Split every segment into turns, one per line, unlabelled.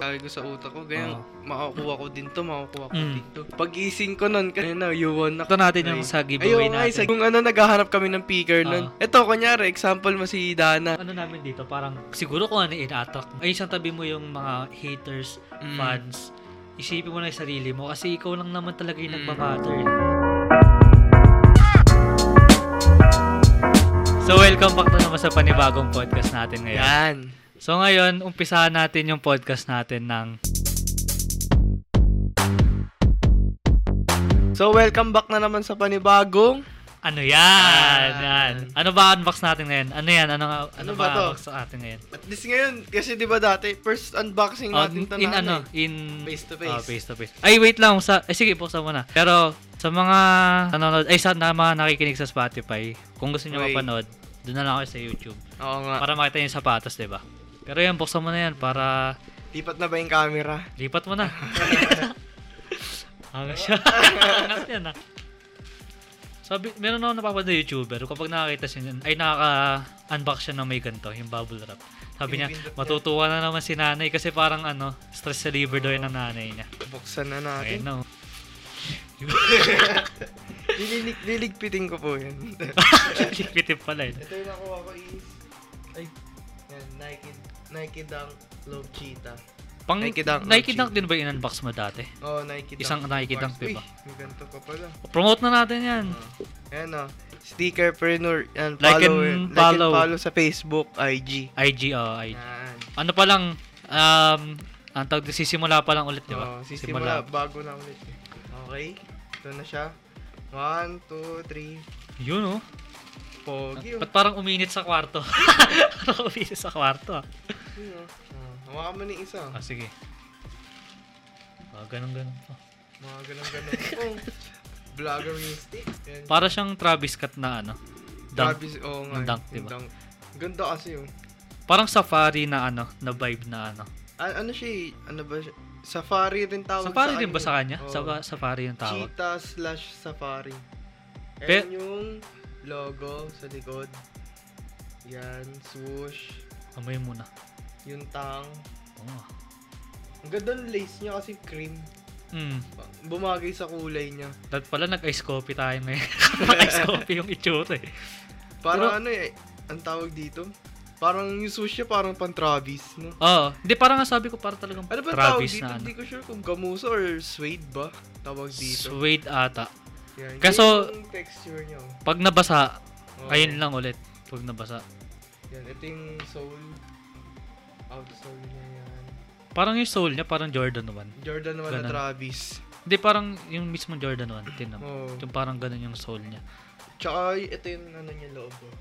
sabi ko sa utak ko, ganyan,
Oo.
makakuha ko din to, makakuha ko
Mm.
dito. Pagising ko nun, kaya na, you won na.
Ito natin yung sa giveaway
Ayun, ay, sa,
natin. Ah.
kung ano, naghahanap kami ng picker nun.
Oo.
Ito, kunyari, example mo si Dana.
Ano namin dito, parang siguro kung ano in-attract mo. Ayun, siyang tabi mo yung mga haters,
Mm.
fans. Isipin mo na yung sarili mo kasi ikaw lang naman talaga yung
Mm.
nagmamatter. eh. So, welcome back na naman sa panibagong podcast natin ngayon.
Yan.
So ngayon, umpisahan natin yung podcast natin ng
So, welcome back na naman sa panibagong.
ano yan?
Ah.
Yan. Ano ba unbox natin ngayon? Ano yan? Ano, ano, ano
Ano ba
ba
to?
unbox sa atin ngayon?
At least ngayon, kasi di ba dati, first unboxing
Oh,
natin to eh.
in
natin.
ano? In
Face to face.
Oh, face to face. Ay, wait lang. Sa, eh, sige, puksa mo na. Pero sa mga nanonood, ay sa na, mga nakikinig sa Spotify, kung gusto niyo
Okay.
mapanood, doon na lang ako sa YouTube.
eh. Oo nga.
Para makita niyo yung sapatos, di ba? Pero yan, buksan mo na yan para
Lipat na ba yung camera?
lipat mo na. Angas siya. Angas yan ah. Sabi, meron ako napapanood na YouTuber, kapag nakakita siya, nun- ay nakaka-unbox siya ng may ganito, yung bubble wrap. Sabi niya,
Pinipindot niya.
matutuwa na naman si nanay kasi parang ano, stress sa liver daw yun ng nanay niya.
Buksan na natin.
Okay, no.
Lilig, liligpitin ko po yan.
Lipitin pala yun.
Ito yung nakuha ko is... Ay. Yan, Nike, Nike Dunk Love Cheetah.
Pang,
Nike
Nike
Dunk,
Dunk,
Love
din ba in-unbox mo dati?
Oo, oh, Nike Dunk.
Isang Nike Dunk,
Uy,
diba?
may ganito pa pala.
Promote na natin yan.
Oh. Ayan o. Stickerpreneur. Yan,
Like
follow.
and
yan. like
follow.
and follow sa Facebook, IG.
IG, oh, IG.
Yan.
Ano pa lang, um, ang tawag doon, sisimula pa lang ulit, di
Diba?
ba?
sisimula. Bago na ulit. eh. Okay. Ito na siya. One, two, three.
Yun, oh.
Pogi. oh.
Ba't parang uminit sa kwarto? parang uminit sa kwarto, ah.
Yun, oh. Ah, Hawakan mo na yung isa. oh.
Ah, sige. Ah, ganun, ganun. Ah.
Mga ganun-ganun. oh. Vlogger yung stick. Yan.
Para siyang Travis Scott na, ano, dunk.
Grabe si- oo nga.
Ng dunk,
yung
diba?
dunk. Ganda kasi oh. yun.
Parang safari na, ano, na vibe na, ano.
A- ano siya eh? Ano ba siya? Safari rin tawag
Safari
sa
din
kanya
ba sa
eh.
kanya?
Oo.
Sa, safari yung tawag.
Cheetah slash safari.
Pe-
Ayan yung logo sa likod. Yan, swoosh.
Amoy muna.
Yung tang.
Oh.
Ang ganda ng lace niya kasi cream.
Mm.
Bumagay sa kulay niya.
Dahil pala nag-ice coffee tayo ngayon. ice coffee yung itsura eh.
Parang
Pero-
ano eh, ang tawag dito? Parang yung swoosh niya parang pang Travis, no?
Oo. Hindi, parang nga sabi ko para talagang
Ano ba tawag
Travis
dito?
na ano.
Hindi ko sure kung gamuso or suede ba tawag dito.
Suede ata.
Yan.
Kaso-
Yan yung texture niya. oh.
Pag nabasa,
Oo.
ayun lang ulit. Pag nabasa.
Yan, ito yung soul. Out soul niya yan.
Parang yung soul niya, parang Jordan 1.
Jordan naman na
Ganun.
Travis.
Hindi, parang yung mismo Jordan 1. Tinan
Oh.
mo. Yung parang ganun yung soul niya.
Tsaka y- ito yung ano niya loob. oh.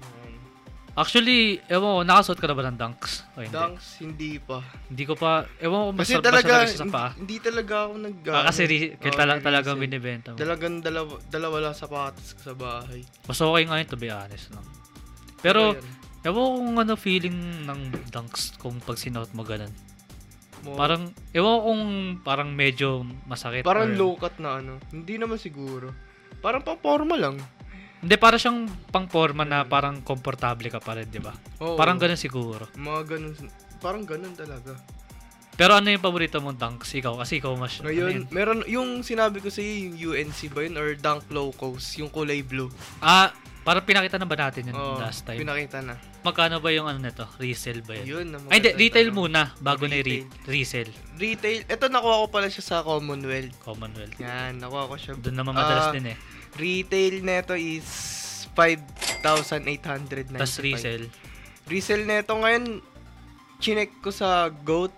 Yan.
Actually, ewan ko, nakasuot ka na ba ng dunks? O hindi?
Dunks, hindi pa.
Hindi ko pa, ewan ko kung
Kasi
basta
talaga,
basta sa paa.
hindi, ano, oh, hindi talaga ako nag...
Ah, kasi re-
Oo,
talaga, talagang
reason.
binibenta mo.
Talagang dalawa, dalawa lang sapatos ko sa bahay.
Mas okay nga yun, to be honest lang. Pero,
Ito yan.
ewan ko kung ano feeling ng dunks kung pag sinuot mo ganun.
Mo-
Parang, ewan ko kung parang medyo masakit.
Parang
or-
low cut na ano. Hindi naman siguro. Parang pang forma lang.
Hindi, parang siyang pang-forma na parang komportable ka pa rin, di ba?
Oo.
Parang ganun siguro.
Mga ganun. Parang ganun talaga.
Pero ano yung paborito mong dunks? Ikaw, kasi ikaw mas... ano yun?
Ngayon, meron yung sinabi ko sa iyo, yung UNC ba yun or Dunk Locos, yung kulay blue.
Ah, parang pinakita na ba natin yun
Oo,
last time?
Pinakita na.
Magkano ba yung ano nito? Resale ba yun?
Yun. ang
Ay, di,
maganda
retail
tanong.
muna bago na i
Retail.
resale.
Retail. Ito nakuha ko pala siya sa Commonwealth.
Commonwealth.
Yan, nakuha ko siya.
Doon naman
Ah,
madalas din eh.
Retail neto is 5,895.
Tapos resale.
Resale neto ngayon, chinek ko sa GOAT.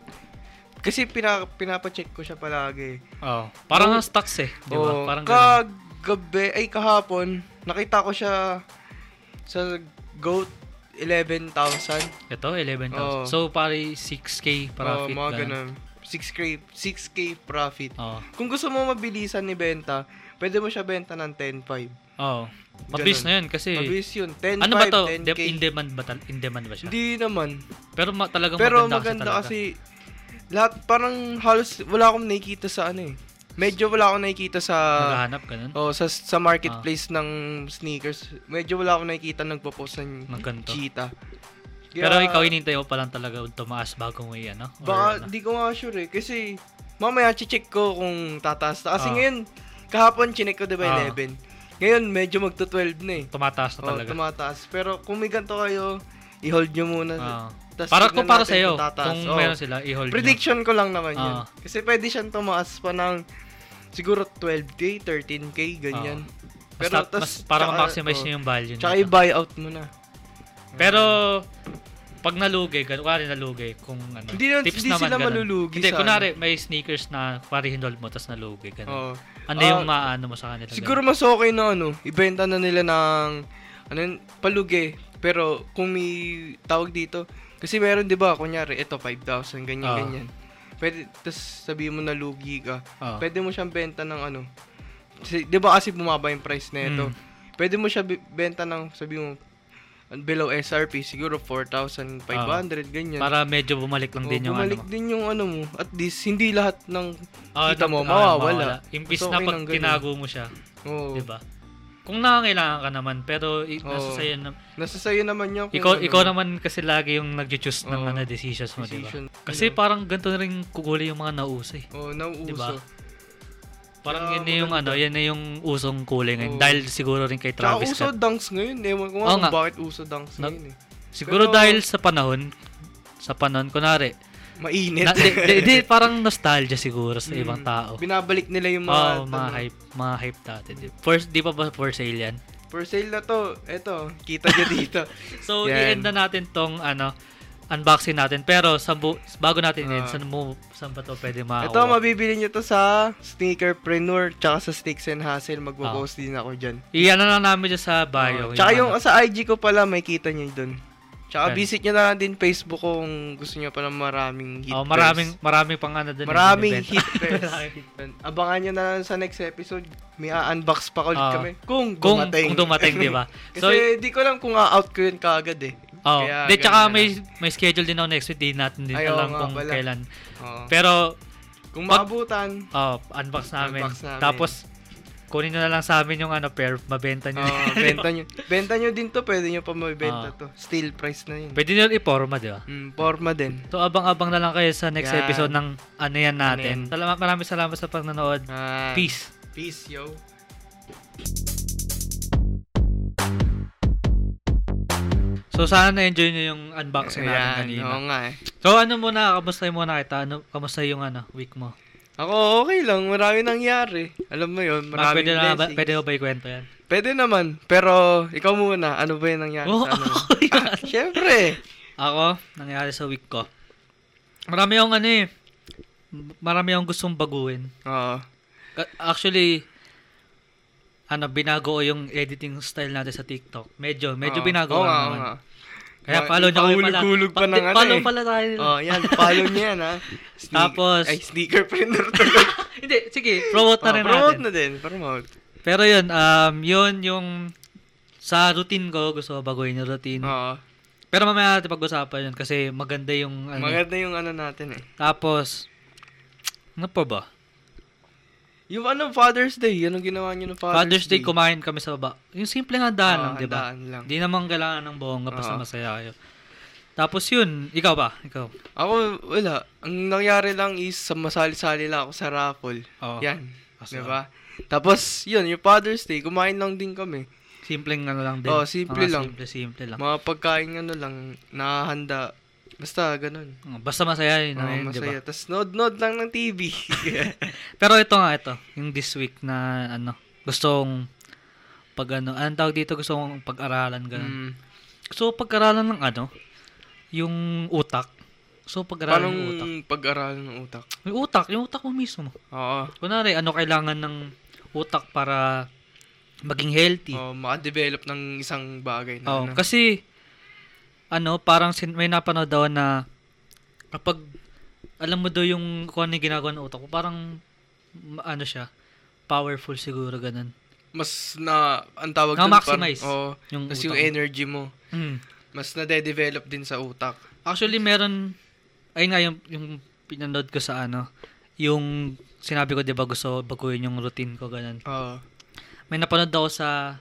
Kasi pina, pinapacheck ko siya palagi.
Oh, parang
Oo.
ang stocks eh. Di ba?
Oo,
parang ganun.
kagabi, ay kahapon, nakita ko siya sa GOAT 11,000.
Ito, 11,000.
Oo.
So, pari
Profit
6K profit.
Oh. mga
ganun. Oh,
ganun. 6K, 6K profit.
Oo.
Kung gusto mo mabilisan ni benta, pwede mo siya benta ng 10.5.
Oo. oh. Mabilis
Ganun.
na yun kasi...
Mabilis yun. 10.5,
ano ba to?
10K.
De- in demand ba? tal- In demand ba siya?
Hindi naman.
Pero ma- talagang
Pero
maganda,
maganda
kasi talaga.
kasi, lahat, parang halos wala akong nakikita sa ano eh. Medyo wala akong nakikita sa...
Naghahanap Ah. ganun.
ah, Oh, sa sa marketplace ng sneakers, medyo wala akong nakikita nagpo-post ng
Ng ganito.
cheetah. Kaya-
Pero ikaw hinintay mo pa lang talaga tumaas bago mo i-ano? or
Baka
ano?
di ko nga sure eh. Kasi mamaya chichik ko kung tataas na. Kasi
Ah.
ngayon, kahapon chinik ko diba
Ah.
11. Ngayon medyo magto 12 na eh.
tumataas na
Oh,
talaga.
tumataas. Pero kung may ganito kayo, i-hold nyo muna.
Ah.
Tas
para
tignan
kung para
natin
sa iyo,
kung tataas.
kung
Oo.
meron sila, i-hold nyo.
Prediction ko lang naman yun.
Ah.
Kasi pwede siyang tumaas pa ng siguro 12K, 13K, ganyan.
Ah. Mas,
Pero
na-
tas,
mas para
tsaka,
ma-maximize
oh,
nyo yung value
Tsaka
nito.
i-buy out mo na.
Pero pag nalugay, gan- kunwari nalugay, kung ano,
Hindi na-
tips
hindi
naman
sila
ganun.
malulugi
Hindi,
sa ano.
kunwari may sneakers na kunwari hinold mo, tapos nalugay,
Oo.
ganun. Ano
Ah,
yung maano mo sa kanila? ganun?
Siguro mas okay na ano, ibenta na nila ng ano yun, palugi. Pero kung may tawag dito, kasi meron 'di ba, kunyari ito 5,000 ganyan
Ah.
ganyan. Pwede tas sabihin mo na lugi ka.
Ah.
Pwede mo siyang benta ng ano. Kasi, 'Di ba kasi bumaba yung price nito.
Mm.
Pwede mo siya bi- benta ng sabi mo below SRP siguro 4,500 ganyan.
Para medyo bumalik
O,
lang din yung
Oh, bumalik
ano.
din yung ano mo. At least hindi lahat ng
Ah,
kita mo
ah,
mawawala.
Imbis
Mas
na
okay
pag
ng ganun. Oh.
tinago mo siya,
Oo.
di ba? Kung nakakailangan ka naman, pero i-
Oo.
nasa sa'yo na,
Nasa sa'yo naman yun. kung
ikaw,
ano.
ikaw naman kasi lagi yung nag-choose ng
Oo.
ano, decisions mo, di ba?
Decision.
Kasi parang ganito na rin kukulay yung mga nauso eh.
Oh, nauuso.
Diba? Parang
Kaya
yun na yung ano,
maganda.
yan na yung usong kulay ngayon.
Oo.
Dahil siguro rin kay
Tsaka uso
Travis Scott.
dunks ngayon. eh. Ewan ko nga
Oo
kung
nga.
bakit uso dunks
Na-
ngayon eh.
Siguro
Pero-
dahil sa panahon, sa panahon, kunwari,
Mainit.
na, di, di- di- parang nostalgia siguro sa
Mm.
ibang tao.
Binabalik nila yung mga,
Oo, mga
ano,
hype, mga hype dati. Di, first, di pa ba for sale yan?
For sale na to. Eto, kita nyo dito.
So,
Yan.
i-end na natin tong ano, unboxing natin. Pero, sa bu- bago natin i-end,
Ah.
saan mo, saan ba to pwede ma
Eto, mabibili nyo to sa Sneakerpreneur tsaka sa Sticks and Hustle. Magpo-post din ako dyan.
I-ano na namin dyan sa
Oh,
bio.
tsaka yung
ano.
sa IG ko pala, may kita nyo dun. Tsaka
Yan.
visit nyo na lang din Facebook ko kung gusto nyo pa ng maraming hit
Oh,
press.
maraming, maraming pang ano dun. eh,
Maraming
event.
hit press.
Maraming hit
Abangan nyo na lang sa next episode. May a-unbox pa ulit
Ah.
kami. Kung
kung
dumating.
kung dumating, di ba?
Kasi
so,
di ko lang kung a-out ko yun kaagad eh.
oh,
Kaya
di,
ganun
tsaka
na lang.
may, may schedule din ako next week, di natin din
Ay, oo
alam
nga
kung
pala.
kailan.
Oo.
Pero,
Oh. Kung
pag-
maabutan,
oh, unbox namin.
Unbox namin.
Tapos, kunin nyo na lang sa amin yung ano, pair, mabenta nyo.
oo, oh, benta nyo. Benta nyo din to, pwede nyo pa mabenta
Ah.
to. Steel price na yun.
Pwede nyo i-forma, di ba?
Mm, forma din.
So, abang-abang na lang kayo sa next
Yan.
episode ng ano yan natin.
yan?
Salamat, maraming salamat sa panonood.
Ah,
Peace.
Peace, yo.
So, sana na-enjoy nyo yung unboxing natin
Ayan,
kanina.
oo nga eh.
So, ano muna, kamusta yung muna kita? Ano, kamusta yung ano, week mo?
Ako, okay lang. Marami nangyari. Alam mo yun, maraming
Marami Ah, pwede, na, ba,
blessings.
pwede mo ba ikwento yan?
Pwede naman. Pero, ikaw muna. Ano ba yung nangyari
Oo,
sa ano?
ako yun.
Siyempre.
Ako, nangyari sa week ko. Marami akong ano eh. Marami akong gustong baguhin.
Oo.
Ka- Actually, ano, binago ko yung editing style natin sa TikTok. Medyo, medyo
Oo.
binago
Ah,
ko
oh. Oo nga, oo
naman.
nga.
Kaya
Mga
follow niyo kami pala.
ipahulog-hulog pa
Pa-
ng ano
Follow
eh.
pala tayo nila.
Oh, yan. Follow niyo yan, ha? Sneak-
Tapos-
Ay, sneaker printer tuloy.
Hindi, sige, promote na
Oh,
rin
promote
natin.
na din. Promote.
Pero yun, um, yun yung sa routine ko, gusto ko baguhin yung routine.
Oo.
Pero mamaya natin pag-usapan yun kasi maganda yung ano.
Maganda yung ano natin, eh.
Tapos, ano pa ba?
Yung ano, Father's Day. Anong ginawa niyo ng
Father's Day, kumain kami sa baba. Yung simpleng handaan lang,
Oo,
di ba?
handaan lang.
Di naman kailangan ng bongga,
Oo.
basta masaya kayo. Tapos yun, ikaw ba? Ikaw.
Ako, wala. Ang nangyari lang is sa- masali-sali lang ako sa raffle.
Oo.
Yan.
Kasi-
Di ba? Tapos, yun, yung Father's Day, kumain lang din kami.
Simpleng ano lang din.
Oo, simple
Mga
lang.
Simple, simple lang.
Mga pagkain ano lang, nakahanda. Basta, ganun.
Oo, Basta masaya yun.
Oo,
na yun, diba? di ba?
masaya. Tapos, nod-nod lang ng TV.
Pero ito nga, ito. Yung this week na ano, gustong pag ano, anong tawag dito, gusto kong pag-aralan ganun.
mm.
So, pag-aralan ng ano, yung utak. So, pag-aralan
Parang
ng utak.
pag-aral ng utak.
Yung utak, yung utak mo mismo.
Oo.
Kunwari, ano kailangan ng utak para maging healthy.
Oh, makadevelop ng isang bagay na
Oh,
ano.
kasi ano, parang sin- may napanood daw na kapag alam mo daw yung kung ano yung ginagawa ng utak mo, parang ma- ano siya, powerful siguro ganun.
mas na ang tawag dun,
Na-maximize
parang- Oo.
yung
kasi yung
utak mo.
energy mo
Mm.
mas na-develop din sa utak.
Actually, meron ayun nga yung, yung pinanood ko sa ano, yung sinabi ko 'di ba gusto baguhin yung routine ko ganun.
Oo.
May napanood ako sa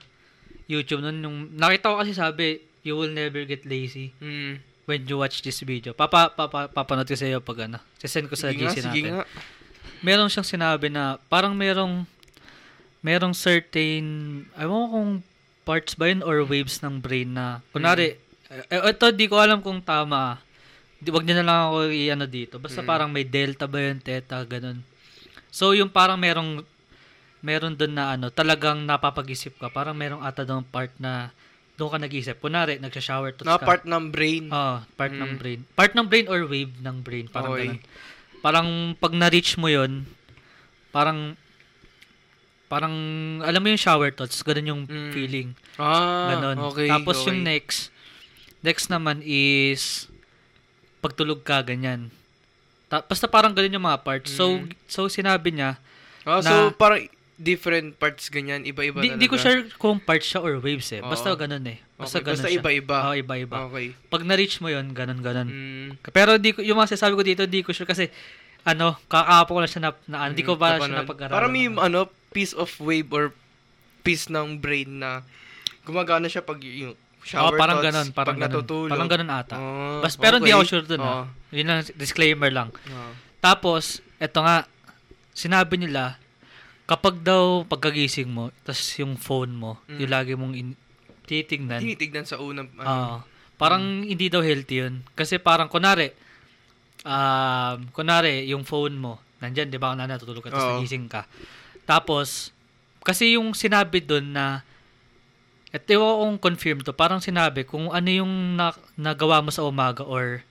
YouTube noon yung nakita ko kasi sabi, you will never get lazy.
Mm.
when you watch this video. Papa, papa, papanood ko sa iyo pag ano. Sisend ko sa
Sige nga,
GC
sige
natin.
nga.
Meron siyang sinabi na parang merong merong certain ayaw ko kung parts ba yun or waves ng brain na kunari eh, eh, ito di ko alam kung tama ah. di, wag niyo na lang ako i-ano dito basta parang may delta ba yun theta ganun so yung parang merong meron doon na ano talagang napapag-isip ka parang merong ata doon part na doon ka nag-isip kunari nagsha-shower thoughts
Na
ka
part ng brain.
ah part
Mm.
ng brain. Part ng brain or wave ng brain. Parang
Okay.
ganun. Parang pag na-reach mo yon parang, parang, alam mo yung shower thoughts, ganun yung
Mm.
feeling.
Ah,
Ganun.
okay.
Tapos yung
okay.
next, next naman is, pagtulog ka, ganyan. Ta- basta parang ganun yung mga parts.
Mm.
So, so sinabi niya,
Ah, so
na-
parang different parts ganyan, iba-iba
di,
talaga.
di ko sure kung parts siya or waves eh. Basta
Oo.
ganun eh. Basta
Okay,
ganun
basta
siya.
iba-iba. Ah.
Oo, iba-iba.
Okay.
Pag na-reach mo yon ganun, ganun.
Mm,
Pero di ko, yung mga sinasabi ko dito, di ko sure kasi, ano, kakapo ko lang siya na, na ano, di ko ba siya
napanood.
napag-aralan.
Hmm, Parang may,
ng-
ano, piece of wave or piece ng brain na gumagana siya pag yung shower
Oo, parang
thoughts,
ganun,
pag
parang ganun.
natutulog.
Parang ganun ata.
Oh,
Bas, pero hindi
okay. Oh, Ah.
ako sure dun, ah. ha.
Oo.
Yun lang, disclaimer lang.
Oo.
Tapos, eto nga, sinabi nila, kapag daw pagkagising mo, tapos yung phone mo,
Hmm.
yung lagi mong in- titignan,
Tinitignan sa unang, ano,
Oo. parang hindi daw healthy yun. Kasi parang, kunwari, um, kunwari, yung phone mo, nandyan, di ba, kung natutulog ka, tapos
Oo.
nagising ka. Tapos, kasi yung sinabi doon na, at ewan ko kung confirm to, parang sinabi kung ano yung na, nagawa mo sa umaga or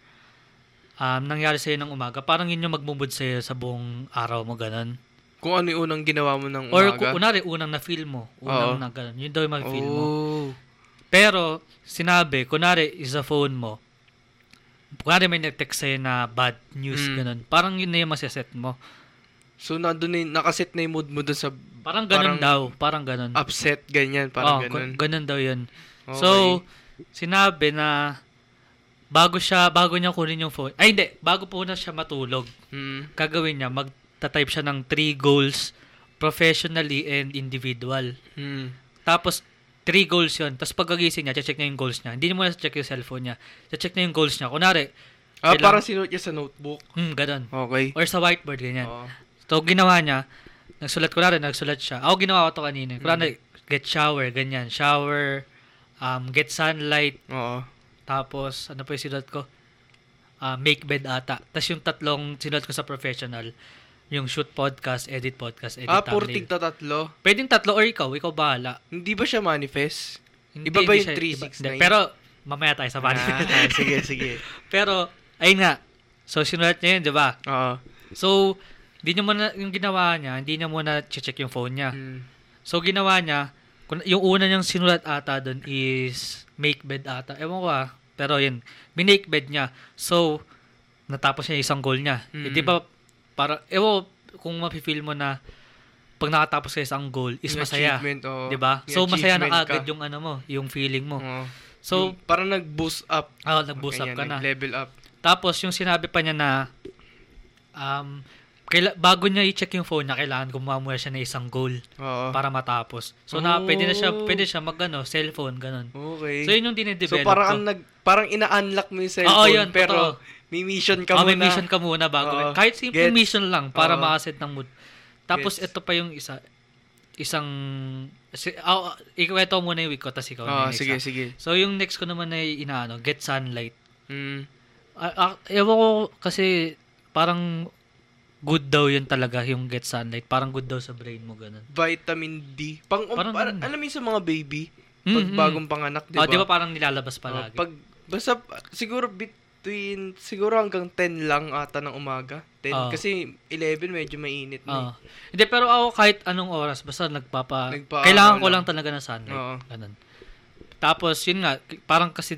um, nangyari sa'yo ng umaga, parang yun yung magmumod sa'yo sa buong araw mo, ganun.
kung ano yung unang ginawa mo ng
Or,
umaga.
ku- kunwari, unang na-feel mo,
Oo.
unang na ganun, yun daw yung ma-feel mo.
oh.
Pero, sinabi, kunwari, is sa phone mo, kunwari may nag-text sa'yo na bad news,
Mm.
ganun. Parang yun na yung masaset mo.
So, nandun na yung, nakaset na yung mood mo dun sa
Parang ganun
Parang-
daw. Parang ganun.
upset, ganyan, parang
Oo,
ganun.
kun- ganun daw yun.
Okay.
So, sinabi na bago siya, bago niya kunin yung phone. Ay, hindi. Bago po na siya matulog,
Mm.
gagawin niya, magta-type siya ng three goals professionally and individual.
Mm.
Tapos, three goals yun. Tapos pagkagising niya, check niya yung goals niya. Hindi mo na check yung cellphone niya. Check niya yung goals niya. Kunwari,
Ah,
Kailangan-
parang sinuot niya sa notebook.
hmm, ganun.
Okay.
Or sa whiteboard, ganyan.
Oo.
So, ginawa niya, nagsulat, kunwari, nagsulat siya. Ako, ginawa ko to kanina. Kunwari, get shower, ganyan. Shower, um, get sunlight,
Oo.
tapos, ano pa yung sinulat ko? Ah, make bed ata. Tapos yung tatlong sinulat ko sa professional, yung shoot podcast, edit podcast, edit
Ah, puro
thumbnail.
tigta tatlo.
Pwedeng tatlo or ikaw, ikaw bahala.
Hindi ba siya manifest?
Hindi,
Iba ba
hindi
yung
siya-
369?
hindi. Pero, mamaya tayo sa
Ah,
manifest.
ah, sige, sige.
Pero, ayun nga. So, sinulat niya yun, di ba?
Oo.
So, hindi niya muna, yung ginawa niya, hindi niya muna check yung phone niya.
Mm.
So, ginawa niya, kun- yung una niyang sinulat ata doon is make bed ata. Ewan ko ah. Pero yun, binake bed niya. So, natapos niya yung isang goal niya. Eh,
Mm.
di ba, para, ewan ko kung mapifeel mo na pag nakatapos ka isang goal is
Yung
masaya.
achievement, oo.
Di ba?
Yung
So, masaya na
achievement ka.
agad
Mm.
yung ano mo, yung feeling mo.
Oo.
So,
Yung parang nag-boost up.
ah, nag-boost up
Ganyan,
ka na.
Nag-level up.
Tapos, yung sinabi pa niya na, um, kaila- bago niya i-check yung phone niya, kailangan gumawa muna siya ng isang goal
Oo.
para matapos. So,
Ah.
na,
Oh.
pwede na siya, pwede siya mag, ano, cellphone, ganun.
Okay.
So, yun yung
So,
dinedevelop
parang,
ko.
ang nag, parang ina-unlock mo yung cellphone.
Oo, yun,
pero,
totoo.
may mission ka
Ah, may
muna.
mission ka muna bago.
Oo.
kahit simple
Gets.
mission lang para
Oo.
ma-asset ng mood. Tapos,
Gets.
ito pa yung isa, isang, si, ah, ikaw ito muna yung week ko, tapos ikaw na
Oo,
yung next,
sige,
ah.
sige.
So, yung next ko naman ay inaano, get sunlight.
Mm.
Uh, ewan ko kasi parang good daw yun talaga yung get sunlight. Parang good daw sa brain mo ganun.
Vitamin D. Pang,
Parang
parang,
ganun.
alam mo yun sa mga baby,
Mm,
pag
mm.
bagong panganak, di ba?
Diba? Oh, di ba parang nilalabas
Oh,
palagi?
pag, basta, siguro between, siguro hanggang 10 lang ata ng umaga. 10,
Oo.
kasi 11 medyo mainit na. eh.
Oo. Ah. Hindi, pero ako kahit anong oras, basta nagpapa...
Nagpaano
kailangan ko
lang.
lang talaga ng sunlight.
ano. Oo.
Ganun. Tapos, yun nga, k- parang kasi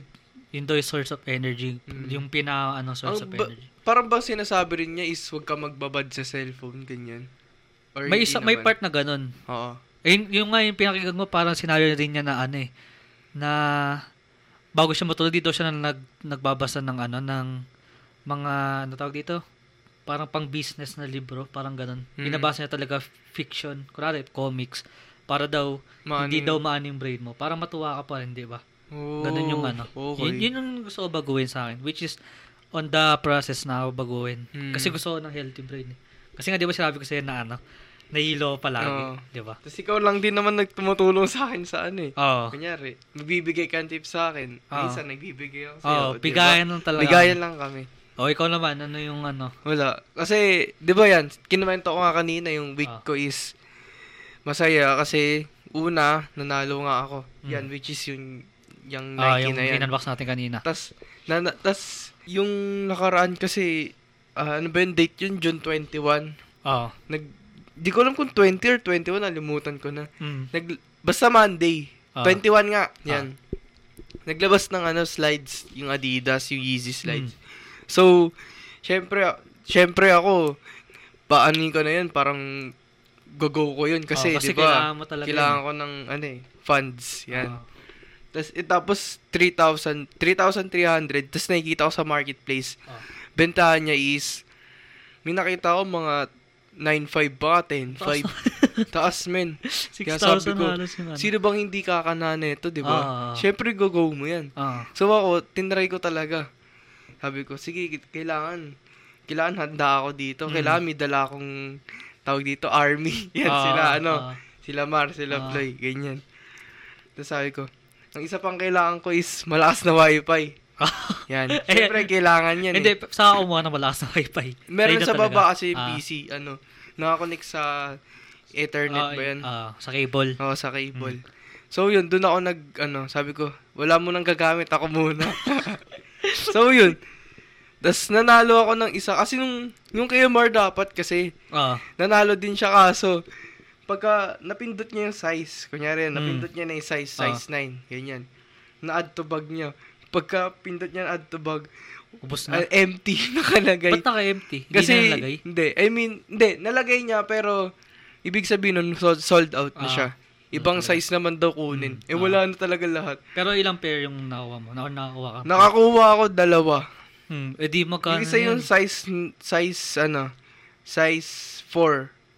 yun daw yung source of energy. Yung pina,
Mm.
ano,
Ang
source of
ba-
energy.
parang bang sinasabi rin niya is huwag ka magbabad sa cellphone, ganyan. Or
May,
hindi
isa, may
naman?
part na ganun.
Oo.
Ayun, yung nga yung pinakinggan ko, parang sinabi rin niya na ano eh, na bago siya matulog, dito siya na nag, nagbabasa ng ano, ng mga, ano tawag dito? Parang pang business na libro, parang ganun.
Mm.
Binabasa niya talaga fiction, kunwari comics, para daw,
Maano
hindi
yung-
daw maano yung brain mo. Parang matuwa ka pa rin, di ba?
Oh,
Ganun yung ano.
Okay.
Yun, yun yung gusto ko baguhin sa akin. Which is, on the process na ako baguhin.
Hmm.
Kasi gusto ko ng healthy brain. eh. Kasi nga, di ba sinabi ko sa'yo na ano, nahilo ako palagi.
Oo.
Di ba?
Tapos ikaw lang din naman nagtumutulong sa akin sa ano eh.
Oo.
Kunyari, magbibigay ka ng tip sa akin.
Ah.
Minsan, nagbibigay ako sa'yo.
Oo,
di ba?
Oh, bigayan lang talaga.
Bigayan lang kami.
Oo, ikaw naman, ano yung ano?
Wala. Kasi, di ba yan, kinamento ko nga kanina, yung week
Ah.
ko is masaya kasi una, nanalo nga ako.
Mm.
Yan, which is yung, yung
Ah,
Nike
yung
na yan.
in-unbox natin kanina.
tas, na, na- tas, yung nakaraan kasi, ah, ano ba yung date yun? June 21.
Oo.
Nag, di ko alam kung 20 or 21, nalimutan ko na.
Mm.
Nag, basta Monday.
Ah.
21 nga. Yan. Naglabas ng ano, slides. Yung Adidas, yung Yeezy slides.
Hmm.
So, syempre, syempre ako, paanin ko na yun. Parang, go-go ko yun. Kasi,
Oo, Ah, kasi
di ba?
kailangan mo talaga
Kailangan
yun. Ah.
ko ng, ano eh, funds. Yan. eh,
Oo.
Tapos, itapos, 3,000, 3,300. Tapos, nakikita ko sa marketplace.
Oo.
Bentahan niya is, may nakita ko mga 9.5 ba? 10.5. Taas, men.
6,000 halos yung ano.
Sino bang hindi kakana nito, di ba?
Ah.
Syempre, go-go mo yan.
Oo.
So ako, tinry ko talaga. Sabi ko, sige, k- kailangan. Kailangan handa ako dito.
Mm.
Kailangan may dala akong tawag dito, army. Yan
Ah,
sila, ano.
ah.
Sila Mar, sila
Ah.
Ploy, ganyan. Tapos sabi ko, ang isa pang kailangan ko is malakas na wifi. Yan.
Eh,
Syempre, kailangan yan.
Hindi,
eh.
sa ako kumuha ng malakas na wifi.
Meron
Ayun na
sa
talaga.
baba kasi
Ah.
PC, ano, nakakonect sa Ethernet
Oo,
ba yan? Oh.
ah, sa cable.
Oo, sa cable. So, yun, doon ako nag, ano, sabi ko, wala mo nang gagamit, ako muna. so, yun. Tapos, nanalo ako ng isa. Kasi nung, nung kay Mar dapat, kasi,
Oo.
nanalo din siya kaso, pagka napindot niya yung size, kunyari, napindot niya na yung size, size 9, ganyan. Na-add to bag niya. Pagka pindot niya na add to bag,
Ubus na.
ah, empty nakalagay.
Ba't naka-empty? Hindi
Kasi,
na nalagay?
hindi. I mean, hindi. Nalagay niya, pero, ibig sabihin nun, sol- sold out na
Ah, Hmm,
siya. Ibang size naman daw kunin. eh, wala na talaga lahat.
Pero ilang pair yung nakuha mo? Na, nakakuha ka?
Nakakuha ako dalawa.
Hmm. Eh di magkano
Yung isa yung size, size, ano, size 4.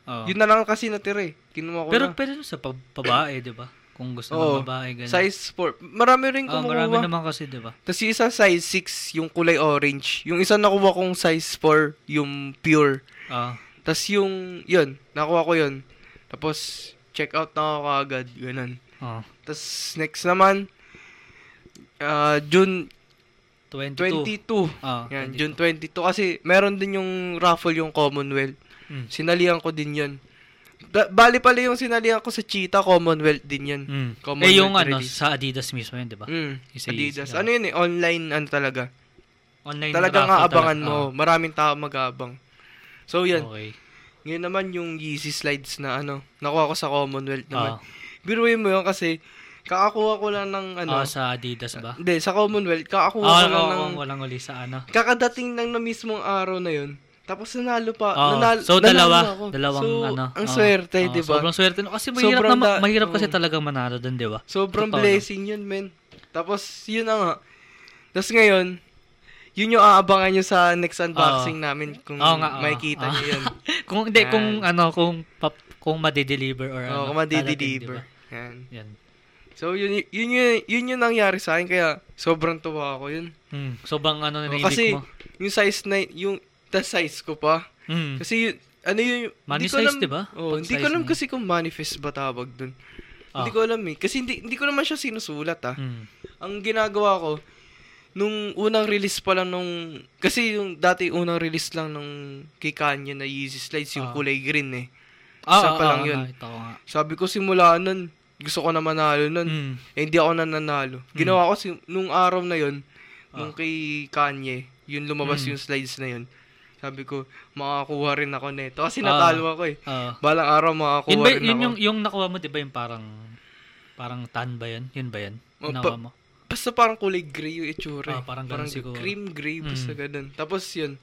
Oo.
Yun na lang kasi natira eh. Kinuha ko
Ah. Pero
na.
pwede rin sa pab- babae, di ba? Kung gusto
Oo.
ng babae, ganun.
Size 4. Marami rin
Ah,
kumukuha.
marami naman kasi, di ba?
Tapos yung isa size 6, yung kulay orange. Yung isa nakuha kong size 4, yung pure.
Ah.
Tapos yung, yun, nakuha ko yun. Tapos, check out na ako agad, ganun.
ah.
Tapos, next naman, ah, June
22.
22.
Ah,
Yan, June 22. Kasi, meron din yung raffle yung Commonwealth.
Mm.
Sinalihan ko din yun. Da- bali pala yung sinalihan ko sa Cheetah, Commonwealth din yun.
Mm.
Commonwealth
Eh, yung ano,
release.
sa Adidas mismo yun, di ba?
Mm,
Isa-
Adidas.
isa-
Ano yun eh, online, ano talaga.
Online
Talagang
raffle
aabangan
talaga.
mo. Maraming tao mag-aabang. So,
Ah,
yan.
Okay.
Ngayon naman yung Yeezy slides na ano, nakuha ko sa Commonwealth
Ah,
naman. Biruin mo yun kasi kakakuha ko lang ng ano.
ah, sa Adidas ba?
Hindi, sa Commonwealth, kakakuha
Ah,
ko lang ng...
oh, walang uli sa ano.
Kakadating lang na mismong araw na yun. Tapos nanalo pa.
Oo.
nanalo,
Ah, so
Ah, nanalo
dalawa,
ako.
dalawang
so,
ano.
Ang
oo.
swerte,
Oo,
di ba? Sobrang,
Sobrang swerte no kasi mahirap
Sobrang
na
da- Mm.
mahirap kasi
oo.
talaga manalo doon, di ba? Totoo,
blessing yun, men. Tapos, yun na nga. Tapos ngayon, yun yung aabangan nyo sa next unboxing namin kung
Ah. Oo nga, oo.
makikita
Oo.
nyo yun.
kung hindi
Yan.
kung ano kung pap, kung madideliver or
Oo,
ano.
kung madideliver.
dadating,
Yan.
di ba? Yan.
So, yun, yun, yun, yun, yun yung nangyari sa akin, kaya sobrang tuwa ako yun.
Hmm. Sobrang ano na
Oo, kasi,
mo.
yung size na, yung, the size ko pa.
Hmm.
Kasi, yun, ano yun, hindi ko
Manisize,
alam-
di ba?
Oo,
Pag
hindi ko
size
alam
na yun.
kasi kung manifest ba tawag dun.
Ah.
Hindi ko alam eh. Kasi hindi, hindi ko naman siya sinusulat ah.
Hmm.
Ang ginagawa ko, nung unang release pa lang nung... Kasi yung dati unang release lang nung kay Kanye na Yeezy Slides, yung
Ah.
kulay green eh.
Ah,
Isa
ah,
pa
ah,
lang yun.
nakita ko nga.
Sabi ko simula nun, gusto ko na manalo nun.
Hmm.
Eh, hindi ako nananalo. Ginawa ko si- nung araw na yon nung
Ah.
kay Kanye, yun lumabas
Mm.
yung slides na yun. Sabi ko, makakuha rin ako nito. Kasi
Ah.
natalo ako eh.
Ah.
Balang araw makakuha
yun ba,
rin
yun
ako.
yung, yung nakuha mo, di ba yung parang, parang tan ba yun? Yun ba yun?
Oh,
Yung
pa-
nakuha mo?
Basta parang kulay gray yung itsura. eh.
Ah, parang ganun siguro.
Cream gray,
Mm.
basta ganun. Tapos yun.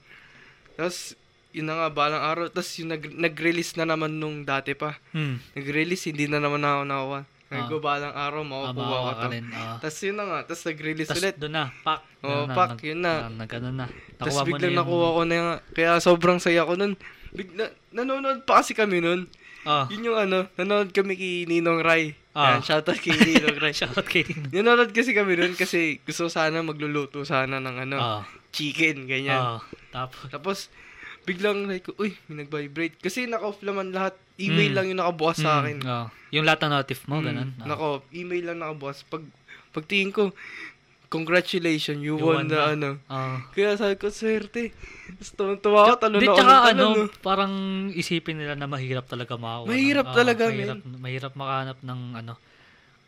Tapos, yun na nga, balang araw. Tapos yung nag- nag-release na naman nung dati pa.
Hmm.
Nag-release, hindi na naman ako nakakuha. Sabi
Ah.
ko, balang araw,
Ah,
makukuha ko
makakuha ka
to.
rin. Ah.
Tapos yun na nga, tapos nag-release
Tas
ulit.
doon na, pak.
Oo,
Ganun na,
pak,
nag-
yun na.
na, nag- ano na.
Tapos
Nakuha mo na
biglang
yung...
nakuha ko na yung, kaya sobrang saya ko nun. Bigla, nanonood pa kasi kami nun.
Ah,
Yun yung ano, nanonood kami kay Ninong Rai.
Ah.
Yan, shoutout kay Nino Crush.
Shoutout kay Tino.
Nanonood kasi kami nun kasi gusto sana magluluto sana ng ano,
Ah.
chicken, ganyan.
Ah. Tapos.
Tapos, biglang like, uy, may nag-vibrate. Kasi naka-off naman lahat. Email
Mm.
lang yung nakabukas sa akin.
Mm, ah. Yung lahat ng notif mo,
Mm,
ganun. Ah.
Nako, email lang nakabukas. Pag, pagtingin ko, congratulations, you,
You
won,
won
the
na."
ano.
Ah.
Kaya sabi ko, swerte. Tapos tumawa ko, talo
Di,
na ako.
tsaka
ng
ano,
talo, no?
parang isipin nila na mahirap talaga makakuha. ng-
Mahirap
ah,
talaga,
mahirap, mahirap makahanap ng ano.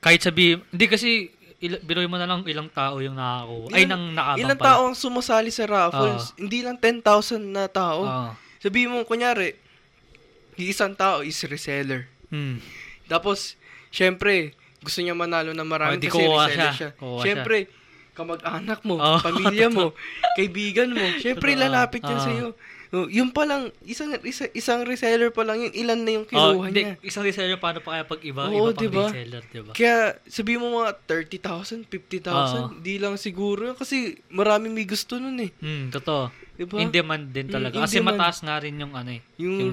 Kahit sabi, hindi kasi, il- biloy mo na lang ilang tao yung nakakakuha. ano,
Ilan-
Ay, nang nakabang
Ilang
pala.
tao ang sumasali sa raffles? Hindi lang 10,000 na tao.
Ah.
Sabi mo, kunyari, yung isang tao is reseller.
Hmm.
Tapos, syempre, gusto niya manalo na marami
Oh, di
kasi
kuha
reseller
siya.
siya.
Kuha
syempre, kamag-anak mo,
Oh,
pamilya mo, kaibigan mo. Syempre,
Totoo.
lalapit yan
Ah.
sa'yo. Oh, Yung pa lang, isang, isa- isang reseller pa lang yun, ilan na yung kinuha
Oh,
niya.
hindi, isang reseller, paano pa kaya pag iba,
Oo,
iba pang
diba?
reseller, diba?
Kaya, sabi mo mga 30,000,
Oh.
50,000, di lang siguro. Kasi marami may gusto nun eh.
Hmm, totoo.
Diba?
In demand din
Mm,
talaga.
in
Kasi
demand.
mataas nga rin yung ano eh,
Yung
yung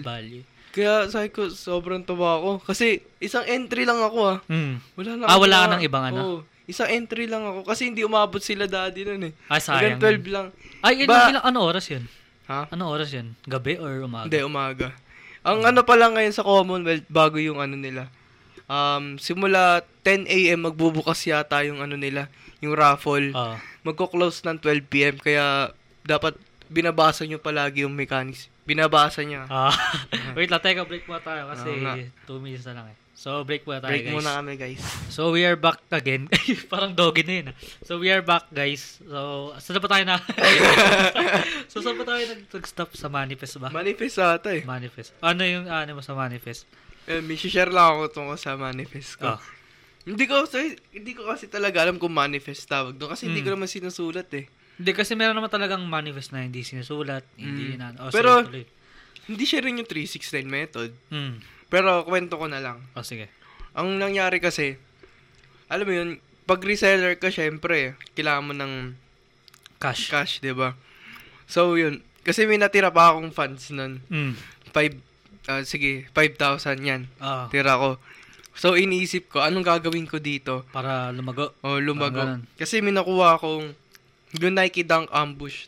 resale.
value.
Kaya sabi ko, sobrang tuwa ako. Kasi isang entry lang ako ah.
Hmm.
Wala na
Ah, wala
akong
ka
mga-
ng ibang ano?
Oo. Isang entry lang ako. Kasi hindi umabot sila daddy nun eh.
Ah,
Hanggang
sayang.
12 lang.
Ay,
Ba-
ilang, ilang, ano oras yun?
Ha?
Ano oras yun? Gabi or umaga?
Hindi, umaga. Ang ano pa lang ngayon sa Commonwealth, bago yung ano nila. Um, simula 10 a.m. magbubukas yata yung ano nila, yung raffle.
Ah.
Magko-close ng 12 p.m. Kaya dapat binabasa nyo palagi yung mechanics. Binabasa niya.
Ah, wait lang, teka, break muna tayo kasi
Oo nga.
2 minutes na lang eh. So, break muna tayo,
Break
guys.
muna kami, guys.
So, we are back again. Parang doggy na yun. ah. So, we are back, guys. So, saan na ba tayo na? so, saan ba tayo nag-stop sa manifest ba?
Manifest ata eh.
Manifest. Ano yung ano mo sa manifest?
Eh, may share lang ako tungkol sa manifest ko.
Ah.
Hindi ko sorry, hindi ko kasi talaga alam kung manifest tawag doon kasi hindi
Mm.
ko naman sinusulat eh.
Hindi, kasi meron naman talagang manifest na hindi sinusulat, hindi
Mm.
na. Oh,
Pero-
sige, tuloy.
Hindi siya rin yung 369 method.
Hmm.
Pero kwento ko na lang.
Oh, sige.
Ang nangyari kasi, alam mo yun, pag reseller ka syempre, kailangan mo ng
Cash.
cash, 'di ba? So yun, kasi may natira pa akong funds nun.
Hmm.
5 ah, sige, 5,000 'yan.
Ah,
Tira ko. So iniisip ko, anong gagawin ko dito?
para lumago.
O Oh, lumago.
Parang ganun.
Kasi may nakuha akong yung Nike Dunk Ambush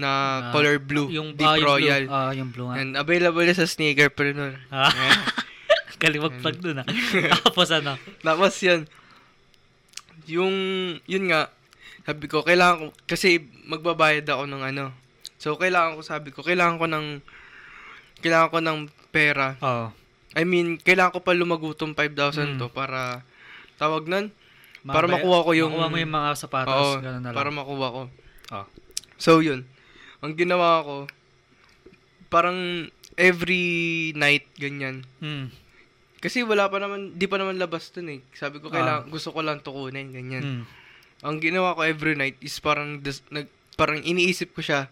na
Ah,
color blue,
Yung,
Deep
ah, yung
Royal.
Blue. Ah, yung blue nga.
And available na sa sneaker pero nun.
Ah. Galing mag-plug dun ah. Tapos ano?
Tapos yun, yung, yun nga, sabi ko, kailangan ko, kasi magbabayad ako ng ano. So, kailangan ko, sabi ko, kailangan ko ng, kailangan ko ng pera.
Oo.
I mean, kailangan ko pa lumago tong 5,000
Mm.
to para, tawag nun, Para makuha ko yung-
Makuha mo yung mga sapatos.
oo,
Ah, ganun na lang.
para makuha ko.
Oh.
So, yun. Ang ginawa ko, parang every night, ganyan.
Mm.
Kasi wala pa naman, di pa naman labas dun eh. Sabi ko, kailangan, gusto ko lang tukunin, ganyan.
Mm.
Ang ginawa ko every night is parang, dis- nag, parang iniisip ko siya.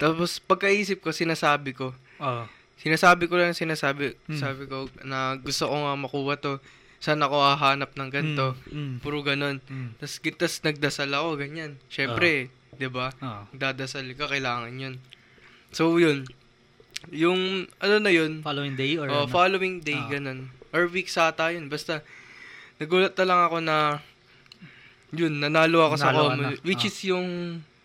Tapos, pagkaisip ko, sinasabi ko.
Oo.
Sinasabi ko lang, sinasabi,
Mm.
sabi ko na gusto ko nga makuha to. Saan ako hahanap ng ganito?
Mm.
Puro ganun.
Mm.
Tapos, gitas, nagdasal ako, ganyan. Siyempre, di ba?
Oo.
Nagdadasal ka, kailangan yun. So, yun. Yung, ano na yun,
Following day or
Oh,
ano?
following day,
Ah.
ganun. Or week sa ata yun. Basta, nagulat na lang ako na, yun, nanalo ako sa
Nanalo ka
Omo.
na.
Which
Ah.
is yung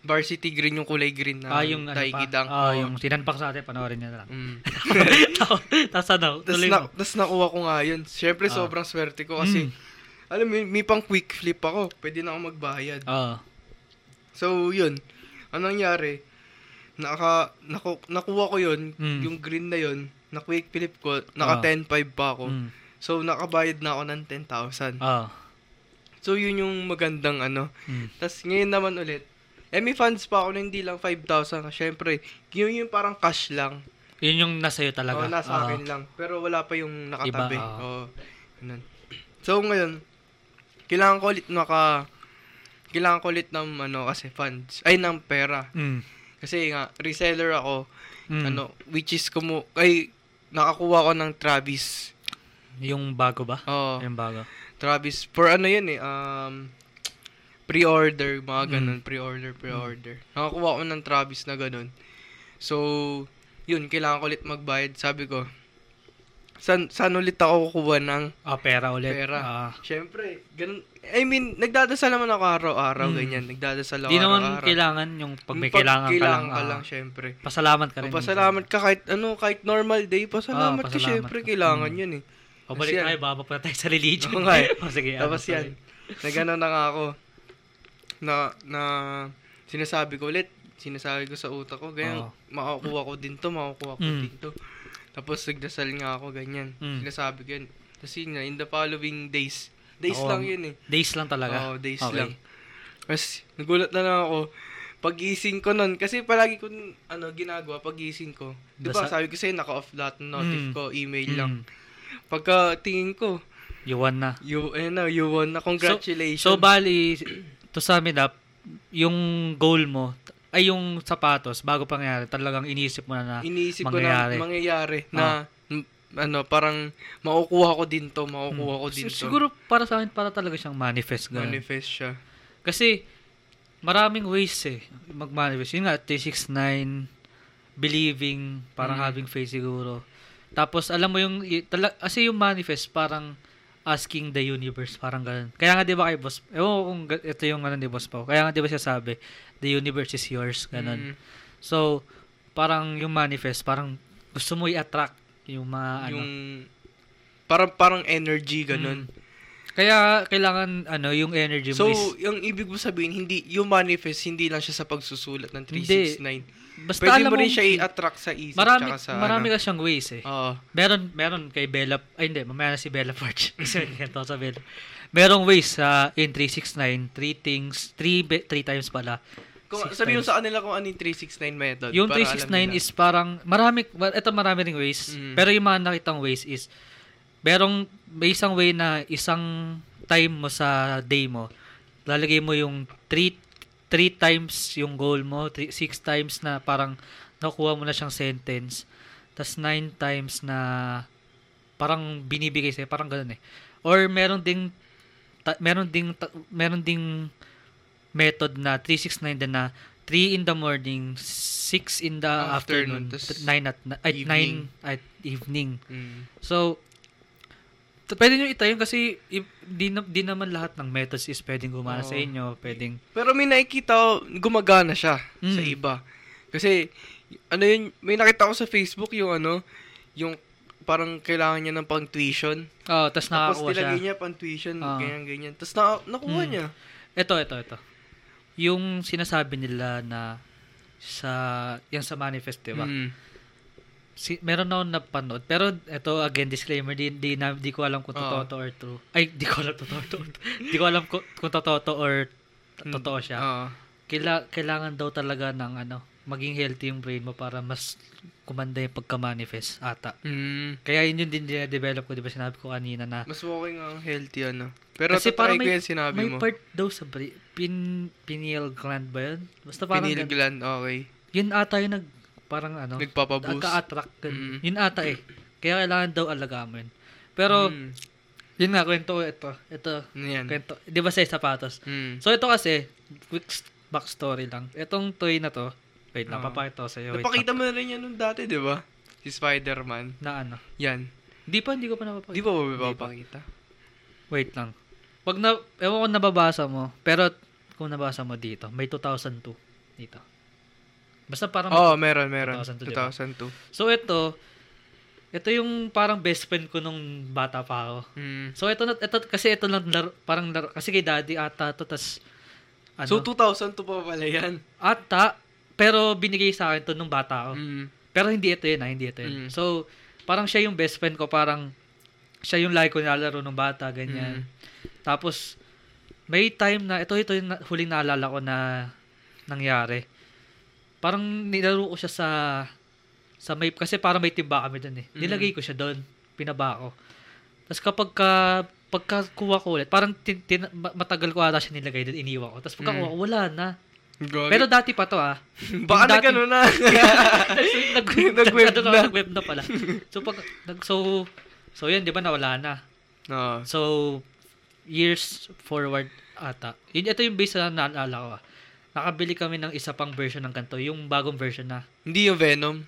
varsity green, yung kulay green na
ah, yung ano
Taiki
pa?
Dunk. Oo.
Ah, yung sinanpak sa atin. Panoorin niya na lang.
Mm.
Tapos ano?
Tapos
Tuloy
na,
mo.
tas nakuha ko nga yun. Siyempre,
Ah. Mm.
sobrang swerte ko kasi, alam mo, yun, may pang quick flip ako. Pwede na ako magbayad.
Oo.
So, yun. Anong nangyari? Naka, naku, nakuha ko yun,
Mm.
yung green na yun, na quick flip ko, naka
Ah.
10.5 pa ako.
Mm.
So, nakabayad na ako ng 10,000.
Oo.
So, yun yung magandang ano.
Mm.
Tapos, ngayon naman ulit, eh, may funds pa ako na hindi lang 5,000. Siyempre, yun yung parang cash lang.
Yun yung nasa'yo talaga.
O,
Ah.
Oh, nasa
Oo.
akin lang. Pero wala pa yung nakatabi.
Iba, ah.
Oo. Ganun. So, ngayon, kailangan ko ulit naka... Kailangan ko ulit ng ano kasi funds. Ay, ng pera.
Mm.
Kasi nga, reseller ako.
Mm.
Ano, which is kumu... Ay, nakakuha ko ng Travis.
Yung bago ba?
Oo.
Yung bago.
Travis, for ano yun eh, um, pre-order,
Hmm.
mga ganun, pre-order, pre-order. Nakakuha ko ng Travis na ganun. So, yun, kailangan ko ulit magbayad. Sabi ko, San, saan ulit ako kukuha ng
Ah, pera ulit.
Pera.
Ah.
Siyempre, ganun. I mean, nagdadasal naman ako araw-araw,
Mm.
ganyan. Nagdadasal ako
Di naman
araw-araw.
kailangan yung pag may
Pag
kailangan,
kailangan
ka lang. ah,
syempre.
pasalamat ka rin.
Papasalamat ka kahit ano, kahit normal day, pasalamat,
Ah,
ka
pasalamat
syempre,
ka.
kailangan
Mm.
yun eh.
minsan. O balik
Kasi yan.
tayo, baba pa tayo sa religion.
Oo nga eh.
O, sige. ano,
Tapos yan,
sorry.
nagano na nga ako, na, na, sinasabi ko ulit, sinasabi ko sa utak ko, ganyan,
Oo.
makakuha ko din to, makakuha ko
Mm.
din to. Tapos nagdasal nga ako, ganyan.
Mm.
Sinasabi ko yun. Tapos yun nga, in the following days, days
Oo,
lang yun eh.
Days lang talaga.
Oo, days
Okay.
lang. Tapos, nagulat na lang ako. Pagising ko nun, kasi palagi ko nun, ano, ginagawa pagising ko. Di ba,
Dasa-
sabi ko sa'yo, naka-off lahat ng notif
Mm.
ko, email
Mm.
lang. Pagka tingin ko,
You won na.
you, ayun na, you won na, congratulations.
So, bali, to sum it up, yung goal mo, ay yung sapatos, bago pangyari, talagang iniisip mo na na,
iniisip
mangyayari.
ko na mangyayari
Ah.
na, m- ano, parang, makukuha ko din to, makukuha ko din to.
Mm. siguro para sa akin, para talaga siyang manifest. Ganun.
manifest siya.
Kasi, maraming ways eh, mag-manifest. Yun nga, 369, believing, parang
Mm.
having faith siguro. Tapos, alam mo yung, y- tala, kasi yung manifest, parang asking the universe, parang ganun. Kaya nga, di ba kay boss, ewan ko kung ga- ito yung ano ni boss Pao. Kaya nga, di ba siya sabi, the universe is yours,
Mm,
ganun. So, parang yung manifest, parang gusto mo i-attract yung mga ano. Mm.
yung, parang, parang energy, ganun.
Kaya, kailangan, ano, yung energy mo
So,
is,
yung ibig mo sabihin, hindi, yung manifest, hindi lang siya sa pagsusulat ng
Hindi.
369.
basta
Pwede
alam
mo rin
mong-
siya i-attract sa isip
Marami,
tsaka sa
marami
ano.
ka siyang ways eh.
Oo.
Meron, meron kay Bella, ay hindi, mamaya na si Bella Forge. Kasi ito sa Bella. Merong ways sa in 369, 3 things, 3 three, three times pala.
Kung,
Six
sabi mo
times.
sa kanila kung ano yung 369 method.
Yung
para alam
369
nila.
is parang, marami, well, ito marami ring ways.
Mm.
Pero yung mga nakitang ways is, merong, may isang way na isang time mo sa day mo, lalagay mo yung 3 three times yung goal mo, 6 times na parang nakuha mo na siyang sentence, tas 9 times na parang binibigay sa'yo, parang ganun eh. Or meron ding ta- meron ding ta- meron ding method na 369 din na 3 in the morning, 6 in the afternoon,
Ah, Afternoon, tas
9 at na- ay,
evening.
9 at evening.
Mm.
So t- pwede nyo itayin kasi i- di, na- di naman lahat ng methods is pwedeng gumana sa
Oo.
inyo, pwedeng
Pero may nakikita ko, gumagana siya sa
Mm.
iba. Kasi, ano yun, may nakita ko sa Facebook yung ano, yung parang kailangan niya ng pang-tuition.
Oh, tapos
Tapos
nakakuha siya.
nilagay niya pang-tuition,
Ah.
ganyan-ganyan. Tapos na, nakuha
Mm.
niya.
Ito, ito, ito. Yung sinasabi nila na sa yan sa manifest, di ba?
Mm.
Si, meron na napanood. Pero ito, again, disclaimer, di, di, na, di ko alam
Oo.
kung totoo to or true. Ay, di ko alam totoo to. di ko alam kung, kung totoo to or t- totoo siya.
Hmm. Oo.
Kaila, kailangan daw talaga ng ano, maging healthy yung brain mo para mas kumanda yung pagka-manifest ata.
Mm.
Kaya yun yung din develop ko, di ba sinabi ko kanina na
Mas okay nga ang healthy ano. Pero
Kasi
Kasi
parang
tatry ko
may-
yan sinabi
May
mo.
part daw sa bri- pin, pineal gland ba yun? Basta parang
Pineal
gan-
gland, okay.
yun ata yung nag, parang ano,
Nagpapaboost.
nagka-attract. ganun.
Mm.
Yun ata eh. Kaya kailangan daw alagaan mo yun. Pero,
Mm.
yun nga, kwento ko ito. Ito,
Ano yan?
kwento. Di ba sa sapatos?
Mm.
So ito kasi, quick s- backstory lang. Itong toy na to, wait lang,
Oo.
papakita ko sa'yo. Wait lang.
Ah. Napakita mo na rin yan nung dati, di ba? Si Spider-Man.
Na ano.
Yan.
Di pa, hindi ko pa
Di
napapakita.
ba ba
Di pa.
papakita?
Wait lang. Pag na, ewan ko nababasa mo, pero kung nabasa mo dito, may 2002 dito. Basta parang
Oo, oh, meron, meron. 2002.
2002, di ba? So ito, ito yung parang best friend ko nung bata pa ako.
Mm.
So ito, na- ito kasi ito lang laro, parang laro, kasi kay daddy ata to, tas ano,
So, 2002 pa pala yan.
ata, pero binigay sa akin to nung bata ako.
Mm.
Pero hindi ito yun ah, hindi ito yun.
Mm.
So, parang siya yung best friend ko, parang siya yung lagi ko nilalaro nung bata, ganyan.
Mm.
Tapos, may time na, ito, ito yung na- huling naalala ko na nangyari. Parang nilaro ko siya sa, sa may, kasi parang may timba kami dun eh.
Mm.
Nilagay ko siya doon, pinaba ko. Tapos kapag ka, pagkakuha ko ulit, parang tin, tin- ma- matagal ko ata siya nilagay doon, iniwa ko. Tapos
Mm.
pagkakuha ko, wala na.
Gagi.
Pero dati pa to ah.
Baka na
yung dati-
gano'n na.
nag
Nag-web
ano,
na.
nag-web na pala. So, pag, nag, so, so yun, di ba, nawala na.
Oo.
So, years forward ata. Yun, ito yung base na naalala ko. ah. Nakabili kami ng isa pang version ng kanto, yung bagong version na.
Hindi yung Venom.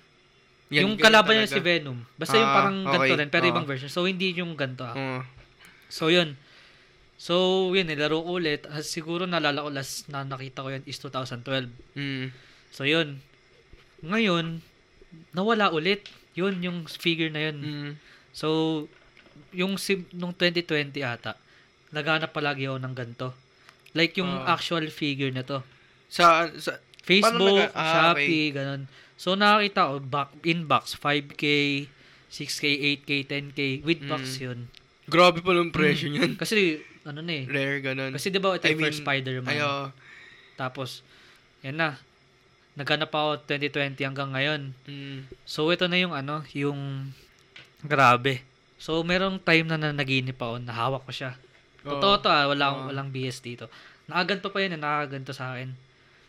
Yan,
yung
ganun
kalaban niya
talaga.
si Venom. Basta yung
Ah,
parang ganito
okay. Ah.
rin, pero
Oo.
ibang version. So, hindi yung ganito. ah.
Oo.
So, yun. So, yun, nilaro ko ulit. Ah, Siguro nalala ko last na nakita ko yun is 2012.
Mm.
So, yun. Ngayon, nawala ulit. Yun, yung figure na yun.
Mm.
So, yung si, nung 2020 ata, naghanap palagi ako ng ganito. Like yung
Ah.
actual figure na to.
Sa, sa,
Facebook,
Paano naga- ah,
Shopee, ganun. So, nakakita ko, back, inbox, 5K, 6K, 8K, 10K, with
Mm.
box yun.
grabe pa lang
Hmm.
presyo niyan.
Kasi, ano na eh.
Rare, ganun.
Kasi diba ito
I
yung
mean,
first Spider-Man.
Ayo.
Tapos, yan na. Naghanap ako 2020 hanggang ngayon.
Mm.
So, ito na yung ano, yung grabe. So, merong time na nanaginip ako, nahawak ko siya.
Oo.
Totoo to ah, wala, akong-
Oo.
walang BS dito. Nakaganto pa yun, eh, nakaganto sa akin.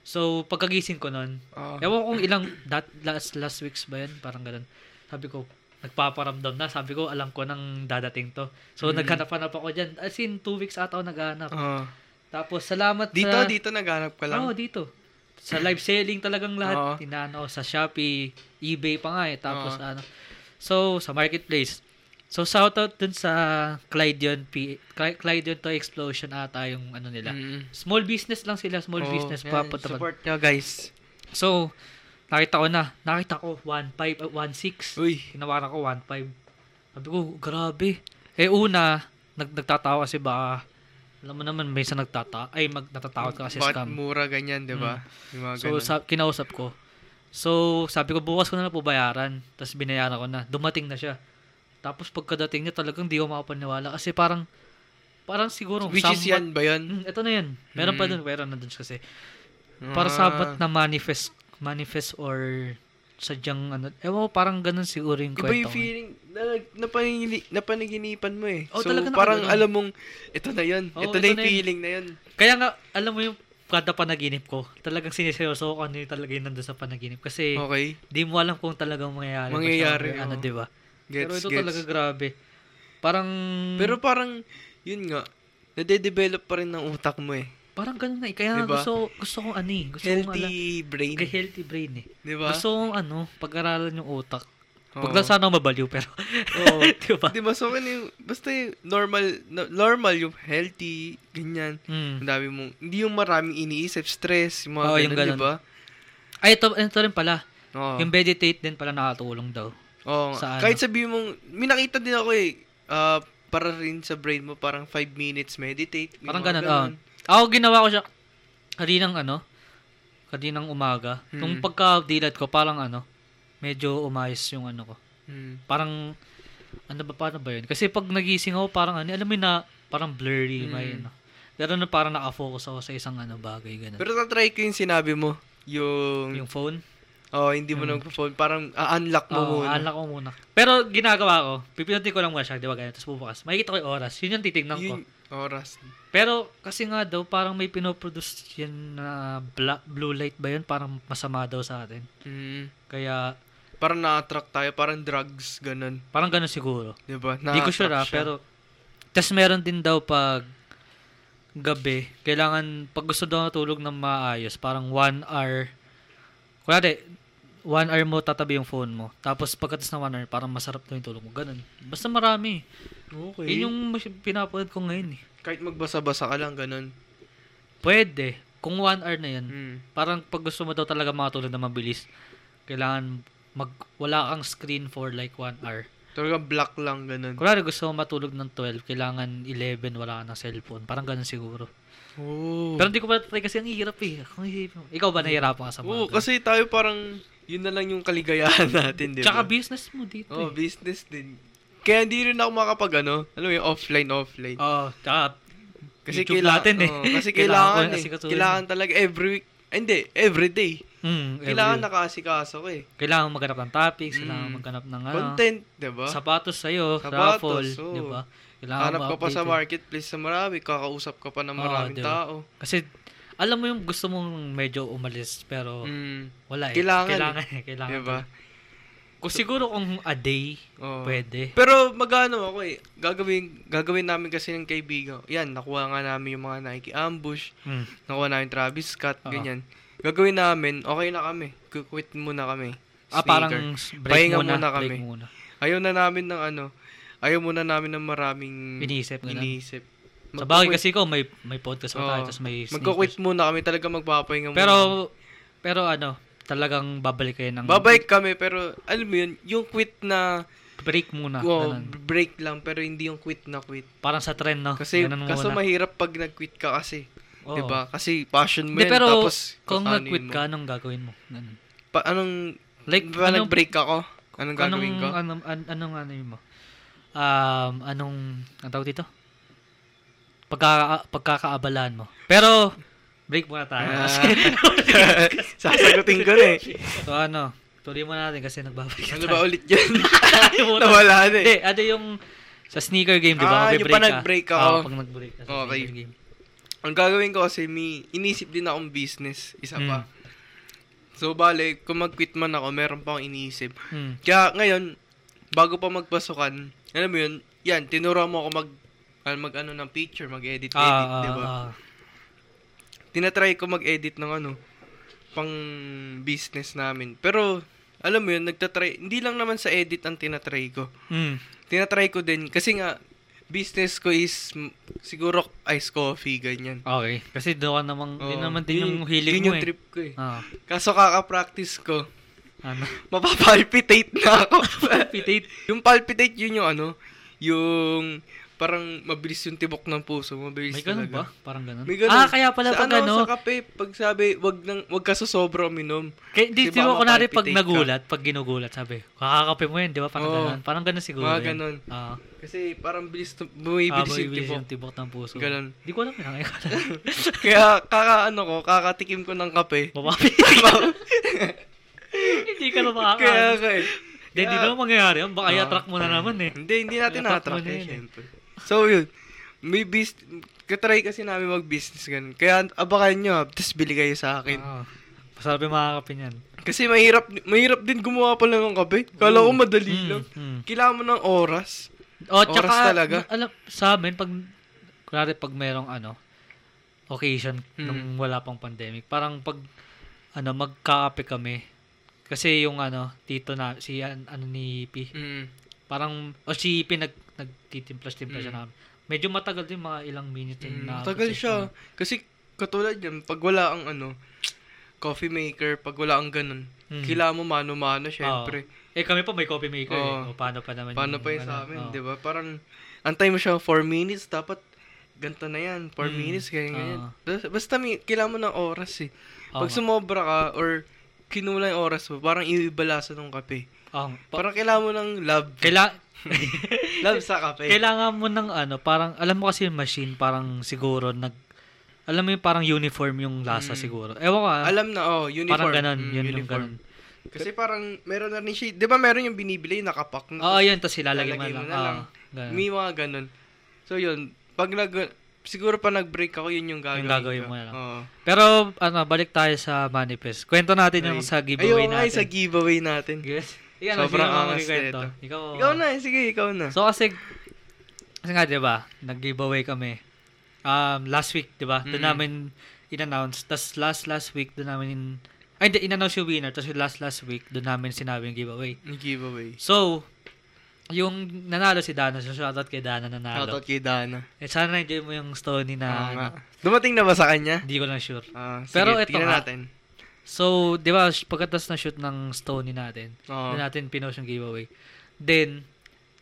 So, pagkagising ko nun,
Oo.
ewan kong ilang, that, last, last weeks ba yun, parang ganun. Sabi ko, nagpaparamdam na. Sabi ko, alam ko nang dadating to. So,
Mm.
naghanap-hanap ako dyan. As in, two weeks ata ako naghanap.
Oo.
Tapos,
Ah.
salamat
Oh. Dito,
sa...
dito naghanap ka lang.
Oo, dito. Sa live selling talagang
Oo.
lahat. Inaano, sa Shopee, eBay pa nga eh.
Oo.
Tapos ano. So, sa marketplace. So, shoutout dun sa Clyde yun. P- Cly- Clyde yun to Explosion ata yung ano nila.
Mm.
Small business lang sila. Small
Oo, yan,
business pa. Support.
Oh, Support nyo, guys.
So, nakita ko na. Nakita ko, 1.5, uh, 1.6.
Uy.
Tinawaran ko, 1.5. Sabi ko, grabe. Eh, una, nag nagtatawa kasi baka, alam mo naman, minsan nagtata ay, mag, natatakot ka kasi
Bakit
scam. Mm.
mura ganyan, di ba? Yung mga
So,
ganun.
sa, kinausap ko. So, sabi ko, bukas ko na lang po bayaran. Tapos, binayaran ko na. Dumating na siya. Tapos, pagkadating niya, talagang di ko makapaniwala. Kasi parang, parang siguro,
Which is
sabat-
yan ba yun?
Mm, ito na yan. Meron pa
Mm.
dun, meron na dun kasi. Mm. Para
Ah.
sabat na manifest, manifest or sadyang ano. Ewan ko, parang ganun siguro yung
Iba
kwento.
yung
ko.
feeling, na, napanigini, napanaginipan mo eh.
Oo,
so,
Oh, talaga na
parang
ganun.
alam mong, ito na yun.
Oo,
ito,
ito
na yung
na yun.
feeling na yun.
Kaya nga, alam mo yung kada panaginip ko, talagang siniseryoso ko ano yung talaga yung nandun sa panaginip. Kasi,
Okay.
di mo alam kung talagang mangyayari. ba siya
Oh. Mangyayari,
or Ano,
oo.
di ba?
Gets,
Pero ito
gets.
talaga Mm. grabe. Parang
Pero parang, yun nga, nade-develop pa rin ng utak mo eh.
parang ganun na eh. Kaya
Diba?
gusto gusto kong ano eh. Gusto kong ala,
Healthy brain.
kay healthy brain eh.
Di ba?
Gusto kong ano, pag-aralan yung utak.
Oo.
Huwag lang sana ako mabaliw pero. Diba?
Oo.
di ba?
Di ba? So, ano yung, basta yung normal, no- normal yung healthy, ganyan.
Mm.
Ang dami mong, hindi yung maraming iniisip, stress, yung mga
Oo,
ganun,
yung
di
ganun.
ba?
Ay, ito, ito rin pala.
Oo.
Yung meditate din pala nakatulong daw.
Oo.
Sa
nga.
ano?
Kahit sabihin mong, may nakita din ako eh, ah, para rin sa brain mo, parang 5 minutes meditate. yung
Parang
mga
ganun. ah. Ako ginawa ko siya kaninang ano, kaninang umaga.
Mm.
Nung pagka-dilat ko, parang ano, medyo umayos yung ano ko.
Mm.
parang ano ba paano ba yun? Kasi pag nagising ako parang ano, alam mo yun na parang blurry
Mm.
may ano. Pero na parang nakafocus ako sa isang ano bagay ganun.
Pero tatry ko yung sinabi mo. Yung,
yung phone,
oh, hindi mo nag-phone. Parang unlock mo
Oo,
muna.
alak ko muna. Pero ginagawa ko, pipindutin ko lang muna siya, di ba ganyan, tapos bubukas. Makikita ko yung oras, yun yung titignan ko.
Yun, oras.
Pero kasi nga daw, parang may pinoproduce yan na bla- blue light ba yun, parang masama daw sa atin.
Mm.
Kaya,
Parang na-attract tayo. Parang drugs, ganun.
parang ganun siguro.
Diba?
Hindi ko sure ah,
Na-attract siya.
pero tas meron din daw pag gabi, kailangan pag gusto daw natulog ng maayos, parang one hour. Kunwari, one hour mo tatabi yung phone mo. Tapos pagkatas na one hour, parang masarap na yung tulog mo. Ganun. Basta marami.
Okay.
Yun yung mas- pinapanood ko ngayon eh.
Kahit magbasa-basa ka lang, ganun.
Pwede. Kung one hour na yan,
Mm.
parang pag gusto mo daw talaga makatulog na mabilis, kailangan mag, wala kang screen for like one hour.
Talagang black lang, ganun.
Kunwari gusto mo matulog ng 12, kailangan 11, wala ka ng cellphone. Parang ganun siguro.
Oh.
Pero hindi ko pa try kasi ang hirap eh. Kung isipin mo. Ikaw ba nahihirapan ka sa mga
Oo,
ganun?
kasi tayo parang, yun na lang yung kaligayahan natin, diba?
Tsaka business mo dito
Oh,
eh.
business din. Kaya hindi rin ako makapag ano, alam mo yung offline, offline.
eh. Oo, tsaka
kasi
YouTube
kaila-
natin eh.
oo, kasi kailangan,
Kailangan ko yung
kailangan,
asikasuhin.
eh. Kailangan talaga every week. Ay, Hindi, every day.
mm,
Kailangan
every-
nakaasikaso ko eh.
kailangan maghanap ng topics, kailangan
Mm.
maghanap ng ano,
Content, di ba?
sapatos sa'yo,
diba? Sapatos,
raffle,
oo.
di ba? Kailangan
Hanap ka pa
ma-update
sa
eh.
marketplace sa marami, kakausap ka pa ng
Oo,
maraming
diba?
tao.
Kasi alam mo yung gusto mong medyo umalis pero
Mm.
wala eh.
Kailangan eh.
Kailangan eh. Kailangan.
Di ba?
Kung siguro kung a day,
Oo.
pwede.
Pero magano ako eh. Gagawin, gagawin namin kasi ng kaibigan. Yan, nakuha nga namin yung mga Nike ambush.
Mm.
Nakuha namin Travis Scott,
Oo.
ganyan. Gagawin namin, okay na kami. Kukwit muna kami.
Ah, parang s- break
Pahinga
muna,
muna
break
kami.
muna.
Ayaw na namin ng ano. Ayaw muna namin ng maraming
Iniisip, ganun.
iniisip.
Sa bagay
Magkukwit-
kasi ko may may podcast pa tayo
Oo.
tapos may
Magkukwit muna kami talaga magpapahinga muna.
sneakers. Pero pero ano, talagang babalik kayo ng
babike kami pero alam mo yun, yung quit na
break muna.
oh,
Ah, ganun.
break lang pero hindi yung quit na quit.
Parang sa trend no.
Kasi
Ah, Ganun
kaso
muna.
mahirap pag nag-quit ka kasi,
Oo.
'di ba? Diba? Kasi passion mo
Hindi,
yan,
pero
tapos
kung
kakanin
nag-quit
mo.
ka, anong gagawin mo? Ganun.
pa, anong di
Like,
ba
anong-
nag-break ako? Anong gagawin
anong,
ko?
Anong, an- anong, ano yun mo? Um, anong, ang tawag dito? Pagka, pagkakaabalaan mo. Pero, break muna tayo.
Ah. Sasagutin ko na eh.
so, ano, tuloy mo natin kasi nagbabalik
Ano
tayo.
ba ulit yun?
Nakalimutan.
Nawala na
Hindi,
eh.
ano yung sa sneaker game, di
Ah,
ba? Kapag
yung
break
pa
ka.
nag-break
Oo,
ako.
pag nag-break ka sa
Okay.
sneaker game.
Ang gagawin ko kasi may inisip din akong business. Isa pa.
Mm.
So, bale, kung mag-quit man ako, meron pa akong iniisip.
Hmm.
Kaya ngayon, bago pa magpasukan, alam mo yun, yan, tinuro mo ako mag, ah, mag ano ng picture, mag-edit, edit, diba?
Ah, ah,
di ba?
ah.
tinatry ko mag-edit ng ano, pang business namin. Pero, alam mo yun, nagtatry, hindi lang naman sa edit ang tinatry ko.
Hmm.
Tinatry ko din, kasi nga, business ko is, mm, siguro, ice coffee, ganyan.
Okay. Kasi doon ka namang,
Oo.
yun Ah, naman din yung
Oh. yun
hilig mo
yung
eh.
trip ko eh.
Ah,
Kaso kaka-practice ko,
ano?
mapapalpitate na ako.
Palpitate.
yung palpitate, yun yung ano, yung parang mabilis yung tibok ng puso, mabilis
May ganun
talaga.
ba? Parang ganun.
May ganun.
Ah, kaya pala
sa
pag
ano,
ano,
Sa kape, pag sabi, wag, nang, wag ka sa sobra uminom.
Kaya di,
Kasi
di
baka
ba kunwari pag
mapalpitate ka.
nagulat, pag ginugulat, sabi, kakakape mo yun, di ba? Parang
Oo.
ganun. Parang ganun siguro.
Mga
yun.
ganun.
Oo.
Kasi parang bilis, tum-
Ah,
bumibilis yung
bumibilis
tipo.
yung tibok ng puso.
Ganun.
Di ko alam yun. Ngayon ko alam.
Kaya kakaano ko, kakatikim ko ng kape.
Mapapit. Hindi ka na
Kaya
makakaano.
kaya.
Di, di ba mangyayari? yun?
Ah.
Baka i-attract mo na naman eh.
Hindi, hindi natin
Attack mo
na-attract
na
eh,
yun eh.
syempre. So yun, may business, katry kasi namin mag-business ganun. Kaya abakan nyo ha, tapos bili kayo sa akin.
Oo. Masarap yung makakape niyan.
Kasi mahirap, mahirap din gumawa pa lang ng kape. Kala ko madali
Mm,
lang.
mm.
Kailangan mo ng oras.
O,
Oras
Oh, tsaka,
talaga.
alam, sa amin, pag, kunwari, pag merong, ano, occasion,
Hmm.
nung wala pang pandemic, parang pag, ano, magkaape kami, kasi yung, ano, tito na, si, an- ano, ni P,
Mm.
parang, o si P, nag, nagtitimplas-timplas siya
Mm.
namin. Medyo matagal din, mga ilang minutes
Mm,
yung na.
tagal siya. Kasi katulad yan, pag wala ang ano, coffee maker, pag wala ang ganun,
Mm.
kailangan mo mano-mano, syempre.
Eh, kami pa may coffee maker.
Oo.
Eh. O, paano pa naman
Paano
yung,
pa yun sa
ano,
amin,
oo.
di ba? Parang, antay mo siya 4 minutes, dapat ganito na yan, 4
Mm.
minutes, ganyan, ganyan.
Oo.
Bas- Basta may, kailangan mo ng oras eh.
Oo
Pag
nga.
sumobra ka, or kinulang yung oras mo, parang iibalasa ng kape.
Oo nga. Oh, Pa-
Parang kailangan mo ng love.
kaila-
love sa kape.
Kailangan mo ng ano, parang, alam mo kasi yung machine, parang siguro nag, alam mo yung parang uniform yung lasa siguro. Ewan ko, ah,
Hmm. Alam na, oh, uniform.
parang ganun,
Mm,
yun yung
uniform.
ganun.
Kasi parang, meron na rin siya, di ba meron yung binibili, yung nakapak na.
Oo, yun, tapos ilalagay mo
Lalagay
lang.
mo na
Ah,
lang.
ganun.
May mga ganun. So, yun. Pag nag... Siguro pa nag-break ako, yun yung gagawin
Yung gagawin
ko.
mo na lang.
Oo.
Pero, ano, balik tayo sa manifest. Kwento natin yung
Ay.
sa giveaway
Ayun,
natin.
Ay, sa giveaway natin.
Yes. Iyan,
Sobrang
Sobrang
angas
magkikwento.
nito.
Ikaw,
Ikaw na, eh. sige, ikaw na.
So, kasi, kasi nga, di ba, nag-giveaway kami. Um, last week, di ba, doon
Mm.
namin in-announce. Tapos last, last week, doon namin, in- ay, hindi, in-announce yung winner. Tapos last, last week, doon namin sinabi yung giveaway.
Yung giveaway.
So, yung nanalo si Dana, so shoutout kay Dana nanalo.
Shoutout kay Dana.
Eh, sana na-enjoy mo yung story na,
Oo nga. Dumating na ba sa kanya?
hindi ko lang sure.
Ah, sige,
Pero ito
tingnan
nga.
natin.
So, di ba, sh- pagkatapos na shoot ng Stony natin,
Oo.
na natin pinost yung giveaway. Then,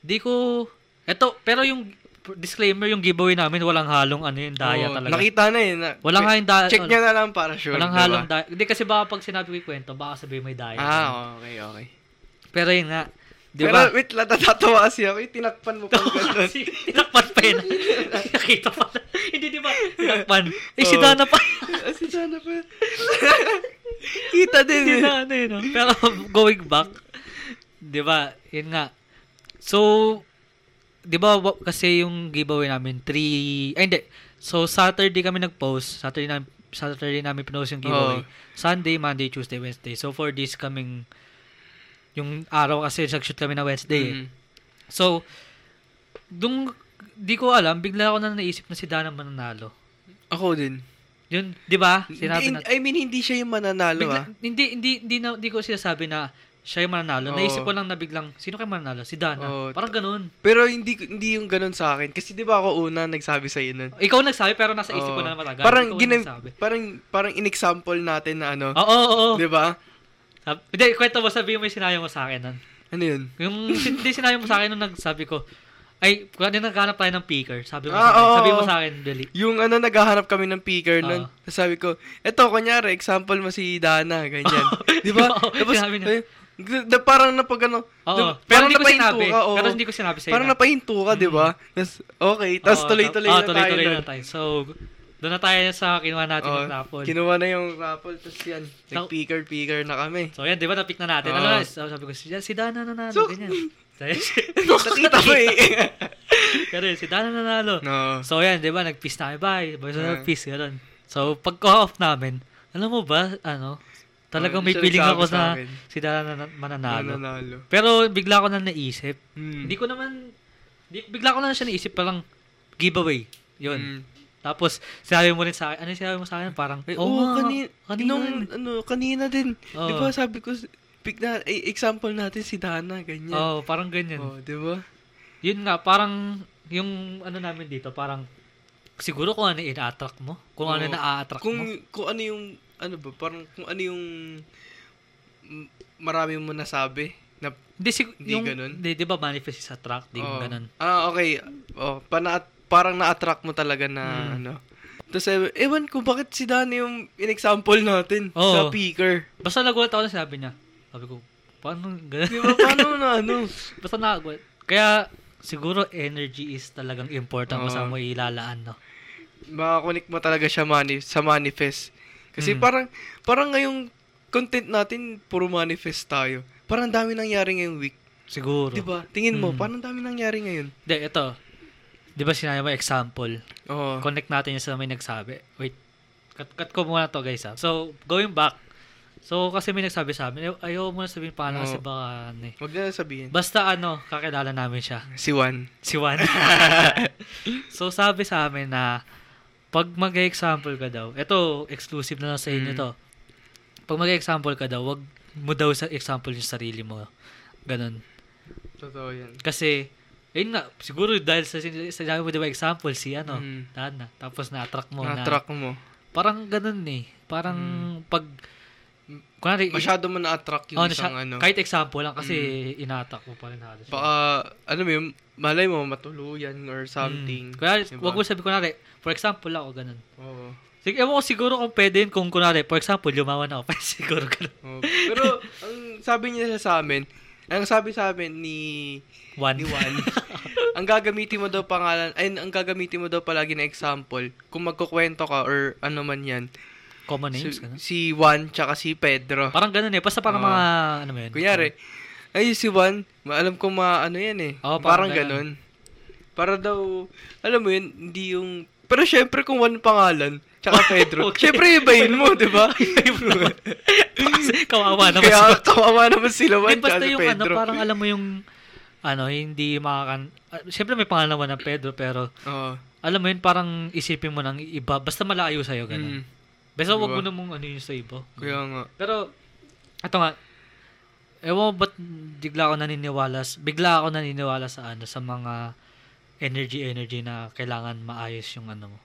di ko, eto, pero yung disclaimer, yung giveaway namin, walang halong ano yung daya
Oo,
talaga.
Nakita na eh. Na,
Walang halong daya.
Check
wala-
niya na lang para sure.
Walang
diba?
halong daya. Hindi kasi baka pag sinabi ko yung kwento, baka sabihin may daya.
Ah, okay, okay.
Pero yun nga, di
Pero
ba?
wait, lang, natatawa kasi ako. Eh, Tinakpan mo pa ganun.
Kasi Tinakpan pa yun. Nakita pa. Hindi, di ba? Tinakpan. Eh, si
Oo.
Dana pa.
Ah, si Dana pa. Kita
si
din eh.
Dana yun. oh. Pero going back, di ba? Yun nga. So, di ba wa- kasi yung giveaway namin, three, ay hindi. So, Saturday kami nag-post. Saturday namin, Saturday namin pinost yung giveaway.
Oo.
Sunday, Monday, Tuesday, Wednesday. So, for this coming, yung araw kasi nag-shoot kami na Wednesday. eh.
Mm.
So, dung, di ko alam, bigla ako na naisip na si Dana mananalo.
Ako din.
Yun, di ba?
Hindi-
Sinabi na,
I mean, hindi siya yung mananalo
bigla,
ah.
hindi, hindi, hindi, na, hindi ko sinasabi na siya yung mananalo.
Oo.
Naisip ko lang na biglang, sino kayo mananalo? Si Dana.
Oo.
Parang ganun.
Pero hindi hindi yung ganun sa akin kasi 'di ba ako una nagsabi sa nun.
Ikaw nagsabi pero nasa isip ko
Oo.
na matagal.
Parang
Ikaw
gina-
nagsabi.
parang parang in-example natin na ano,
Oo, oo, oo.
'di ba?
Sab- Hindi, kwento mo, sabihin mo yung sinayo mo sa akin nun.
Ano 'yun?
Yung hindi sinayo mo sa akin nung nagsabi ko, ay, kung ano naghanap tayo ng picker, sabi
Ah,
mo, sa akin.
oo,
sabi mo
oo.
sa akin, Billy.
Yung ano, naghahanap kami ng picker nun.
Ah.
Sabi ko, eto, kunyari, example mo si Dana, ganyan. di ba?
Oo,
Tapos,
sinabi niya.
ay, na, parang napag ano,
Oo,
na-
pero
parang
hindi ko
napahinto
sinabi.
ka, oo.
Pero hindi ko sinabi sa'yo.
Parang
na- Mm-hmm.
napahinto ka, di ba? Tas, okay, tapos
Oo,
tuloy-tuloy
oo,
na tayo.
tuloy-tuloy
nun.
na tayo. So, doon na tayo sa kinuha natin
Oo,
ng raffle.
Kinuha na yung raffle, tapos yan, nag-picker-picker na kami.
so, yan, di ba, na-pick na natin.
Oo.
Ano, so, sabi ko, si, si Dana nanalo,
So-
ganyan.
Nakita ko eh.
Pero yun, si Dana nanalo.
no.
So, yan, di ba, nag-peace na kami. Bye. Bye, so,
Ah.
nag-peace, ganun. So, pagka-off namin, alam mo ba, ano, talagang
Oo,
may
Oh, siya
feeling
nagsabi
ako
sa
na
akin.
si Dana na- mananalo.
Nanalo.
Pero bigla ko na naisip.
Hmm.
Hindi ko naman, di, bigla ko na siya naisip parang giveaway. Yun.
Hmm.
Tapos, sinabi mo rin sa akin, ano yung sinabi mo sa akin? Parang,
Ay,
oo,
oo,
nga,
kani-
kanina
nung,
yun."
ano, kanina din.
Oo.
Di ba sabi ko, pick na, eh, example natin si Dana, ganyan.
Oo, parang ganyan.
Oh, di ba?
Yun nga, parang, yung ano namin dito, parang, siguro kung ano yung ina-attract mo. Kung ano
Oo.
yung na-attract
Kung,
mo.
kung ano yung, ano ba, parang kung ano yung m- marami mo nasabi. Na,
Hindi, sig-
Hindi
yung,
ganun?
Di, di ba manifest is attract? Di
oh.
ganun.
Ah, okay. Oh, pana, parang na-attract mo talaga na,
Mm.
ano. Tapos, ew- ewan ko, bakit si Dana yung in-example natin
Oo.
sa picker?
Basta nagulat ako na sabi niya. Sabi ko, paano ganun?
Di ba, paano na, ano?
Basta nakagulat. Kaya, siguro energy is talagang important kung
Oo.
saan mo ilalaan, no?
makakunik mo talaga siya mani- sa manifest. Kasi
Mm.
parang, parang ngayong content natin, puro manifest tayo. Parang dami nangyari ngayong week.
Siguro.
Di ba? Tingin mo,
Mm.
parang dami nangyari ngayon.
Hindi, ito. Di ba sinabi mo example?
Oo.
connect natin yung sa may nagsabi. Wait. Cut, cut ko muna to guys ha. So, going back. So, kasi may nagsabi sa amin. Ay- Ayaw muna sabihin paano kasi
Oo.
baka ano eh.
Huwag na lang sabihin.
Basta ano, kakilala namin siya.
Si Juan.
Si Juan. so, sabi sa amin na pag mag-example ka daw, ito, exclusive na lang sa inyo
Mm.
to. Pag mag-example ka daw, wag mo daw sa example yung sarili mo. Ganon.
Totoo yan.
Kasi, ayun nga, siguro dahil sa sin- sinabi mo, di ba, example, si ano,
Mm.
Dana. Tapos na-attract mo na,
Na-attract mo.
Parang ganun eh. Parang pag... Kunwari,
Masyado mo na-attract yung
oh,
isang
nasya-
ano. Mm.
kahit example lang kasi inatak mo pa rin halos.
Baka, ano mo yun, malay mo, matuluyan or something.
Mm. Kunwari,
Diba?
wag mo sabi, kunwari, for example lang ako ganun.
Oo.
Sige, ewan ko siguro kung pwede yun kung kunwari, for example, lumawan ako, pero siguro ganun.
Oo. Pero, ang sabi niya sa amin, ang sabi sa amin ni
One.
ni Juan. ang gagamitin mo daw pangalan, ay, ang gagamitin mo daw palagi na example, kung magkukwento ka or ano man yan,
Common
si,
names, ganun.
si Juan tsaka si Pedro.
Parang ganun eh. Basta parang
Oo.
mga, ano mo yun?
Ah. Kunyari, ay, si Juan, alam ko ma, ano yan eh. parang
Oo, Oh, parang
ganun. Para daw, alam mo yun, hindi yung, pero syempre kung Juan pangalan, tsaka Pedro,
Okay.
syempre ibahin mo, di ba?
Kawawa naman.
Kaya kawawa naman sila Juan
Hindi,
tsaka
basta
si
yung ano,
Pedro.
parang alam mo yung, ano, hindi makakan... ah, Siyempre may pangalan naman ng Pedro, pero
Oo.
alam mo yun, parang isipin mo ng iba, basta malayo sa'yo,
Mm,
ganun. Basta wag mo
Diba?
namang ano yun sa iba.
kaya nga.
Pero, ito nga, ewan ko ba't bigla ako naniniwala, s- bigla ako naniniwala sa ano, sa mga energy-energy na kailangan maayos yung ano mo.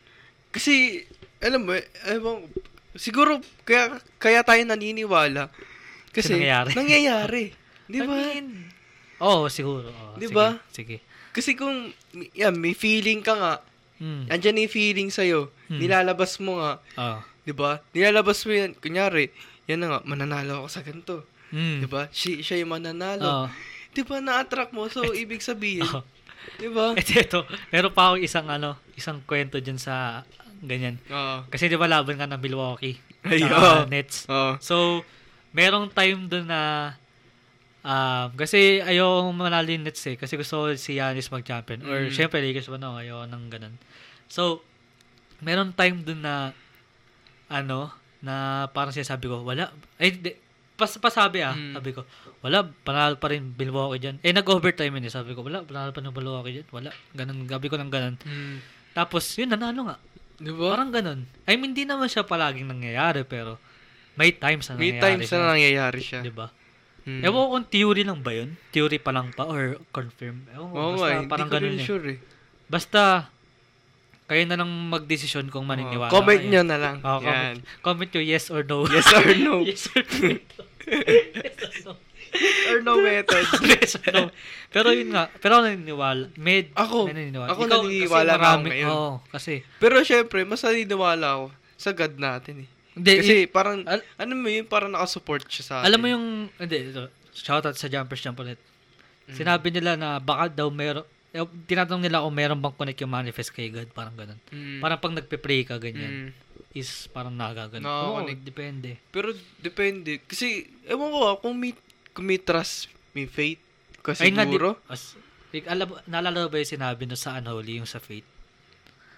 Kasi, alam mo, eh, ewan, ko, siguro, kaya, kaya tayo naniniwala. Kasi,
Kasi nangyayari.
nangyayari. Di ba?
I mean, oo, siguro. oo.
Di
Sige,
ba?
Sige.
Kasi kung, yan, may feeling ka nga,
Mm.
andyan na yung feeling sa'yo,
Hmm.
nilalabas mo nga,
Oo.
di ba? Nilalabas mo yan, kunyari, yan na nga, mananalo ako sa ganito.
Mm.
Di ba? Si, siya yung mananalo.
Oo.
Di ba, na-attract mo, so, ibig sabihin,
Oo.
di ba?
Ito, ito. Meron pa ako isang ano, isang kwento dyan sa ganyan.
Oo.
Kasi di ba laban ka ng Milwaukee?
Ay,
Tsaka
oo.
Nets.
Oo.
So, merong time doon na um, kasi ayaw manalo yung Nets eh. Kasi gusto ko si Giannis mag-champion. Or,
Mm.
syempre, Lakers ba no? Ayaw nang ganun. So, merong time doon na ano, na parang sinasabi ko, wala. Ay, di, pas, pasabi ah.
Mm.
Sabi ko, wala, panalo pa rin Milwaukee dyan. Eh, nag-overtime yun eh. Sabi ko, wala, panalo pa rin Milwaukee dyan. Wala. Ganun, gabi ko ng ganun.
Hmm.
Tapos, yun, nanalo nga.
Di ba?
Parang ganun. I mean, di naman siya palaging nangyayari, pero may times na
May
nangyayari
times
siya.
na nangyayari siya.
Di ba?
Hmm.
Ewan ko kung theory lang ba yun? Theory pa lang pa or confirm? Ewan ko,
Oo
basta
nga, eh,
parang
hindi ko
ganun
rin
eh.
sure eh.
Basta, kayo na lang magdesisyon kung
Oo,
maniniwala.
comment
kayo.
nyo na lang.
Oo,
Yan.
comment, comment nyo yes or no.
Yes or no.
yes or no. yes or no.
or no method.
yes or no. Pero yun nga, pero ako naniniwala. Med,
Ako,
may naniniwala.
ako
Ikaw,
naniniwala na
kasi marami,
ako ngayon.
Oo, kasi.
Pero syempre, mas naniniwala ako sa God natin eh.
Hindi,
Kasi parang,
al-
ano mo yun, parang nakasupport siya sa atin.
alam mo yung, hindi, ito, shoutout sa Jumpers Jump ulit.
Mm.
Sinabi nila na baka daw meron, eh, tinatanong nila kung meron bang connect yung manifest kay God, parang ganun.
Mm.
Parang pag nagpe-pray ka,
Mm.
ganyan. is parang nagagano.
No,
Oo,
connect.
depende.
Pero depende. Kasi, ewan ko ah, kung may, kung may trust, may faith, kasi
Ayun nga, di-
siguro,
as, like, alam, naalala ba yung sinabi no sa unholy, yung sa faith?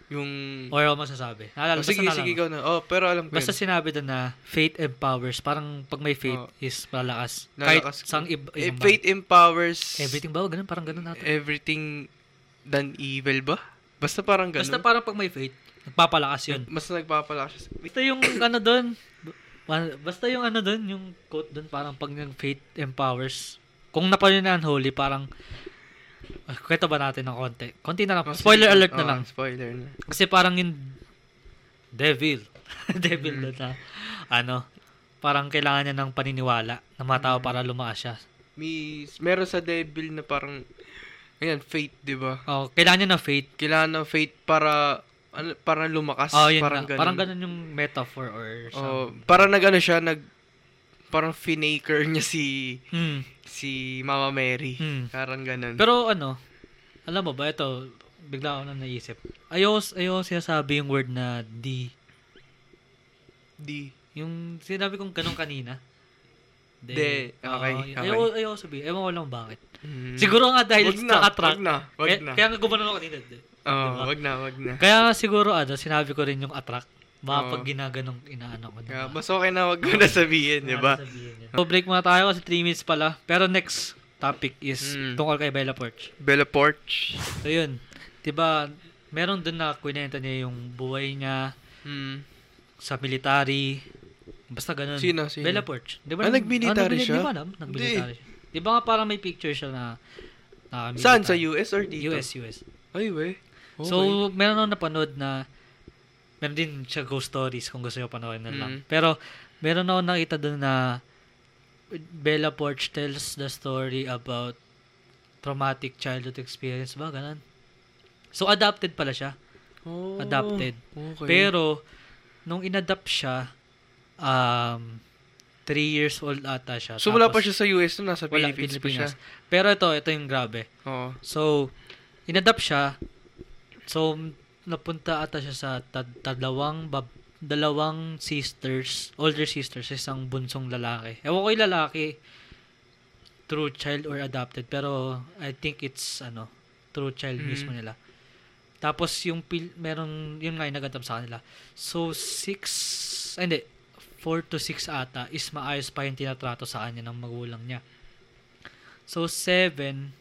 yung...
Or ano masasabi?
Mm.
Naalala,
Oh, sige,
basta
sige,
naalala.
ikaw na. Oh, pero alam ko
Basta
yun.
sinabi doon na faith empowers. Parang pag may faith
Oo.
is malalakas.
Lalakas
Kahit
Oh. ko.
sang iba,
Eh,
ibang
faith empowers
bagay. Everything ba? Ganun, parang ganun natin.
everything than evil ba? Basta parang ganun.
Basta parang pag may faith, nagpapalakas yun.
mas nagpapala siya. sa-
Basta yung ano doon, basta yung ano doon, yung quote doon, parang pag ng faith empowers. Kung napanood na unholy, parang, ah, kwento ba natin ng konti? Konti na lang.
Oh,
Spoiler
sige.
alert na
Oh,
lang.
Spoiler na.
Kasi parang yung devil. devil doon na, ano, parang kailangan niya ng paniniwala ng mga
Mm.
tao para lumaas siya.
May, meron sa devil na parang, ayan, faith, di ba?
Oh, kailangan niya ng faith.
Kailangan ng faith para, ano, para lumakas.
Oh, yun
parang
parang,
ganun.
parang ganun yung metaphor or
Oh,
something.
parang nag-ano siya, nag, parang finaker niya si,
Mm.
si Mama Mary.
Hmm.
Parang ganun.
Pero ano, alam mo ba, ito, bigla ako na naisip. Ayos, ayos sinasabi yung word na di.
di.
Yung sinabi kong ganun kanina.
De, okay,
Oo,
okay.
Ayaw, ayaw sabihin. Ewan ko lang bakit.
Mm.
Siguro nga dahil
Wag na,
nakatrack.
wag na, wag
Kaya-
na.
Kaya nga gumano ako kanina. de.
Oh,
Diba?
wag na, wag na.
Kaya nga siguro ano, sinabi ko rin yung attract. Mga
Oo.
pag ginaganong inaano ko. na
Kaya,
ba?
mas okay na wag mo na sabihin, di ba?
Ano sabihin niya? So break muna tayo kasi 3 minutes pala. Pero next topic is
Mm.
tungkol kay Bella Porch.
Bella Porch.
So yun, 'di ba? Meron dun na kwento niya yung buhay niya
Hmm.
sa military. Basta ganun.
Sino? Sino?
Bella Porch. 'Di
Ah,
ba?
nag-military
nag-
siya?
Di ba alam? Nag-military siya. 'Di ba nga parang may picture siya na na
Saan? Sa
military?
US or dito?
US, US.
Ay, we. Okay.
So, meron ako napanood na meron din siya ghost stories kung gusto niyo panoorin na
Mm.
lang. Pero meron ako nakita doon na Bella Porch tells the story about traumatic childhood experience ba ganun. So adapted pala siya.
Oh,
adapted.
Okay.
Pero, nung inadapt siya, um, three years old ata siya.
so, wala pa
Tapos,
siya sa US na nasa
wala,
Philippines, pa siya.
Pilipinas. Pero ito, ito yung grabe.
Oo.
So, inadapt siya. So, m- napunta ata siya sa tad- tadalawang bab dalawang sisters, older sisters, isang bunsong lalaki. Ewan ko yung lalaki, true child or adopted, pero I think it's, ano, true child
Mhm.
mismo nila. Tapos, yung, pil- meron, yun nga yung nag sa kanila. So, six, ay, hindi, four to six ata is maayos pa yung tinatrato sa kanya ng magulang niya. So, seven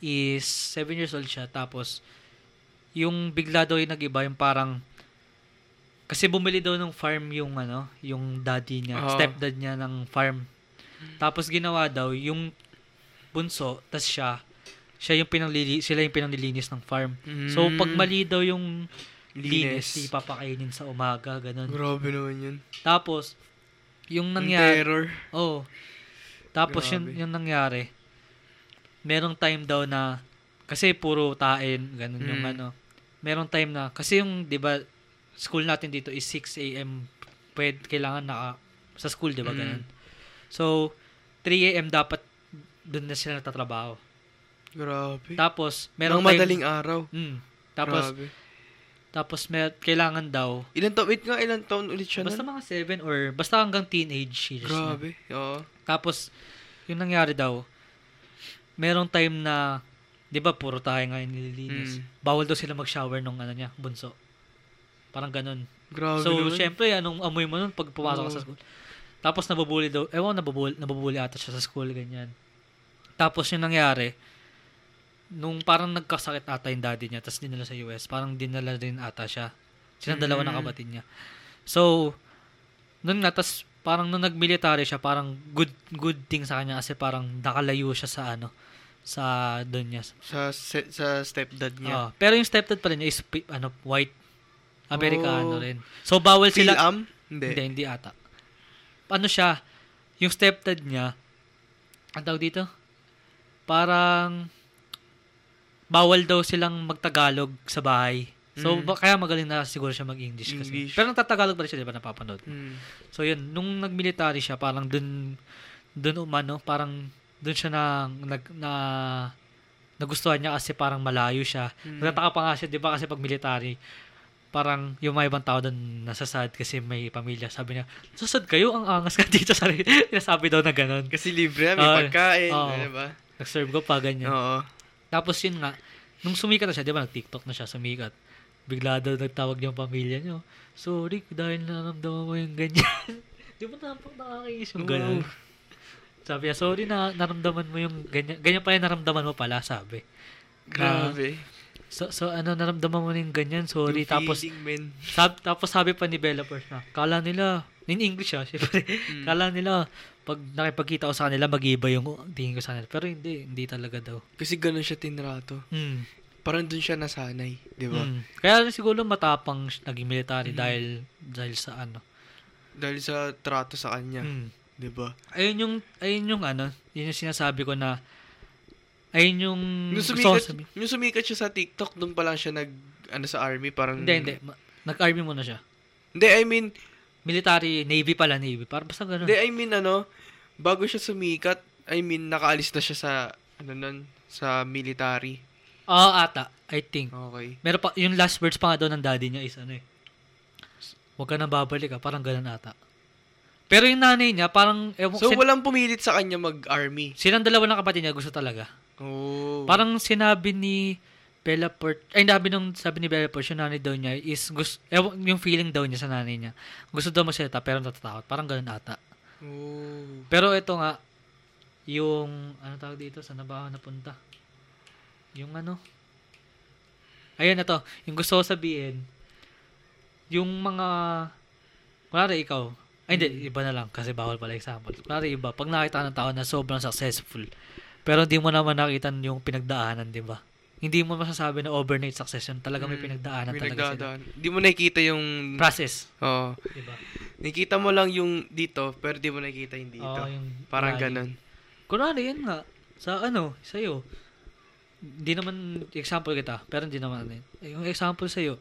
is seven years old siya. Tapos, yung bigla daw yung nag-iba, yung parang, kasi bumili daw ng farm yung ano, yung daddy niya,
Oo.
stepdad niya ng farm. Tapos ginawa daw yung bunso, tas siya, siya yung pinanglili, sila yung pinanglilinis ng farm. Mm-hmm. So
Hmm.
pag mali daw yung linis, di papakainin sa umaga, ganun.
Grabe naman yun.
Tapos yung
Ang
nangyari,
terror.
Oh. Tapos yun,
Grabe.
yung nangyari. Merong time daw na kasi puro tain, ganun yung
Mm.
ano. Merong time na kasi yung 'di ba school natin dito is 6 AM pwed kailangan naka sa school 'di ba
Mm.
ganun. So 3 AM dapat doon na sila natatrabaho.
Grabe.
Tapos merong
Nang
time
madaling araw.
Mm. Tapos
Grabe.
tapos may kailangan daw
Ilan taon, wait nga, ilan taon ulit siya
basta
nun?
mga 7 or basta hanggang teenage years. na.
Grabe. Oo.
Tapos, yung nangyari daw, merong time na, di ba, puro tayo ngayon nililinis.
Mm.
Bawal daw sila mag-shower nung ano niya, bunso. Parang ganun.
Grabe
so,
naman.
syempre, anong amoy mo nun pag pumasok ka
Oo.
sa school. Tapos, nababuli daw, ewan, nababuli, nababuli ata siya sa school, ganyan. Tapos, yung nangyari, nung parang nagkasakit ata yung daddy niya, tapos dinala sa US, parang
Mm-hmm.
dinala rin ata siya. Silang dalawa ng
Mm.
kapatid niya. So, nun nga, tapos parang nung nagmilitary siya, parang good good thing sa kanya kasi parang nakalayo siya sa ano, sa doon niya.
Sa, se- sa stepdad niya.
Oo. pero yung stepdad pa rin niya is pi- ano, white Amerikano
Oh.
rin. So bawal sila
Pilam? Hindi.
hindi, hindi ata. Ano siya, yung stepdad niya, ang tawag dito? Parang, bawal daw silang magtagalog sa bahay. So,
Mm.
ba- kaya magaling na siguro siya mag-English kasi.
English.
Pero nagtatagalog pa rin siya, di ba, napapanood.
Mm.
So, yun, nung nag-military siya, parang dun, dun umano, parang dun siya na, nag, na, nagustuhan niya kasi parang malayo siya.
Mm.
Nagtataka pa nga siya, di ba kasi pag military, parang yung mga ibang tao doon nasasad kasi may pamilya. Sabi niya, sasad kayo, ang angas ka dito. Sabi, sinasabi daw na ganun.
Kasi libre na, may
Oo.
pagkain.
Oo.
Ano ba?
Nag-serve ko pa, ganyan.
Oo.
Tapos yun nga, nung sumikat na siya, di ba, nag-tiktok na siya, sumikat. Bigla daw nagtawag niya ang pamilya niyo. Sorry, dahil naramdaman mo yung ganyan. di ba napang nakakainis yung ganun?
Oo.
Sabi niya, sorry na naramdaman mo yung ganyan. Ganyan pala yung naramdaman mo pala, sabi.
Grabe.
So, so ano, naramdaman mo na yung ganyan,
Yung
sorry. Tapos,
feeling, men.
Sab, tapos sabi pa ni developers na, kala nila, in English ah, syempre, kala nila, pag nakipagkita ko sa kanila, mag-iba yung tingin ko sa kanila. Pero hindi, hindi talaga daw.
Kasi ganun siya tinrato.
Mm.
Parang dun siya nasanay. Di ba?
Mm. Kaya siguro matapang siya naging military dahil, dahil sa ano.
Dahil sa trato sa kanya.
Mm.
Di ba?
Ayun yung, ayun yung ano, yun yung sinasabi ko na, ayun yung,
Nung
gusto ko
sumikat,
sabihin.
nung sumikat siya sa TikTok, doon pa lang siya nag, ano sa army, parang...
Hindi, hindi. Mm. Ma- Nag-army muna siya.
Hindi, I mean,
Military, navy pala, navy. Parang basta ganun.
hindi, I mean, ano, bago siya sumikat, I mean, nakaalis na siya sa, ano nun, sa military.
Oo, Ah, ata. I think.
Okay.
Meron pa, yung last words pa nga daw ng daddy niya is ano eh. Huwag ka nang babalik ah. Parang ganun ata. Pero yung nanay niya, parang, ewan,
So,
sin-
walang pumilit sa kanya mag-army.
silang dalawa ng kapatid niya gusto talaga.
Oh.
Parang sinabi ni Belaport, ay sabi nung sabi ni Belaport, yung nanay daw niya is gusto, ewan, yung feeling daw niya sa nanay niya. Gusto daw masilata pero natatakot. Parang ganun ata.
Oh.
Pero ito nga, yung, ano tawag dito, saan na ba ako napunta? Yung ano, ayun na to, yung gusto ko sabihin, yung mga, kunwari ikaw,
Mm.
ay hindi, iba na lang, kasi bawal pala example. Kunwari iba, pag nakita ka ng tao na sobrang successful, pero hindi mo naman nakita yung pinagdaanan, di ba? Hindi mo masasabi na overnight success yun. Talaga may
Mm,
pinagdaanan
may
talaga sila.
nagdadaan. Di mo nakikita yung...
Process,
Oo.
di ba?
Nakikita mo lang yung dito, pero di mo nakikita yung dito.
Oo, yung
Parang
rally.
ganun.
Kunwari, yan nga. Sa ano, sa'yo. Hindi naman example kita, pero hindi naman ano yun. Eh, Yung example sa'yo,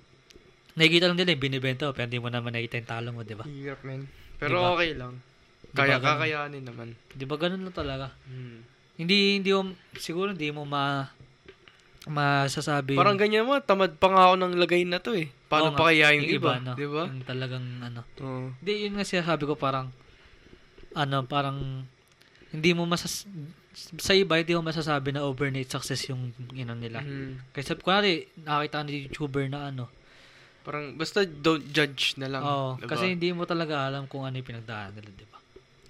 nakikita lang nila yung binibenta mo, pero hindi mo naman nakikita yung talo mo, di ba?
Hirap, men. Pero
Diba?
okay lang.
Diba
Kaya,
ganun?
kakayanin naman.
Di ba ganun lang talaga?
Hmm.
Hindi, hindi mo, siguro hindi mo ma, masasabi.
Parang ganyan mo, tamad pa nga ako ng lagay na to eh. Paano
Oo nga,
pa kaya yung, iba, Diba?
ano,
di ba?
Yung talagang ano.
Oo.
Hindi, yun nga sinasabi ko parang, ano, parang, hindi mo masas, sa iba, hindi mo masasabi na overnight success yung, ino nila.
Mhm.
Kasi, kunwari, nakakita ni YouTuber na ano,
Parang, basta don't judge na lang.
Oo,
diba?
kasi hindi mo talaga alam kung ano yung pinagdaanan nila, di ba?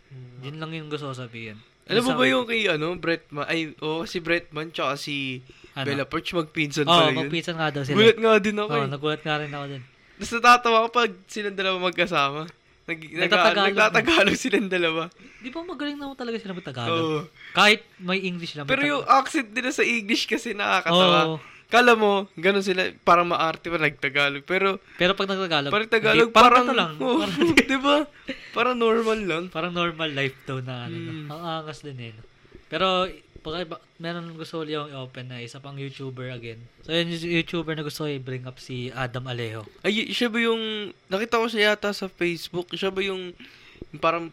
Hmm.
Yun lang yung gusto ko sabihin.
Alam mo
Isang-
ba yung kay, ano, Bretman? Ay, oo, si Bretman, tsaka si
Ano?
Bella Perch, magpinsan
Oo,
pala yun.
magpizza nga daw sila.
Gulat nga din ako
Oo,
eh.
nagulat nga rin ako din.
Tapos natatawa ko pag silang dalawa magkasama. Nag,
Nagtatagalog.
nagtatagalog. Nagtatagalog silang dalawa.
Di ba magaling naman talaga sila mag-Tagalog?
Oo.
Kahit may English lang.
Pero
may
yung
Tagalog.
accent nila sa English kasi
Oo.
nakakatawa. Kala mo, ganun sila, parang maarte pa nagtagalog. Pero,
Pero pag nag-Tagalog,
parang Tagalog,
hindi, parang,
parang,
ano lang.
Oo,
Parang,
di ba? Parang normal lang.
parang normal life daw na ano.
Mm.
no? Ang angas din eh. no? Pero, pag, ba- meron gusto ko yung i-open na isa pang YouTuber again. So, yun yung YouTuber na gusto ko i-bring up si Adam Alejo.
Ay, siya ba yung, nakita ko siya yata sa Facebook, siya ba yung, yung parang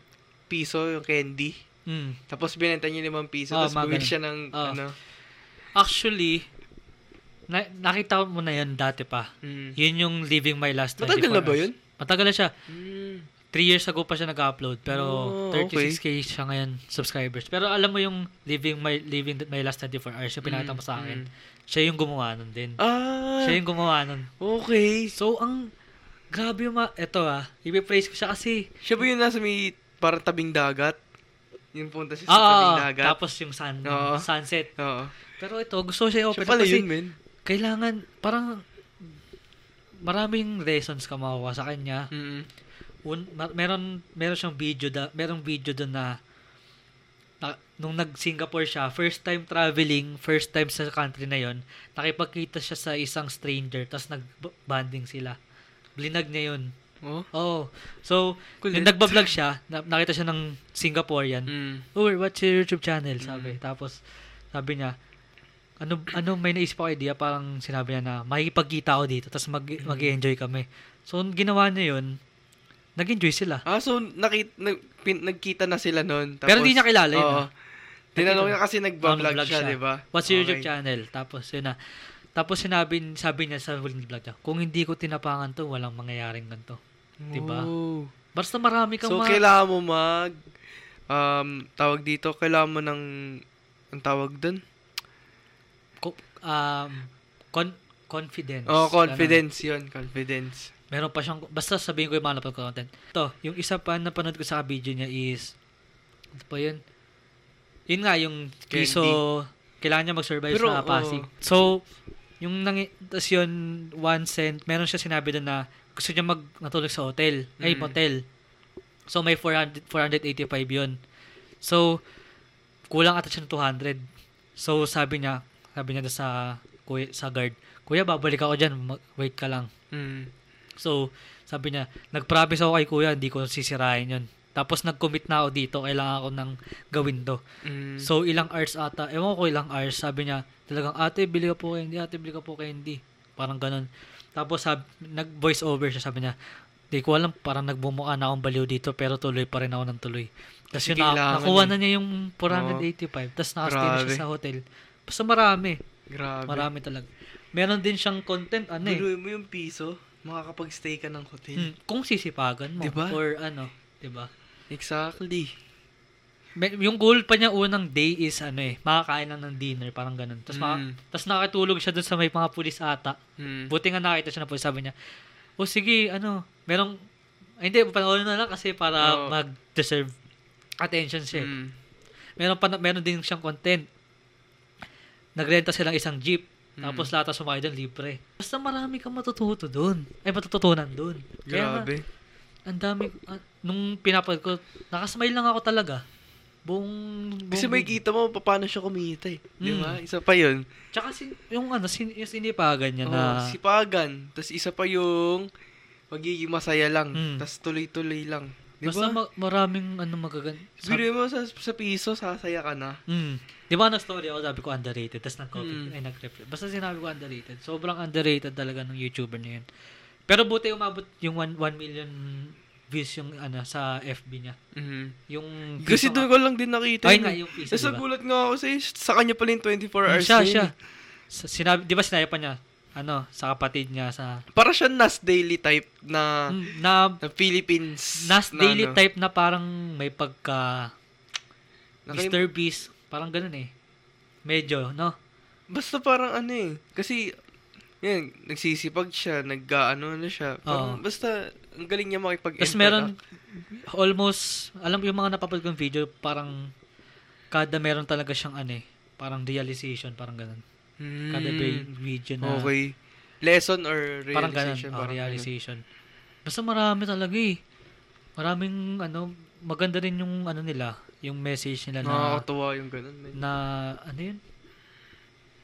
piso, yung candy?
Mm.
Tapos binenta niya limang piso,
Oo,
tapos
Ah, mga
bumili
ganun.
siya ng,
Oo.
ano,
Actually, na- nakita mo na yun dati pa.
mm.
Yun yung Living My Last 24
Matagal na ba
Hours. Hmm.
yun?
Matagal na siya.
Mm.
3 years ago pa siya nag-upload pero
Oh, okay.
36k siya ngayon subscribers. Pero alam mo yung Living My Living My Last 24 Hours yung pinakita mo sa akin. Siya yung gumawa nun
Mm,
din.
Ah,
Siya yung gumawa nun.
okay.
So ang grabe yung ma- eto ah, i-praise ko siya kasi
Siya ba yung nasa may, parang tabing dagat? Yung punta siya sa
ah,
tabing dagat?
tapos yung sun,
Oo.
sunset.
Oo.
Pero ito gusto ko siya
Siya
i-open up
pala
kasi
yun, men.
kailangan parang maraming lessons ka makukuha sa kanya.
Mm.
un, ma- meron meron siyang video da, merong video doon na, na nung nag-Singapore siya, first time traveling, first time sa country na yon, nakipagkita siya sa isang stranger, tapos nag-banding sila. Blinag niya yun.
Oh?
Oh. So,
Kulit.
yung nagbablog siya, na, nakita siya ng Singaporean.
Mm.
Uy, what's your YouTube channel? Sabi. Tapos, sabi niya, ano, ano may naisip ako idea, parang sinabi niya na, makikipagkita ako dito, tapos mag,
Mm.
mag-enjoy kami. So, nung ginawa niya yun, nag-enjoy sila.
Ah, so nakit, nag, pin, nagkita na sila noon. Tapos,
Pero di niya kilala yun,
Oo.
ah.
Tinanong
Nakita
niya kasi nagbablog
Nag-vlog
siya, di ba?
What's your YouTube
Okay.
channel? Tapos, yun na. Tapos, sinabi, sabi niya sa huling vlog niya, kung hindi ko tinapangan to, walang mangyayaring ganito. Di ba?
Oh.
Basta marami kang
So,
mga-
kailangan mo mag... Um, tawag dito, kailangan mo ng... Ang tawag dun?
ko- um, con- confidence.
Oh,
Ganun.
confidence yun. Confidence.
Meron pa siyang, basta sabihin ko yung mga napanood ko content. To, yung isa pa na napanood ko sa video niya is, ano pa yun? Yun nga, yung
Candy.
piso, kailangan niya mag-survive
Pero,
sa Pasig.
oo.
So, yung nangi, tas yun, one cent, meron siya sinabi doon na gusto niya mag natulog sa hotel, ay
Mm.
motel. So, may 400, 485 yun. So, kulang ata siya ng 200. So, sabi niya, sabi niya doon sa, kuya, sa guard, Kuya, babalik ako dyan, mag- wait ka lang.
Mm.
So, sabi niya, nag-promise ako kay kuya, hindi ko sisirain yun. Tapos nag-commit na ako dito, kailangan ako ng gawin to.
Mm.
So, ilang hours ata, ewan ko ilang hours, sabi niya, talagang ate, bili ka po candy, ate, bili ka po candy. Parang ganun. Tapos, sab- nag-voice over siya, sabi niya, di ko alam, parang nagbumuka na akong baliw dito, pero tuloy pa rin ako ng tuloy. Tapos yun,
Hindi
na-
kailangan
nakuha
eh. na
na niya yung 485, tapos nakastay na siya
Grabe.
sa hotel. Basta marami,
Grabe.
marami talaga. Meron din siyang content, ano eh.
Biluin mo yung piso, makakapag-stay ka ng hotel.
Mm, kung sisipagan mo.
Diba?
Or ano, diba?
Exactly.
May, yung goal pa niya unang day is ano eh, makakain lang ng dinner, parang ganun. Tapos, maka-
Mm.
tapos nakatulog siya dun sa may mga pulis ata.
Mm.
Hmm. Buti nga nakita siya na pulis, sabi niya, o sige, ano, merong, ay, hindi, panoorin na lang kasi para
Oo.
mag-deserve attention siya. eh.
Mm.
Meron, pa, na- meron din siyang content. Nagrenta silang isang jeep. Tapos
Hmm.
lahat na sumakay doon, libre. Basta marami kang matututo doon. Ay, matututunan doon. Kaya nga,
Grabe.
ang dami, ah, nung pinapanood ko, nakasmile lang ako talaga. Buong, buong
Kasi may
video.
kita mo pa- paano siya kumita eh. Di
Mm.
ba? Isa pa yun.
Tsaka sin, yung ano, sin, yung sinipagan niya
Oo,
na,
sipagan. Tapos isa pa yung magiging masaya lang.
Mm.
Tapos tuloy-tuloy lang. Di
basta
ba?
ma- maraming ano magaganda. Sabi,
Biluin mo sa, sa piso, sasaya ka na.
mm, di ba nag-story ako, sabi ko underrated, tapos nag-copy,
Mm.
ay nag-reply. Basta sinabi ko underrated. Sobrang underrated talaga ng YouTuber na yun. Pero buti umabot yung 1 million views yung ano sa FB niya. Yung
Mm-hmm. Kasi
piso
doon
nga-
ko lang din nakita. yun
Ay nga,
eh.
yung piso,
Tapos
diba? Hmm,
nagulat nga ako sa sa kanya pala yung 24 hours na
siya,
yun
siya.
eh.
Sa- Sinabi, di ba sinabi pa niya, ano, sa kapatid niya, sa
Para siya Nas Daily type na,
Mm, na
na Philippines.
nas
na
daily
ano.
type na parang may pagka
Na kay-
Mr. Beast, parang ganun eh. Medyo, no?
Basta parang ano eh. Kasi, yan, nagsisipag siya, nag-ano na siya. Parang,
Oo.
Basta, ang galing niya makipag-interact.
Tapos meron almost, alam mo yung mga napapad kong video, parang kada meron talaga siyang ano eh, parang realization, parang ganun.
Hmm.
Kada bi- video na
Okay. Lesson or realization?
parang ganun, oh,
parang
realization. Basta marami talaga eh. Maraming ano, maganda rin yung ano nila, yung message nila
ganun.
na
Nakakatuwa yung ganun. man.
na ano yun?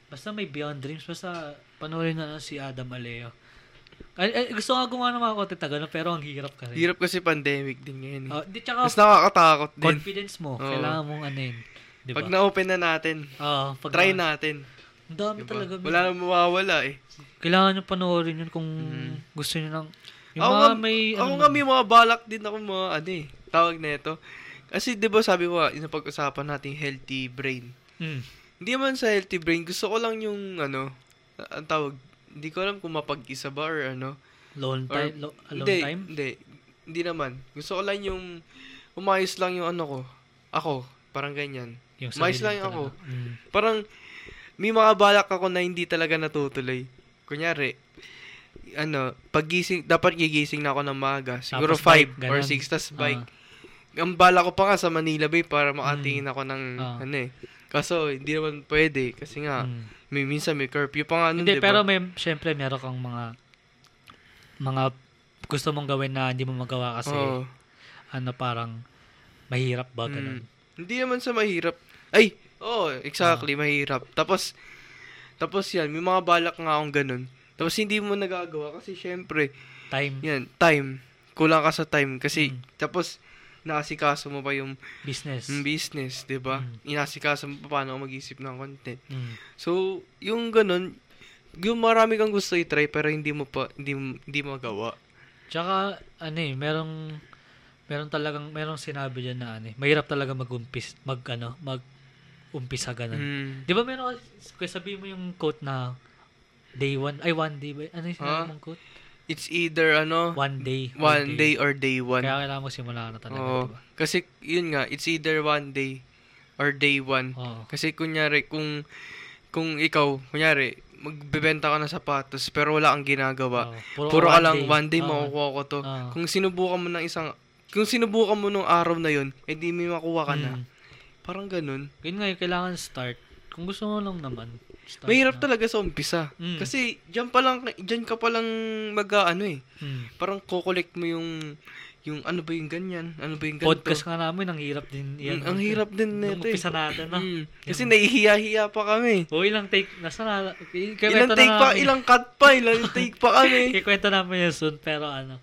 Basta may Beyond Dreams. Basta panoorin na lang si Adam Aleo. Ay, ay, gusto nga gumawa ng mga content na ganun, pero ang hirap kasi.
Hirap kasi pandemic din ngayon eh.
Oh, di, tsaka
Mas nakakatakot din.
confidence mo.
Oo.
Kailangan mong ano yun. Di ba?
Pag na-open na natin,
Oo, pag
try natin.
Ang dami
Diba?
talaga.
Wala nang mawawala eh.
Kailangan nyo panoorin yun kung gusto nyo ng... Yung
Mm. ako
mga
nga,
may...
ako
ano
nga
man.
may mga balak din ako mga ano eh, tawag na ito. Kasi 'di ba sabi ko, pag usapan natin healthy brain.
Mm.
Hindi man sa healthy brain, gusto ko lang yung ano, a- ang tawag, hindi ko alam kung mapag-isa ba or ano.
Lone
Or-
time? Lo, alone
hindi,
time?
Hindi, hindi naman. Gusto ko lang yung umayos lang yung ano ko. Ako, parang ganyan. Umayos
sarili
lang yung
talaga.
ako.
Mm.
Parang may mga balak ako na hindi talaga natutuloy. Kunyari, ano, pagising, dapat gigising na ako ng maaga. Siguro 5
Tapos bike,
or
ganun.
6, tas
Ah.
bike. Ang bala ko pa nga sa Manila Bay para makatingin ako ng,
Ah.
ano eh. Kaso, hindi naman pwede. Kasi nga,
Mm.
may, Mm, minsan may curfew pa nga nun,
Hindi,
di ba?
pero may, syempre, meron kang mga, mga gusto mong gawin na hindi mo magawa kasi
Oo.
ano parang mahirap ba ganun.
Mm. Hindi naman sa mahirap. Ay, oo, exactly, mahirap. Tapos, tapos yan, may mga balak nga akong ganun. Tapos hindi mo nagagawa kasi syempre,
Time,
yan, time. Kulang ka sa time kasi,
Mm.
tapos, naasikaso mo pa yung
business.
yung business, di ba?
Mm.
Inaasikaso mo pa paano ka mag-isip ng content.
Mm.
So, yung ganun, yung marami kang gusto i-try pero hindi mo pa, hindi, mo- hindi mo magawa.
Tsaka, ano eh, merong, merong talagang, merong sinabi dyan na ano eh, mahirap talaga mag-umpis, mag ano, mag-umpisa ganun.
Mm.
Di ba meron, kasi- kaya sabihin mo yung quote na, day one, ay one day, ba? ano yung sinabi
Ah.
mong quote?
It's either, ano,
One day. or
one day or day one.
Kaya kailangan mo simula na talaga, diba?
Oo.
di ba?
Kasi, yun nga, it's either one day or day one.
Oo.
Kasi, kunyari, kung, kung ikaw, kunyari, magbebenta ka ng sapatos, pero wala kang ginagawa.
Oo.
Puro ka lang, one day
Oo.
makukuha ko to.
Oo.
Kung sinubukan mo ng isang, kung sinubukan mo nung araw na yun, edi may makuha ka na.
Mm.
Parang ganun.
Yun nga, yung kailangan start. Kung gusto mo lang naman, start
Mahirap
na.
talaga sa umpisa.
Mm.
Kasi, dyan pa lang, dyan ka pa lang mag-ano eh.
Mm.
Parang kukolekt mo yung, yung ano ba yung ganyan, ano ba yung ganito.
Podcast nga namin, ang hirap din.
Mm, ang hirap din
Nung
nito eh.
umpisa natin, no?
Mm. Kasi nahihiya-hiya pa kami.
O ilang take, nasa na,
ilang take pa, ilang cut pa, ilang take pa kami.
Kikwento namin yun soon, pero ano,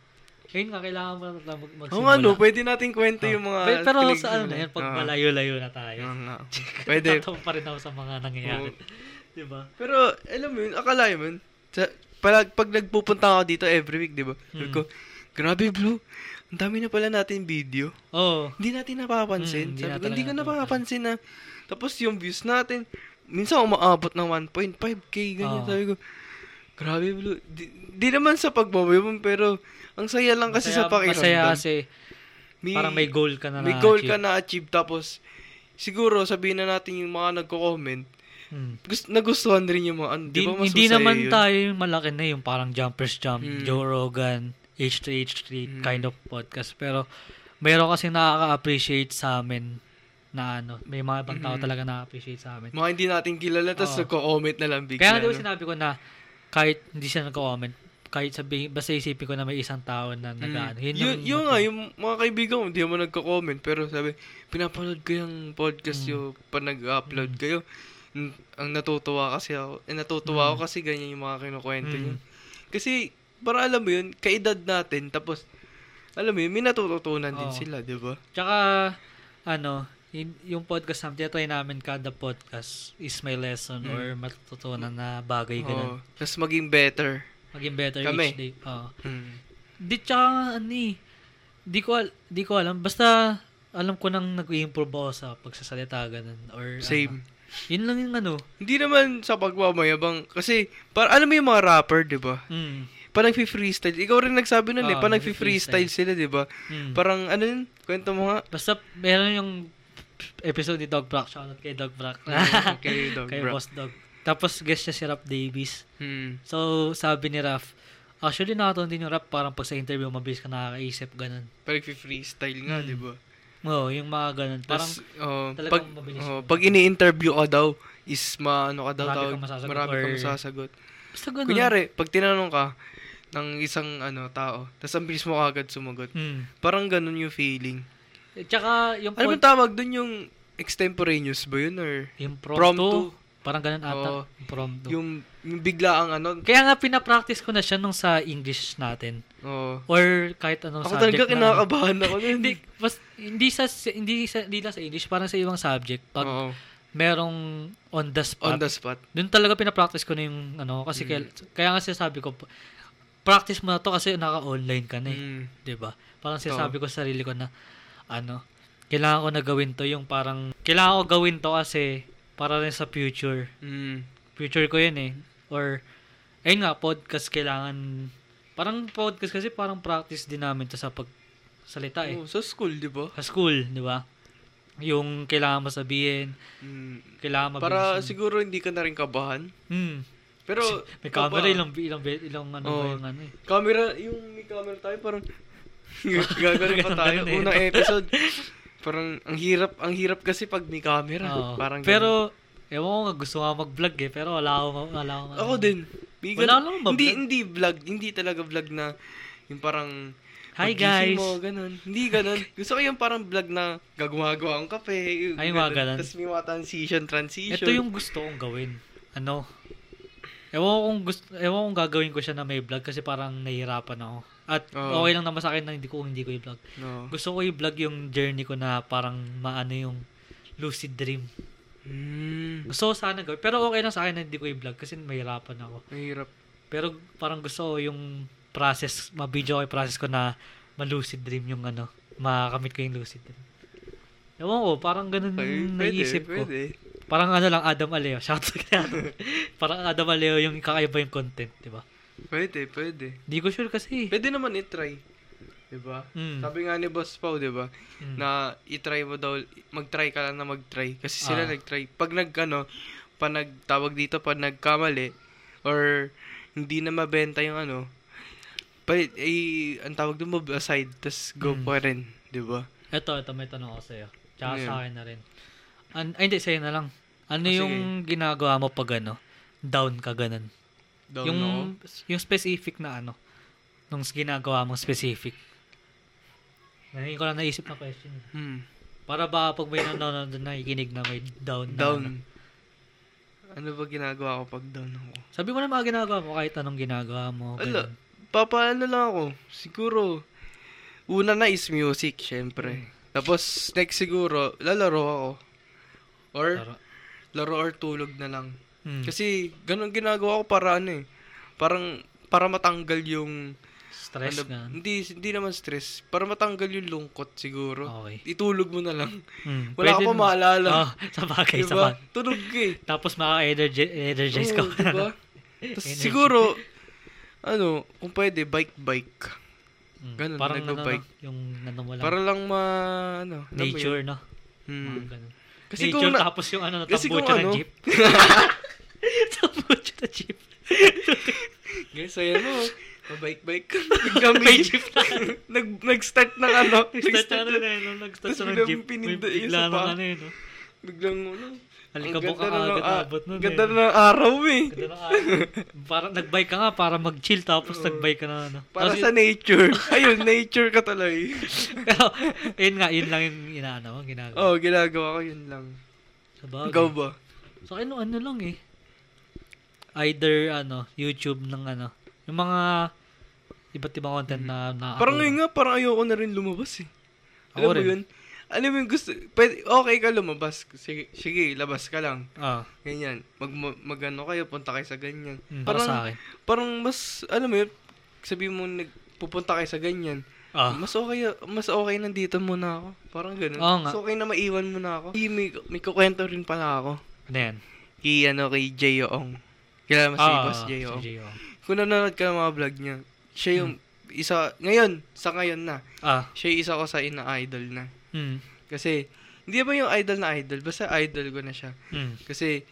yun nga, kailangan mo na talaga mag- magsimula.
Kung ano, pwede natin kwento yung mga...
Pe- Ah. pero sa
pinagsimulan.
ano na yun, pag
Ah,
malayo-layo na tayo.
ah, nga. Pwede.
Tatawa pa rin ako sa mga nangyayari. Di ba?
Pero, alam mo yun, akala mo yun, sa, pala, pag nagpupunta ako dito every week, di ba?
Hmm.
Sabi ko, grabe bro, ang dami na pala natin video.
Oo.
Hindi natin napapansin.
Mm, hindi
Sabi
na
ko, hindi ko
talaga napapansin."
napapansin na. Tapos yung views natin, minsan umaabot ng 1.5k, ganyan.
Oo.
Sabi ko, grabe, bro. Di, di naman sa pagbabayabon, pero ang saya lang kasi
Masaya-
sa pakiramdam.
Masaya kasi, parang may goal ka na
May goal ka
na-achieve.
na-achieve. Tapos, siguro, sabihin na natin yung mga nagko-comment,
Hmm.
gust- nagustuhan rin yung mga, ano, di
Di-
ba mas
hindi
masaya
naman
yun?
tayo yung malaki na yung parang Jumpers Jump,
Mm.
Joe Rogan, H2H3
Mm.
kind of podcast. Pero meron kasi nakaka-appreciate sa amin na ano, may mga ibang tao
Mm.
talaga nakaka-appreciate sa amin.
Mga hindi natin kilala, tapos
Oo.
nagko-comment na lang bigla.
Kaya nga diba
no?
sinabi ko na kahit hindi siya nagko-comment, kahit sabihin, basta isipin ko na may isang tao na
Mm.
nag-ano.
Yun,
Yun,
yun,
yung
nga, yung mga kaibigan ko, hindi naman nagko-comment, pero sabi, pinapanood ko yung podcast
Mm.
yung pa nag-upload kayo. N- Ang natutuwa kasi ako, eh, natutuwa
Mm.
ako kasi ganyan yung mga kinukwento
Mm.
niyo. Kasi, para alam mo yun, kaedad natin, tapos, alam mo yun, may natututunan din
Oo.
sila, di ba?
Tsaka, ano, yun- yung podcast namin, tinatry namin kada podcast is may lesson
Mm.
or matututunan na bagay
Oo.
ganun.
Tapos maging better.
Maging better
Kami.
each day. Oo.
Mm.
Di, tsaka, ano eh, di ko, al- di ko alam. Basta, alam ko nang nag-improve ako sa pagsasalita, ganun. Or,
Same.
ano. yun lang yung ano.
Hindi naman sa pagmamayabang, kasi, para, alam mo yung mga rapper, di ba?
Mm,
Pa nag-freestyle. Ikaw rin nagsabi nun eh,
Oo,
pa nag-freestyle
nagfi-freestyle.
sila, di ba?
mm.
Parang, ano yun? Kwento mo nga.
Basta, meron yung episode ni Dog Brock. Shoutout kay Dog Brock.
Okay, dog,
kay
bro.
Boss Dog. Tapos, guest niya si Rap Davis.
Hmm.
So, sabi ni Raf, actually, nakataon din yung Rap. Parang pag sa interview, mabilis ka nakakaisip, ganun.
Parang freestyle nga,
Hmm.
di ba?
Oo, yung mga ganun. Parang,
Tas, oh,
talagang
pag,
mabilis
oh,
yun.
pag ini-interview ka daw, is maano ka daw
Marami
tawag,
kang masasagot
marami kang
or-
masasagot.
basta ganun.
Kunyari, pag tinanong ka ng isang ano tao, tapos ang bilis mo agad sumagot.
Mm.
Parang ganun yung feeling.
Eh, Tsaka, yung
Ano bang tawag doon yung extemporaneous ba yun or Impromptu.
Impromptu. Parang ganun ata.
Oo.
Impromptu.
yung, yung bigla ang ano?
Kaya nga pinapractice ko na siya nung sa English natin.
Oh.
Or kahit anong
Ako
subject.
talaga
na ano.
kinakabahan ako nun.
hindi, bas, hindi, sa, hindi, sa, hindi lang sa English, parang sa ibang subject. Pag
Oo.
merong on the
Oh, on
spot,
the Mm. spot.
dun talaga pinapractice ko na yung ano. Kasi kaya, kaya nga sinasabi ko, practice mo na to kasi naka-online ka na eh.
Mm.
'di ba? Parang sinasabi ko sa sarili ko na ano, kailangan ko na gawin to yung parang kailangan ko gawin to kasi para rin sa future.
Mm.
Future ko 'yun eh. Or ayun nga podcast kailangan parang podcast kasi parang practice din namin to sa pagsalita eh.
Oh, sa school, di ba?
Sa school, 'di ba? Yung kailangan mo sabihin,
Mm.
kailangan mabilis.
Para
yung-
siguro hindi ka na rin kabahan.
Hmm.
Pero,
May
ikaw
camera
ba?
ilang ilang ilang ano ba
Oo.
yung ano eh.
Camera, yung may camera tayo, parang, gagawin pa
Ganun,
tayo.
ganun eh,
Unang
no?
episode, parang, ang hirap, ang hirap kasi pag may camera.
Oo.
Parang ganun.
pero ewan ko nga gusto nga mag-vlog eh, pero wala akong wala akong
ako
ano.
din. may
Wala
ganun.
lang ba
Hindi,
vlog?
hindi vlog, hindi talaga vlog na, Yung parang,
Hi,
paggising
guys.
Mo, ganun. Hindi ganun. Gusto ko yung parang vlog na gagawa-gawa ang kape. yung
Ay, mga ganun.
Tapos may mga transition, transition.
Ito yung gusto kong gawin. Ano? Ewan ko kung, gusto, ewan ko kung gagawin ko siya na may vlog kasi parang nahihirapan ako. At
Oo.
okay lang naman sa akin na hindi ko, hindi ko i-vlog.
No.
Gusto ko i-vlog yung journey ko na parang maano yung lucid dream.
Mm,
Gusto ko sana gawin. Pero okay lang sa akin na hindi ko i-vlog kasi mahirapan ako.
mahirap.
Pero parang gusto ko yung process, ma-video ko yung process ko na ma-lucid dream yung ano, makakamit ko yung lucid dream. Ewan ko, parang ganun
Ay,
yung
pwede,
Mm, naisip ko.
pwede.
Parang ano lang, Adam Aleo. Shout out kay Adam. parang Adam Aleo yung kakaiba yung content, di ba?
Pwede, pwede.
Hindi ko sure kasi.
Pwede naman i-try. Diba?
Eh. Mm.
Sabi nga ni Boss Pau, diba?
Mm.
Na i-try mo daw, mag-try ka lang na mag-try. Kasi sila
Ah.
nag-try. Pag nag, ano, pa nagtawag dito, pag nagkamali, or hindi na mabenta yung ano, pa, eh, ang tawag doon, move aside, tas go
Mm.
pa rin. Diba?
Ito, ito, may tanong ako sa'yo. Tsaka
Ano
sa
yun?
akin na rin. An- ay, hindi, sa'yo na lang. Ano
Ah,
yung ginagawa mo pag ano, down ka ganun?
Down
yung,
ako.
yung specific na ano, nung ginagawa mong specific. Ngayon ko lang naisip na question.
Hmm.
Para ba pag may nanonood na nakikinig na may down na ano.
Down. Ano ba ginagawa ko pag down ako?
Sabi mo na mga ginagawa mo kahit anong ginagawa mo.
Ala,
ganun.
papaano lang ako. Siguro, una na is music,
Mm.
syempre. Tapos, next siguro, lalaro ako. Or,
Pero-
laro or tulog na lang.
Mm.
Kasi, ganun ginagawa ko para ano eh. Parang, para matanggal yung...
Stress
ano-
nga.
hindi, hindi naman stress. Para matanggal yung lungkot siguro.
Okay.
Itulog mo na lang.
Mm.
Wala ka pa
naman.
maalala.
Oh, sa bagay, sa
diba?
bagay.
Tunog ka eh.
Tapos maka-energize ka.
Oo, diba? Tapos
Energy.
siguro, ano, kung pwede, bike-bike.
Mm.
Ganun,
Parang ano,
nagpa-bike.
no, yung ano mo lang.
Para lang ma, ano, alam mo yun?
nature, no?
Hmm.
Mga ganun.
Kasi
nature,
kung na-
tapos yung ano,
kasi kung
tambucho ng
ano-
jeep. tambucho ng jeep.
Guys, ayan mo. Mabike-bike ka.
May
Nagkamay.
jeep na.
Nag, nag-start ng ano.
Nag-start
nag-start
na rin, eh, no? Nag-start
Tapos
na ng
biglang
jeep. May
pininda- yung
bigla
sapa.
ng ano, eh, no?
Biglang ano.
Alikabok
ang
ka
ganda ng-
agad
ah,
abot nun, eh.
Ganda ng araw eh.
Ganda ng araw. Parang nag-bike ka nga para mag-chill, tapos nag-bike ka na, ano.
Para
Tapos
sa nature. Ayun, nature ka eh. tuloy.
Pero, yun nga, yun lang yung inaano, ko, ginagawa.
Oo, oh, ginagawa ko yun lang.
Sa bagay.
Ikaw ba?
Sa akin, ano lang eh. Either, ano, YouTube ng ano. Yung mga iba't ibang content na na
Parang ngayon nga, parang ayoko na rin lumabas eh.
Ako
Alam mo
rin.
yun? Alam mo yung gusto, pwede, okay ka lumabas. Sige, sige, labas ka lang.
Ah,
Ganyan. Mag, mag ano kayo, punta kayo sa ganyan.
mm, para
parang,
sa akin.
parang mas, alam mo yun, sabi mo, nagpupunta kayo sa ganyan.
Ah,
Mas okay, mas okay nandito muna ako. Parang ganun.
Oo nga.
Mas okay na maiwan muna ako. Eh, May, may kukwento rin pala ako.
ano yan?
Kay, ano, kay Jeyoong. Kilala mo si
Ah,
Boss
si
Jeyoong.
J.O.
Kung nanonood ka ng mga vlog niya, siya yung
Hmm.
isa, ngayon, sa ngayon na,
Ah,
siya yung isa ko sa ina-idol na.
mm,
Kasi, hindi ba yung idol na idol? Basta idol ko na siya.
mm,
Kasi,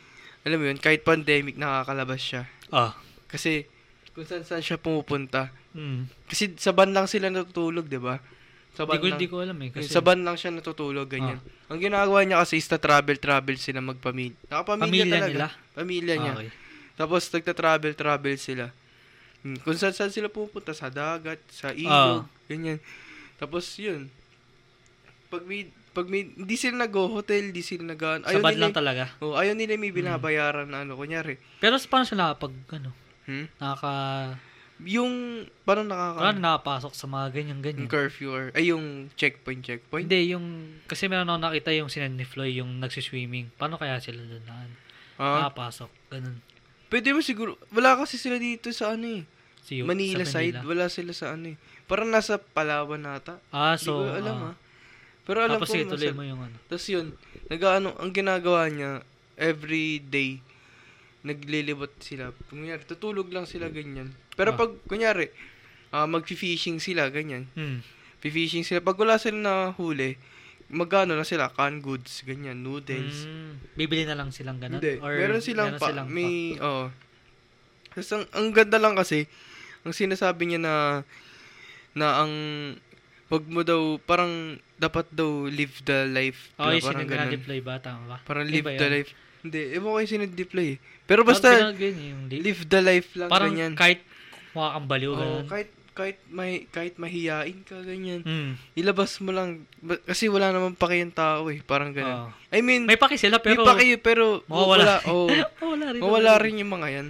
alam mo yun, kahit pandemic, nakakalabas siya.
ah,
Kasi, kung saan-saan siya pumupunta.
mm.
Kasi sa van lang sila natutulog, di ba? Sa
Hindi
van
ko,
lang.
hindi ko alam eh. Kasi
sa
Ah.
van lang siya natutulog, ganyan. Ang ginagawa niya kasi is travel-travel sila magpamilya. Nakapamilya
Pamilya
talaga.
nila?
Pamilya niya.
Ah, Okay.
Tapos nagta-travel-travel sila. Hmm, Kung saan saan sila pupunta, sa dagat, sa
Ah.
ilog, ganyan. Tapos yun. Pag may, pag may, hindi sila nag-hotel, hindi sila nag-
Sa
nila,
bad lang talaga.
oh, ayaw nila
Hmm.
may binabayaran na ano, kunyari.
Pero sa- paano sila pag, ano,
Hmm?
nakaka,
Yung, parang nakaka-
parang nakapasok sa mga ganyan-ganyan.
yung curfew or, ay yung checkpoint, checkpoint.
Hindi, yung... Kasi meron ako nakita yung sinan ni Floy, yung nagsiswimming. Paano kaya sila doon na ano?
Ah,
nakapasok? Ganun.
pwede mo siguro, wala kasi sila dito sa ano eh.
Si Yu-
Manila,
sa
side, wala sila sa ano eh. Parang nasa Palawan nata.
Ah,
Hindi ko
so...
alam
ah.
ah. Pero alam
Tapos
ko,
sige, tuloy
nasa-
mo yung ano.
Tapos yun, nag-ano, ang ginagawa niya, every day, naglilibot sila. Kunyari, tutulog lang sila ganyan. Pero
Ah.
pag, kunyari, ah, mag-fishing sila, ganyan.
Hmm.
Fishing sila. Pag wala sila na huli, magano na sila, canned goods, ganyan, noodles.
Hmm. Bibili na lang silang ganun?
Hindi, meron silang pa, may, oo. Tapos ang, ang ganda lang kasi, ang sinasabi niya na, na ang, wag mo daw, parang, dapat daw live the life. na
Okay,
parang ganun.
sinag-deploy ba? Tama ba?
Parang
Di
live
ba
the
yun?
life. Hindi, ewan ko yung sinag-deploy eh. Pero
Parang
basta,
pinag- yun, yung li-
live the life lang,
Parang
ganyan.
kahit kumakambaliw,
Oo,
ganun.
kahit, kahit may kahit mahiyain ka ganyan.
Mm.
Ilabas mo lang Ba- kasi wala naman paki yung tao eh, parang ganun.
Oo.
I mean,
Ah. May paki sila
may
pero
paki pero
mawawala.
wala- oo.
mawala rin.
Mawala rin yung mga yan.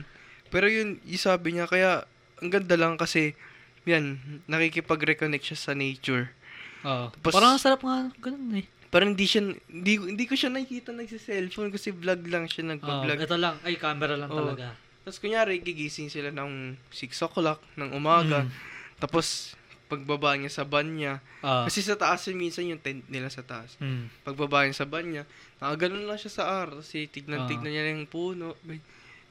Pero yun, yung sabi niya, kaya ang ganda lang kasi, yan, nakikipag-reconnect siya sa nature.
Oo.
Tapos-
Parang ang sarap nga ganun eh.
Parang hindi siya, hindi, hindi ko siya nakikita nagsiselfone kasi vlog lang siya
Oo,
nagpa-vlog.
ito lang. Ay, camera lang
Oo.
talaga.
Tapos kunyari, gigising sila ng 6 o'clock ng umaga.
Mm.
Tapos, pagbaba niya sa van niya.
Oo.
Kasi sa taas yun, minsan yung tent nila sa taas.
Mm.
Pagbaba niya sa van niya, nakaganon lang siya sa ar. Tapos
Ah.
tignan-tignan niya lang yung puno. May-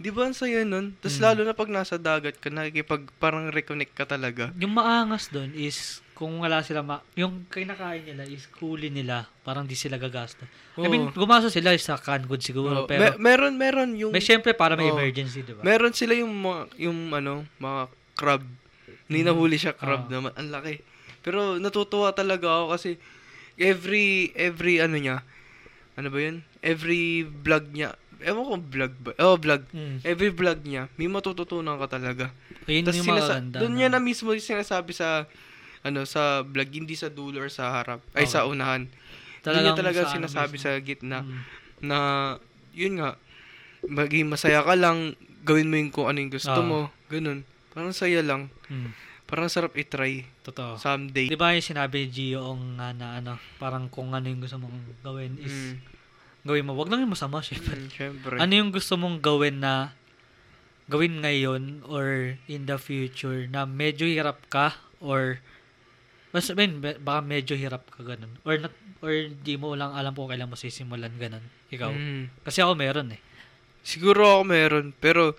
Di ba ang saya nun? Tapos
Mm.
lalo na pag nasa dagat ka, nakikipag parang reconnect ka talaga.
Yung maangas doon is kung wala sila ma- yung kinakain nila is kuli nila, parang di sila gagasta. I mean,
Oo.
gumasa sila sa canned siguro,
Oo.
pero
Me- meron, meron yung...
may syempre para may
Oo.
emergency, di ba?
Meron sila yung mga, yung ano, mga crab. Ninahuli siya crab
Ah.
naman. Ang laki. Pero natutuwa talaga ako kasi every, every ano niya, ano ba yun? Every vlog niya, ewan ko vlog ba? Oh, vlog.
Mm.
Every vlog niya, may matututunan ka talaga.
Ayun
Tapos
yung
sinasa-
maganda.
doon
no?
niya na mismo yung sinasabi sa, ano, sa vlog, hindi sa dulo or sa harap, ay
Oo.
sa unahan. Doon niya
Talagang
talaga
sa ano
sinasabi
mismo.
sa gitna
Mm.
na, yun nga, maging masaya ka lang, gawin mo yung kung ano yung gusto
Ah.
mo, ganun. Parang saya lang.
Mm.
Parang sarap itry
Totoo.
someday.
Ah. Di ba yung sinabi ni Gio ang nga na ano, parang kung ano yung gusto mong gawin is
Mm.
gawin mo. Wag lang yung masama, syempre.
Mm, syempre.
Ano yung gusto mong gawin na gawin ngayon or in the future na medyo hirap ka or mas I mean, be- baka medyo hirap ka ganun or not, or di mo lang alam kung kailan mo sisimulan ganun ikaw
Mm.
kasi ako meron eh
Siguro ako meron, pero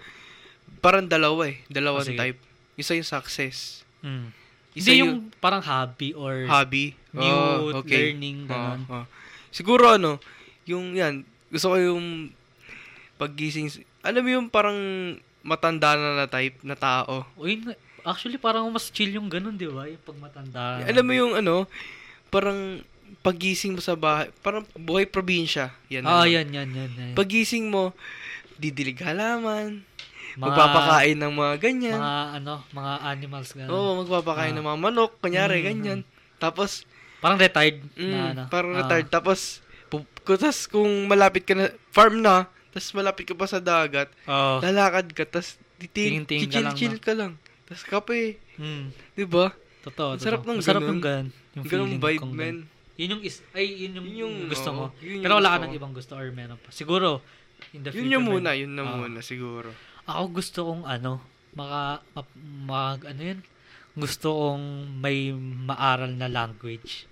parang dalawa eh.
Ah,
Dalawang
sige.
type. Isa yung success.
mm.
Isa
hindi yung parang hobby or
Hmm. hobby.
new
Oh, okay. Oo,
learning Mm, ganun
oo. ah. Siguro ano, yung yan, gusto ko yung paggising, alam mo yung parang matanda na na type na tao.
O yun nga, actually parang mas chill yung ganun di ba yung pagmatanda
alam mo yung ano, parang pagising mo sa bahay, parang buhay probinsya. Yan.
ah
ano.
yan yan yan, yan.
Pagising mo, didilig halaman,
Mga-
magpapakain ng mga ganyan.
mga ano mga animals ganun
Oo, magpapakain ng mga manok, kunyari,
Ah. Mm,
ganyan. Tapos,
parang retired na
mm,
ano
parang
ah.
retired. Tapos, pu- ku- tas kung malapit ka na, farm na, tapos malapit ka pa sa dagat,
Oo.
lalakad ka, tapos titig,
Tingin-tingin ka lang,
chill ka lang. Tapos kape,
Mm.
di ba?
Totoo,
Ang sarap
totoo.
ng
Ang sarap
ganun.
ng ganun. Yung feeling
Ganong vibe,
kung
man.
ganun. Yun yung is ay yun yung,
Yun yung-
gusto
oo,
mo.
yun yung
Pero wala ka
gusto
ng
ko.
ibang gusto or meron pa. Siguro in the future.
Yun yung
man.
muna, yun na
Ah.
muna, siguro.
Ako gusto kong ano, maka ma- mag ano yun. Gusto kong may maaral na language.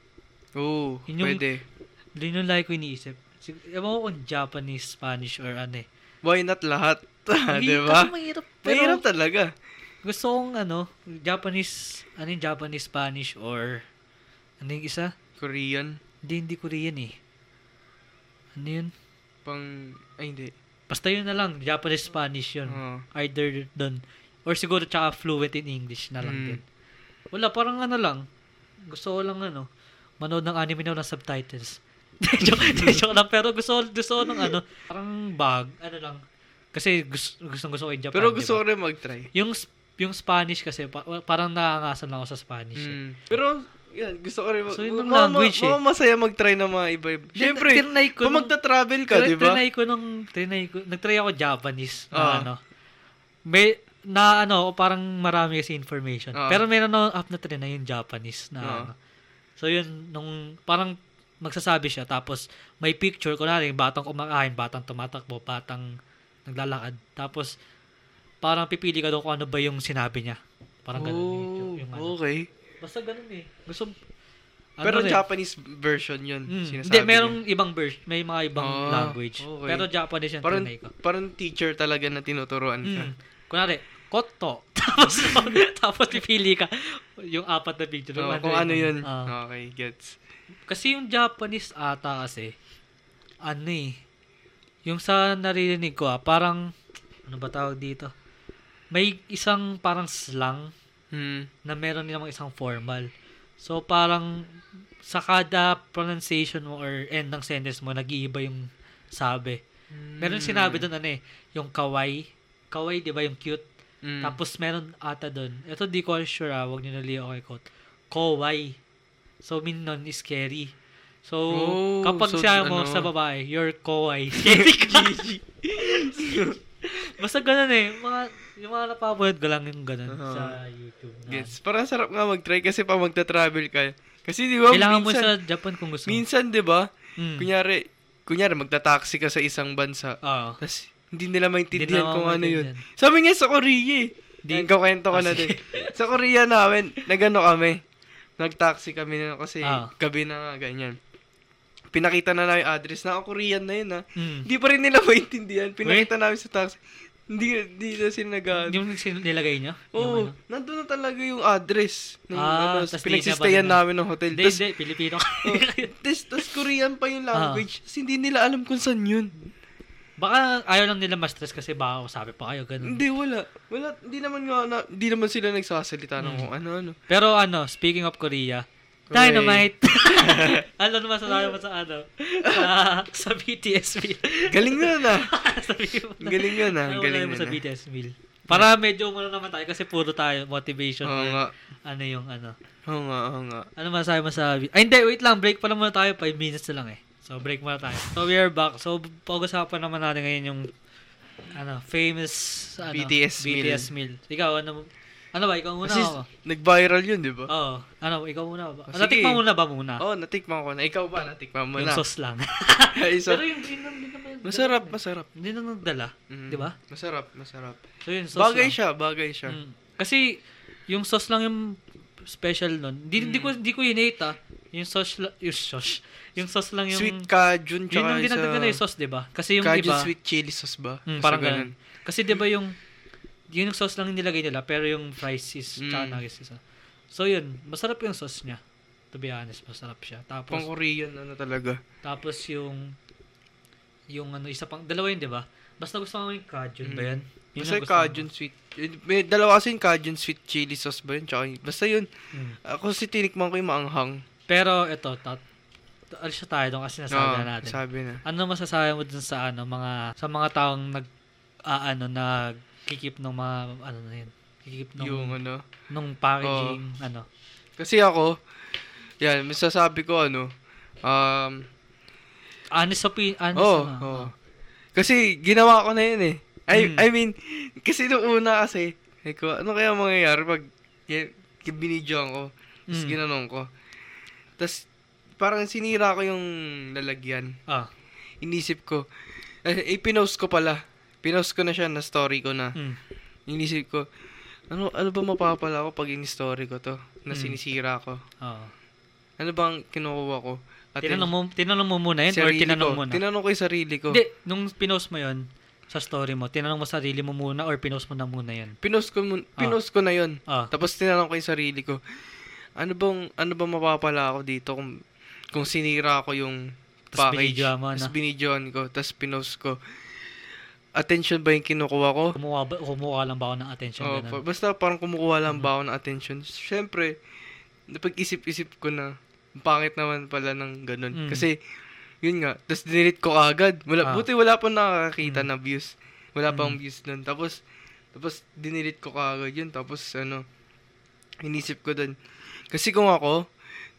Oo,
Yun yung-
pwede.
Doon yung like ko iniisip. Sig- Ewan ko kung Japanese, Spanish, or ano eh.
Why not lahat? Ah, di
Hindi,
ba?
Kasi mahirap. Pero
Mahirap talaga.
gusto kong ano, Japanese, ano yung Japanese, Spanish, or ano yung isa?
Korean,
Hindi, hindi Korean eh. Ano yun?
pang, ay hindi.
Basta yun na lang, Japanese, Spanish yun.
Oo.
Either dun. Or siguro tsaka fluent in English na lang
Mm.
din. Wala, parang ano lang. Gusto ko lang ano, manood ng anime na walang subtitles. joke, joke lang. Pero gusto, ko- gusto ko ng ano, parang bag, ano lang. Kasi gusto, gusto, gusto ko yung Japan,
Pero gusto ko
diba?
rin mag-try.
Yung, sp- yung Spanish kasi, pa- parang nakangasan lang ako sa Spanish. eh.
Mm. Pero, yan, gusto ko rin. Mag-
So, yun ang
ma- ma-
language, eh.
ma- masaya mag-try ng mga iba. Siyempre,
tinry ko
kung
nung-
magta-travel ka, di ba?
Trinay ko nung, trinay ko, nagtry ako Japanese na
Ah.
ano. May, na ano, parang marami kasi information.
Ah.
Pero meron na app na trinay yung Japanese na
Ah.
ano. So yun, nung parang magsasabi siya, tapos may picture, kunwari, batang kumakain, batang tumatakbo, batang naglalakad. Tapos, parang pipili ka doon kung ano ba yung sinabi niya. Parang ganun yung,
Oh,
yung, yung ano.
okay.
Basta ganun eh. Gusto, ano
Pero
rin.
Japanese version yun,
Mm.
sinasabi
Hindi,
niya.
merong ibang version. May mga ibang
Ah,
language.
okay.
Pero Japanese yung
Parang,
tunay ko.
parang teacher talaga na tinuturuan ka.
Mm. Kunwari, koto. tapos, tapos pipili ka yung apat na picture.
Oo,
yung
kung ano yun.
Ah.
okay, gets.
kasi yung Japanese ata kasi, ano eh, yung sa naririnig ko ah, parang, ano ba tawag dito? May isang parang slang
Hmm.
na meron nilang isang formal. So, parang sa kada pronunciation mo or end ng sentence mo, nag-iiba yung
Hmm.
sabi. Meron sinabi doon ano eh, yung kawaii. Kawaii, di ba, yung cute.
Mm.
Tapos meron ata doon. Ito di ko sure ah, wag niyo naliyo ako kay quote. Kowai. So mean nun is scary. So
Oh,
kapag
so,
siya mo
ano?
sa babae, you're kowai. Scary ka. Basta ganun eh. Mga, yung mga napapanood ko lang yung ganun
Uh-huh.
sa YouTube. Na.
Yes, parang sarap nga mag-try kasi pa magta-travel ka. Kasi di ba,
Kailangan mo
minsan,
sa Japan kung gusto. mo.
minsan di ba,
Mm.
kunyari, kunyari magta-taxi ka sa isang bansa,
Oo.
tapwas hindi nila maintindihan
Hindi nila
kung ano yun.
maintindihan.
Sabi nga sa Korea eh.
Di-
Ang kakwento ko
Ah,
na
sige.
din. Sa Korea namin, nagano kami. Nag-taxi kami na kasi
Ah.
gabi na nga, ganyan. Pinakita na namin yung address. Naka-Korean na yun ah.
Mm.
Hindi pa rin nila maintindihan. Pinakita namin sa taxi. Hindi, hindi na sila nag
Yung sin- nilagay niyo?
Oo, nandun na talaga yung address. Ng,
Ah,
ano,
tas di
pinagsistayan
na ba
namin ng hotel.
Hindi,
Tas,
hindi. Pilipino.
oh, tas, tas Korean pa yung
Ah.
language. Tas hindi nila alam kung saan yun.
Baka ayaw lang nila ma-stress kasi baka sabi pa kayo ganun.
Hindi, wala. Wala, hindi naman nga, na, hindi naman sila nagsasalita
Hmm.
ng kung ano-ano.
Pero ano, speaking of Korea,
Okay.
Dynamite! ano naman sa sabi mo sa ano? Sa, sa BTS meal.
Galing na na.
sabi mo na.
Galing yun ah,
Ano
galing
mo
yun
sa
ah.
BTS meal. Para medyo umano naman tayo kasi puro tayo motivation.
Oo nga.
Ano yung ano.
Oo nga, oo nga.
Ano masabi mo sa... Ay hindi, wait lang. Break pala muna tayo. 5 minutes na lang eh. So break muna tayo. So we are back. So pag-usapan naman natin ngayon yung ano, famous ano,
BTS meal.
BTS meal. Ikaw, ano, ano ba? Ikaw muna
Kasi
ako.
nag-viral yun, di ba?
Oo. Ano, ikaw muna ba?
Oh, sige.
Natikman muna ba muna?
Oo, oh, natikman ko na. Ikaw ba? Natikman mo
Ah. Yung
na.
sauce lang.
Ay, so-
Pero yung green lang din naman.
masarap, masarap.
Hindi na nagdala.
Mm.
Di ba?
Masarap, masarap.
So yung sauce
Bagay
lang.
siya, bagay siya.
Mm. Kasi yung sauce lang yung special nun. Di,
Mm.
di ko di ko hinate ah. Yung sauce la, yung sauce. Yung sauce lang yung
Sweet cajun,
Yun
tsaka
ang dinagdagan na
isa...
yung sauce, di ba? Kasi yung
Cajun
iba
sweet chili sauce ba?
mm,
Basta
parang ganun. Kasi di ba yung yun yung sauce lang yung nilagay nila pero yung fries is
Mm.
tsaka nuggets is. ah. So yun, masarap yung sauce niya. To be honest, masarap siya. Tapos
Pang Korean ano talaga.
Tapos yung yung ano isa pang dalawa yun, 'di ba? Basta gusto mo yung Cajun ba 'yan?
Basta Mm.
Yun ang
yung
gusto mo.
Cajun sweet. yun- May dalawa kasi yung Cajun sweet chili sauce ba yun? Tsaka yun. Basta yun.
Mm.
Ako si tinikman ko yung maanghang.
Pero ito, tat alis siya tayo doon kasi nasabi
Oo,
na
Ah,
natin.
Sabi na.
Ano masasabi mo dun sa ano mga sa mga taong nag ah, aano nagkikip ng mga ano na yun? Kikip ng
Yung Oh. ano.
nung packaging ano.
Kasi ako, yan, masasabi ko ano, um,
Honest opinion, honest
oo,
ano,
oo. Kasi ginawa ko na yun eh. I,
Mm.
I mean, kasi nung una kasi, sabi ko, ano kaya mangyayari pag y- binidyoan ko, tapos
Mm.
ginanong ko. Tapos, parang sinira ko yung lalagyan.
Ah,
Inisip ko, eh, ipinost ko pala. Pinost ko na siya na story ko na.
mm,
Inisip ko, ano, ano ba mapapala ko pag in-story ko to? Na
Mm.
sinisira ko.
oo.
Ano bang kinukuha ko?
Oh. Tinanong mo, tinanong mo muna yun or
sarili
tinanong
ko.
mo na?
Tinanong ko yung sarili ko.
Hindi, nung pinost mo yun, sa story mo, tinanong mo sarili mo muna or pinost mo na muna yun?
Pinost ko, mun- pinost ko na yun.
Ah.
Tapos tinanong ko yung sarili ko, ano bang, ano bang mapapala ako dito kung, kung sinira ko yung
Tas
package.
binidyoan mo,
Tapos
ano?
binidyoan ko. Tapos pinost ko. Attention ba yung kinukuha ko?
Kumuha, ba, kumuha lang ba ako ng attention?
Oh,
ganun? Mm-hmm.
pa- basta parang kumukuha lang ba ako ng attention. Siyempre, napag-isip-isip ko na, ang pangit naman pala ng ganun.
Mm.
Kasi, yun nga, tapos dinelete ko agad. Wala,
Ah. Mm.
Buti wala pa nakakakita na views. Wala pang views nun. Tapos, tapos dinelete ko kaagad yun. Tapos, ano, inisip ko dun. Kasi kung ako,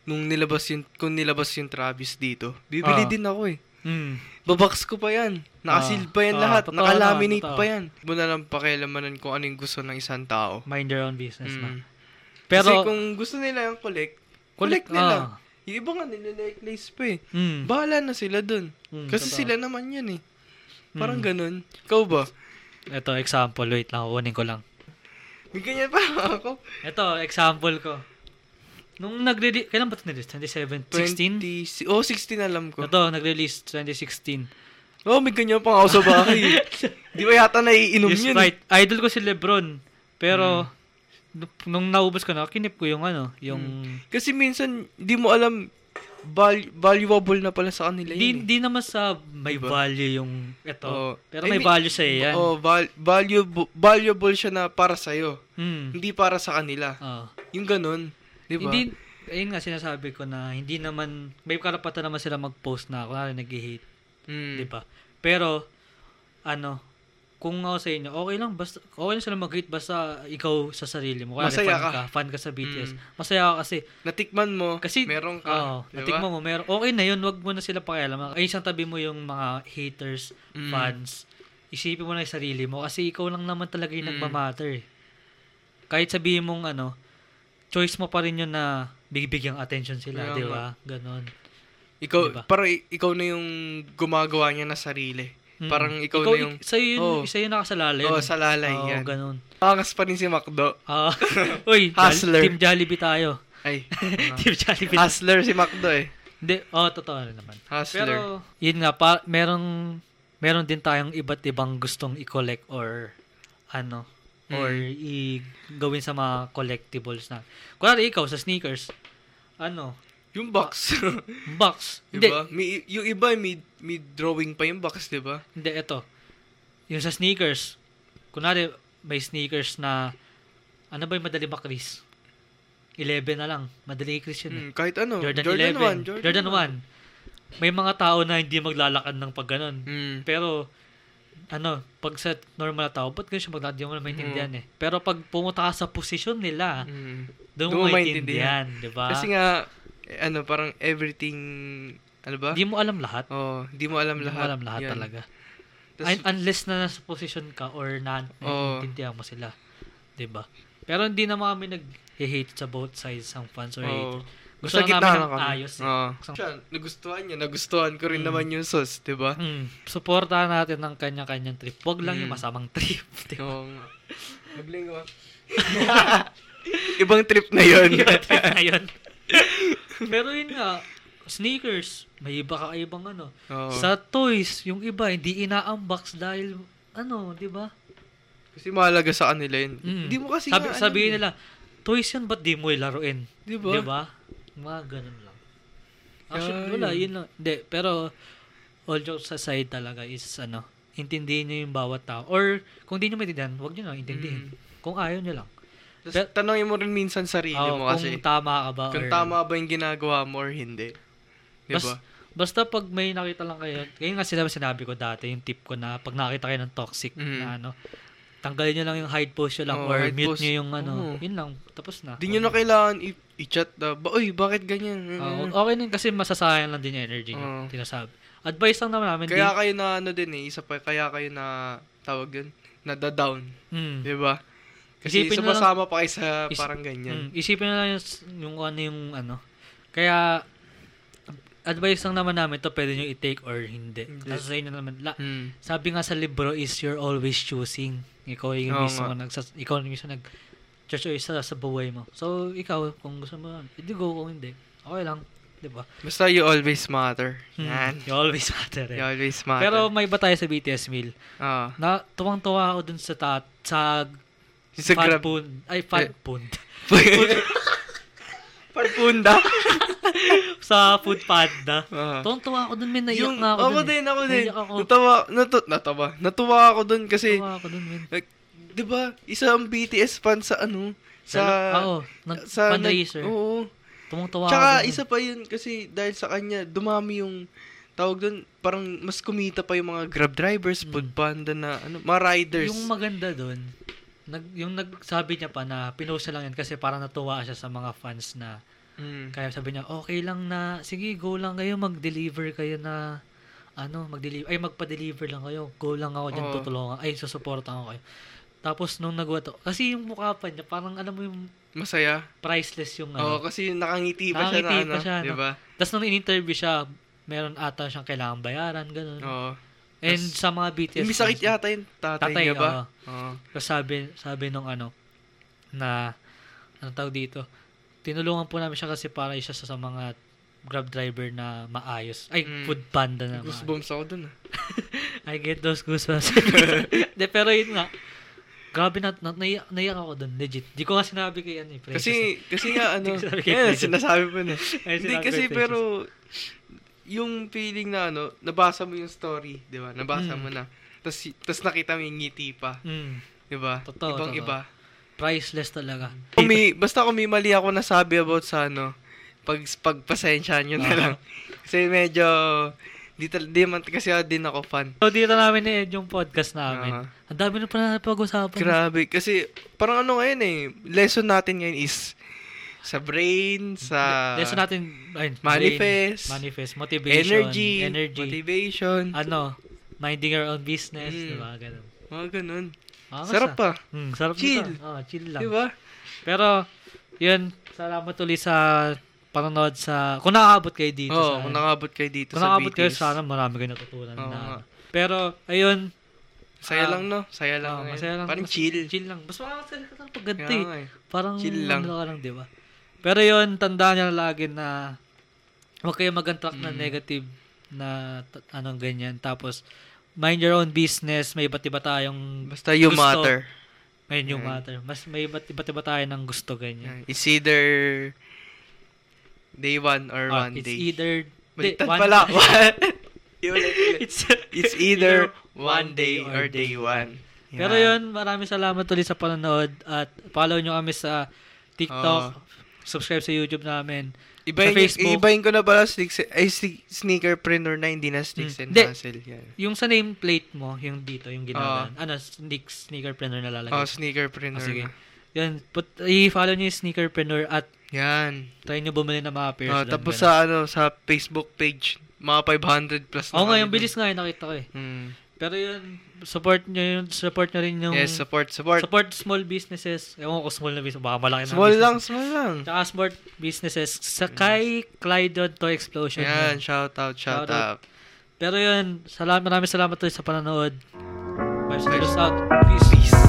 nung nilabas yung, kung nilabas yung Travis dito, bibili
Ah.
din ako eh.
Mm.
Babox ko pa yan. Nakasil
Ah,
pa yan
ah,
lahat.
totoo
Nakalaminate
naman, totoo.
pa yan. Hindi mo na lang pakialamanan kung ano yung gusto ng isang tao.
Mind your own business na.
Mm.
Pero,
Kasi kung gusto nila yung collect, collect, nila. Yung iba nga nila necklace pa eh.
Ah, mm,
Bahala na sila dun.
Mm,
Kasi
totoo.
sila naman yun eh. Parang
Mm.
ganun. Ikaw ba?
ito, example. Wait lang, kukunin ko lang.
May ganyan pa ako.
Ito, example ko. Nung nag-release, kailan ba ito nag-release? 2017?
20,
16?
oh, 16 alam ko.
Ito, nag-release 2016.
Oh, may ganyan pa ako sa bahay. eh. Di ba yata naiinom
Yung
yun? eh. Hmm.
Sprite. Idol ko si Lebron. Pero, nung- nung naubos ko na, kinip ko yung ano, yung...
Kasi minsan, di mo alam, val- valuable na pala sa kanila
Di,
yun. eh.
di naman sa may value yung ito.
Oo.
Pero
I
may
mean,
value sa yan.
Oh, val- valuable, valuable siya na para sa'yo.
Mm.
Hindi para sa kanila.
Oo.
Yung ganun. Di ba?
Oh. Hindi, ayun nga sinasabi ko na hindi naman, may karapatan naman
Hmm.
sila mag-post na ako na nag-hate,
Mm.
di ba? Pero, ano, kung ako sa inyo, okay lang, basta, okay lang sila mag-greet basta ikaw sa sarili mo. Kaya
Masaya
fan ka.
ka.
Fan ka sa BTS.
Mm.
Masaya ka kasi,
Natikman mo,
kasi,
meron ka.
Oo,
di ba?
natikman mo, meron. Okay na yun, wag mo na sila pakialam. Ay, isang tabi mo yung mga haters,
Mm.
fans. Isipin mo na yung sarili mo kasi ikaw lang naman talaga yung
Mm.
nagmamatter eh. Kahit sabihin mong ano, choice mo pa rin yun na bibigyang attention sila,
Kaya
di ba? Ganon.
Ikaw,
Diba?
parang i- ikaw na yung gumagawa niya na sarili.
Mm.
Parang ikaw, na yung,
Sa'yo yun,
Oo.
sa'yo nakasalalay.
oh, sa lalay
Oo,
yan.
ganun.
Angas pa rin si Macdo.
Ah, uy,
Hustler.
Hustler. Team Jollibee tayo.
Ay,
Team Jollibee.
hustler si Macdo eh.
Hindi, oh, totoo na naman.
Hustler.
Pero, yun nga, pa, merong, meron din tayong iba't ibang gustong i-collect or, ano, or i-gawin sa mga collectibles na. Kunwari ikaw, sa sneakers, ano,
yung box.
box. Hindi,
diba? May, yung iba, may, may drawing pa yung box, diba?
Hindi, eto. Yung sa sneakers, kunwari, may sneakers na, ano ba yung madali makris? 11 na lang. Madali i-kris yun. eh.
Hmm, kahit ano.
Jordan, 11.
1. Jordan,
1. May mga tao na hindi maglalakan ng pag ganun.
1. Hmm.
Pero, ano, pag sa normal na tao, ba't ganun siya maglalakad? Di mo na maintindihan
Mm-hmm.
eh. Pero pag pumunta ka sa posisyon nila,
Hmm.
doon
Doon
mo
mo
maintindihan. Di ba?
Kasi nga, eh, ano, parang everything, ano ba?
Di mo alam lahat.
oh, di mo alam
Di mo
lahat.
alam lahat
Yan.
talaga.
Tas,
Un- unless na nasa posisyon ka or na
Oo.
naiintindihan mo sila. 'Di ba? Pero hindi na kami nag-hate sa both sides ang fans or
oh,
haters. Gusto lang
gitna
namin
lang
ng
kami.
ayos. Eh.
Oo.
Isang-
Siya, nagustuhan niya, nagustuhan ko rin
Mm.
naman yung sauce, di ba?
Mm, supportahan natin ang kanya-kanyang trip. Huwag lang yung
Mm.
masamang trip. di ba?
Oo nga. Naglingo ah. Ibang trip na yun.
Yung trip na yun. Pero yun nga, sneakers, may iba kakaibang ano.
Oo.
Sa toys, yung iba, hindi ina-unbox dahil ano, di ba?
Kasi mahalaga sa kanila yun.
Mm.
Hindi mo kasi
Sabi,
nga alam eh.
sabihin nila, toys yan, ba't di mo ilaruin?
Di ba?
Diba? Mga ganun lang. Actually,
Kaya
wala,
yun.
yun lang. Hindi, pero all jokes aside talaga is ano, intindihin nyo yung bawat tao. Or kung di nyo maintindihan, huwag nyo na
Mm.
intindihin. Kung ayaw nyo lang.
Tas
Pero-
tanongin mo rin minsan sarili mo
Oo,
kasi.
kung tama ka ba.
Kung
or-
tama ba yung ginagawa mo or hindi. Di
Bas-
ba?
basta pag may nakita lang kayo, kaya nga sinabi, sinabi ko dati, yung tip ko na pag nakita kayo ng toxic
Mm.
na ano, tanggalin nyo lang yung hide post nyo lang
Oo,
or
hide
mute
post.
nyo yung ano,
Oo.
yun lang, tapos na.
Di nyo na kailangan i- i-chat na, ba, uy, bakit ganyan?
Oo, Ah, okay nun kasi masasayang lang din yung energy nyo,
Oo.
tinasabi. Advice lang naman namin.
Mm. Kaya
di-
kayo na ano din eh, isa pa, kaya kayo na tawag yun, nadadown.
Mm.
Di ba? Kasi
Isipin nyo lang-
sumasama pa kayo sa
Is-
parang ganyan.
Mm, isipin na lang yung, yung ano yung ano. Kaya, advice lang naman namin to pwede nyo i-take or hindi.
Hindi.
Nasa sa inyo naman. La,
Mm.
sabi nga sa libro is you're always choosing. Ikaw yung
Oo
mismo
nga.
nagsas, ikaw yung mismo nag choose sa, sa buhay mo. So, ikaw, kung gusto mo, hindi go. Kung hindi, okay lang. Di ba?
Basta you always matter.
Hmm,
Yan.
You always matter eh.
You always matter.
Pero may iba tayo sa BTS meal.
ah,
Na, tuwang-tuwa ako dun sa tat, sa
sa grab.
fat food. Ay, fat
Eh.
food.
Patpunda.
sa food panda.
Ah.
Tontuwa ako dun, men. Naiyak
Yung,
nga ako,
ako
dun. eh.
din, ako din.
Naiyak ako.
Natawa, natu, natawa. Natuwa ako dun kasi,
Natawa ako dun, men.
like, di ba, isa ang BTS fan sa ano, sa,
Oo, ah, oh, nag,
sa nag-
fundraiser.
oo.
Tumungtawa
Tsaka
ako dun.
isa pa yun kasi dahil sa kanya, dumami yung tawag doon, parang mas kumita pa yung mga grab drivers, food panda na, ano, mga riders.
Mm. Yung maganda dun, nag, yung nagsabi niya pa na pinost niya lang yan kasi parang natuwa siya sa mga fans na
Mm.
kaya sabi niya, okay lang na, sige, go lang kayo, mag-deliver kayo na, ano, mag-deliver, ay, magpa-deliver lang kayo, go lang ako dyan,
Oo.
tutulungan, ay, susuportahan ko kayo. Tapos, nung nagawa to, kasi yung mukha pa niya, parang, alam mo yung
Masaya.
priceless yung,
Oo,
ano.
kasi nakangiti pa siya na,
Nakangiti
ano,
pa siya, no?
di ba?
Tapos, nung in-interview siya, meron ata siyang kailangan bayaran, ganun.
Oo.
And
Tas-
sa mga BTS
May sakit
fans,
yata yung tatay,
Tatay,
niya ba?
oo.
Oo.
Tapos sabi, sabi nung ano, na, anong tawag dito, tinulungan po namin siya kasi para isa sa, sa mga grab driver na maayos. Ay,
Mm.
food panda na maayos.
Goosebumps ako dun, ah.
I get those goosebumps. De, pero yun nga, grabe na, na naiyak, naiyak ako dun, legit. Di ko nga sinabi kay ano, eh, Princess
Kasi,
eh.
kasi nga, ano,
Hindi ko sabi kay
yan,
Princess.
sinasabi mo na.
Ay,
Hindi,
sinabi
kasi
kay Princess.
pero, yung feeling na, ano, nabasa mo yung story, di ba? Nabasa
Mm.
mo na. Tapos, tas nakita mo yung ngiti pa,
Mm,
di ba?
Totoo,
Ibang
totoo.
iba.
priceless talaga.
Kung may, basta kung may mali ako nasabi about sa ano, pag, pagpasensya nyo na lang. Kasi medyo, Di, tal- di man kasi din ako fan.
So, dito namin na-end yung podcast namin. Ang dami na pala na pag-usapan.
Grabe. Kasi, parang ano ngayon eh, lesson natin ngayon is sa brain, sa
Lesson natin, ayun, brain,
Manifest.
manifest, motivation,
energy,
energy,
motivation,
ano, minding your own business,
Mm.
di ba? Ganun.
mga ganun.
Makakasa.
Sarap pa.
Mm, sarap
Chill. Diba?
Nito. Oh, chill lang.
Di ba?
Pero, yun, salamat ulit sa panonood sa, kung nakaabot kayo dito.
Oo,
sa,
kung nakabot kayo dito
kung
sa
nakaabot
BTS.
kayo, ano? sana marami kayo natutunan
Oo nga.
na. ano. Pero, ayun,
Saya
Ah,
lang, no? Saya lang.
ah,
ngayon.
masaya lang.
Parang
Mas-
chill.
Chill lang. Mas makakasaya ka lang pag
Kaya
ganito eh.
nga eh.
Parang
Chill lang.
ano ka lang, di ba? Pero yun, tandaan nyo lagi na huwag kayo mag-attract na
Mm.
negative na t- anong ganyan. Tapos, mind your own business. May iba't iba tayong
Basta you
Gusto.
matter. Mm.
mind your matter. Mas may iba't iba't iba tayo ng gusto ganyan.
Yan. It's either day one Mm. or
Ah,
one
it's
day.
either
Baliktad
one-
pala. Yun ulit, ulit.
it's,
It's either one day or day one.
Pero
Yan.
yun, maraming salamat ulit sa panonood at follow nyo kami
Ah.
sa TikTok, subscribe sa YouTube namin.
Ibahin,
Sa Facebook.
ibahin ko na pala sneaks, ay, sne- sneaker printer na hindi na sneaks and
Hmm. Hindi.
hustle. Yan.
Yung sa nameplate mo, yung dito, yung
Ah.
ginagawa. ano, sneak, sneaker printer na
Oh,
lalagay.
sneaker printer
Ah, sige.
na.
Yun, put, i-follow nyo yung sneakerpreneur at
Yan.
try nyo bumili ng mga pairs.
Oh,
doon,
tapos
ganun.
sa ano sa Facebook page, mga 500 plus
Oo nga,
kami
yung bilis nga, yung nakita ko eh.
dun. Hmm.
Pero yun, support nyo yun, support nyo rin yung...
Yes, support, support.
support small businesses. Ewan ko kung small na business, baka malaki na
Small
business.
lang, small lang.
Tsaka smart businesses. Sa kay Clydon Toy Explosion.
Yan,
yun.
shout out, shout,
Shout
out.
out. Pero yun, salamat, maraming salamat ulit sa panonood. Bye,
Bye.
out. Peace.
Peace.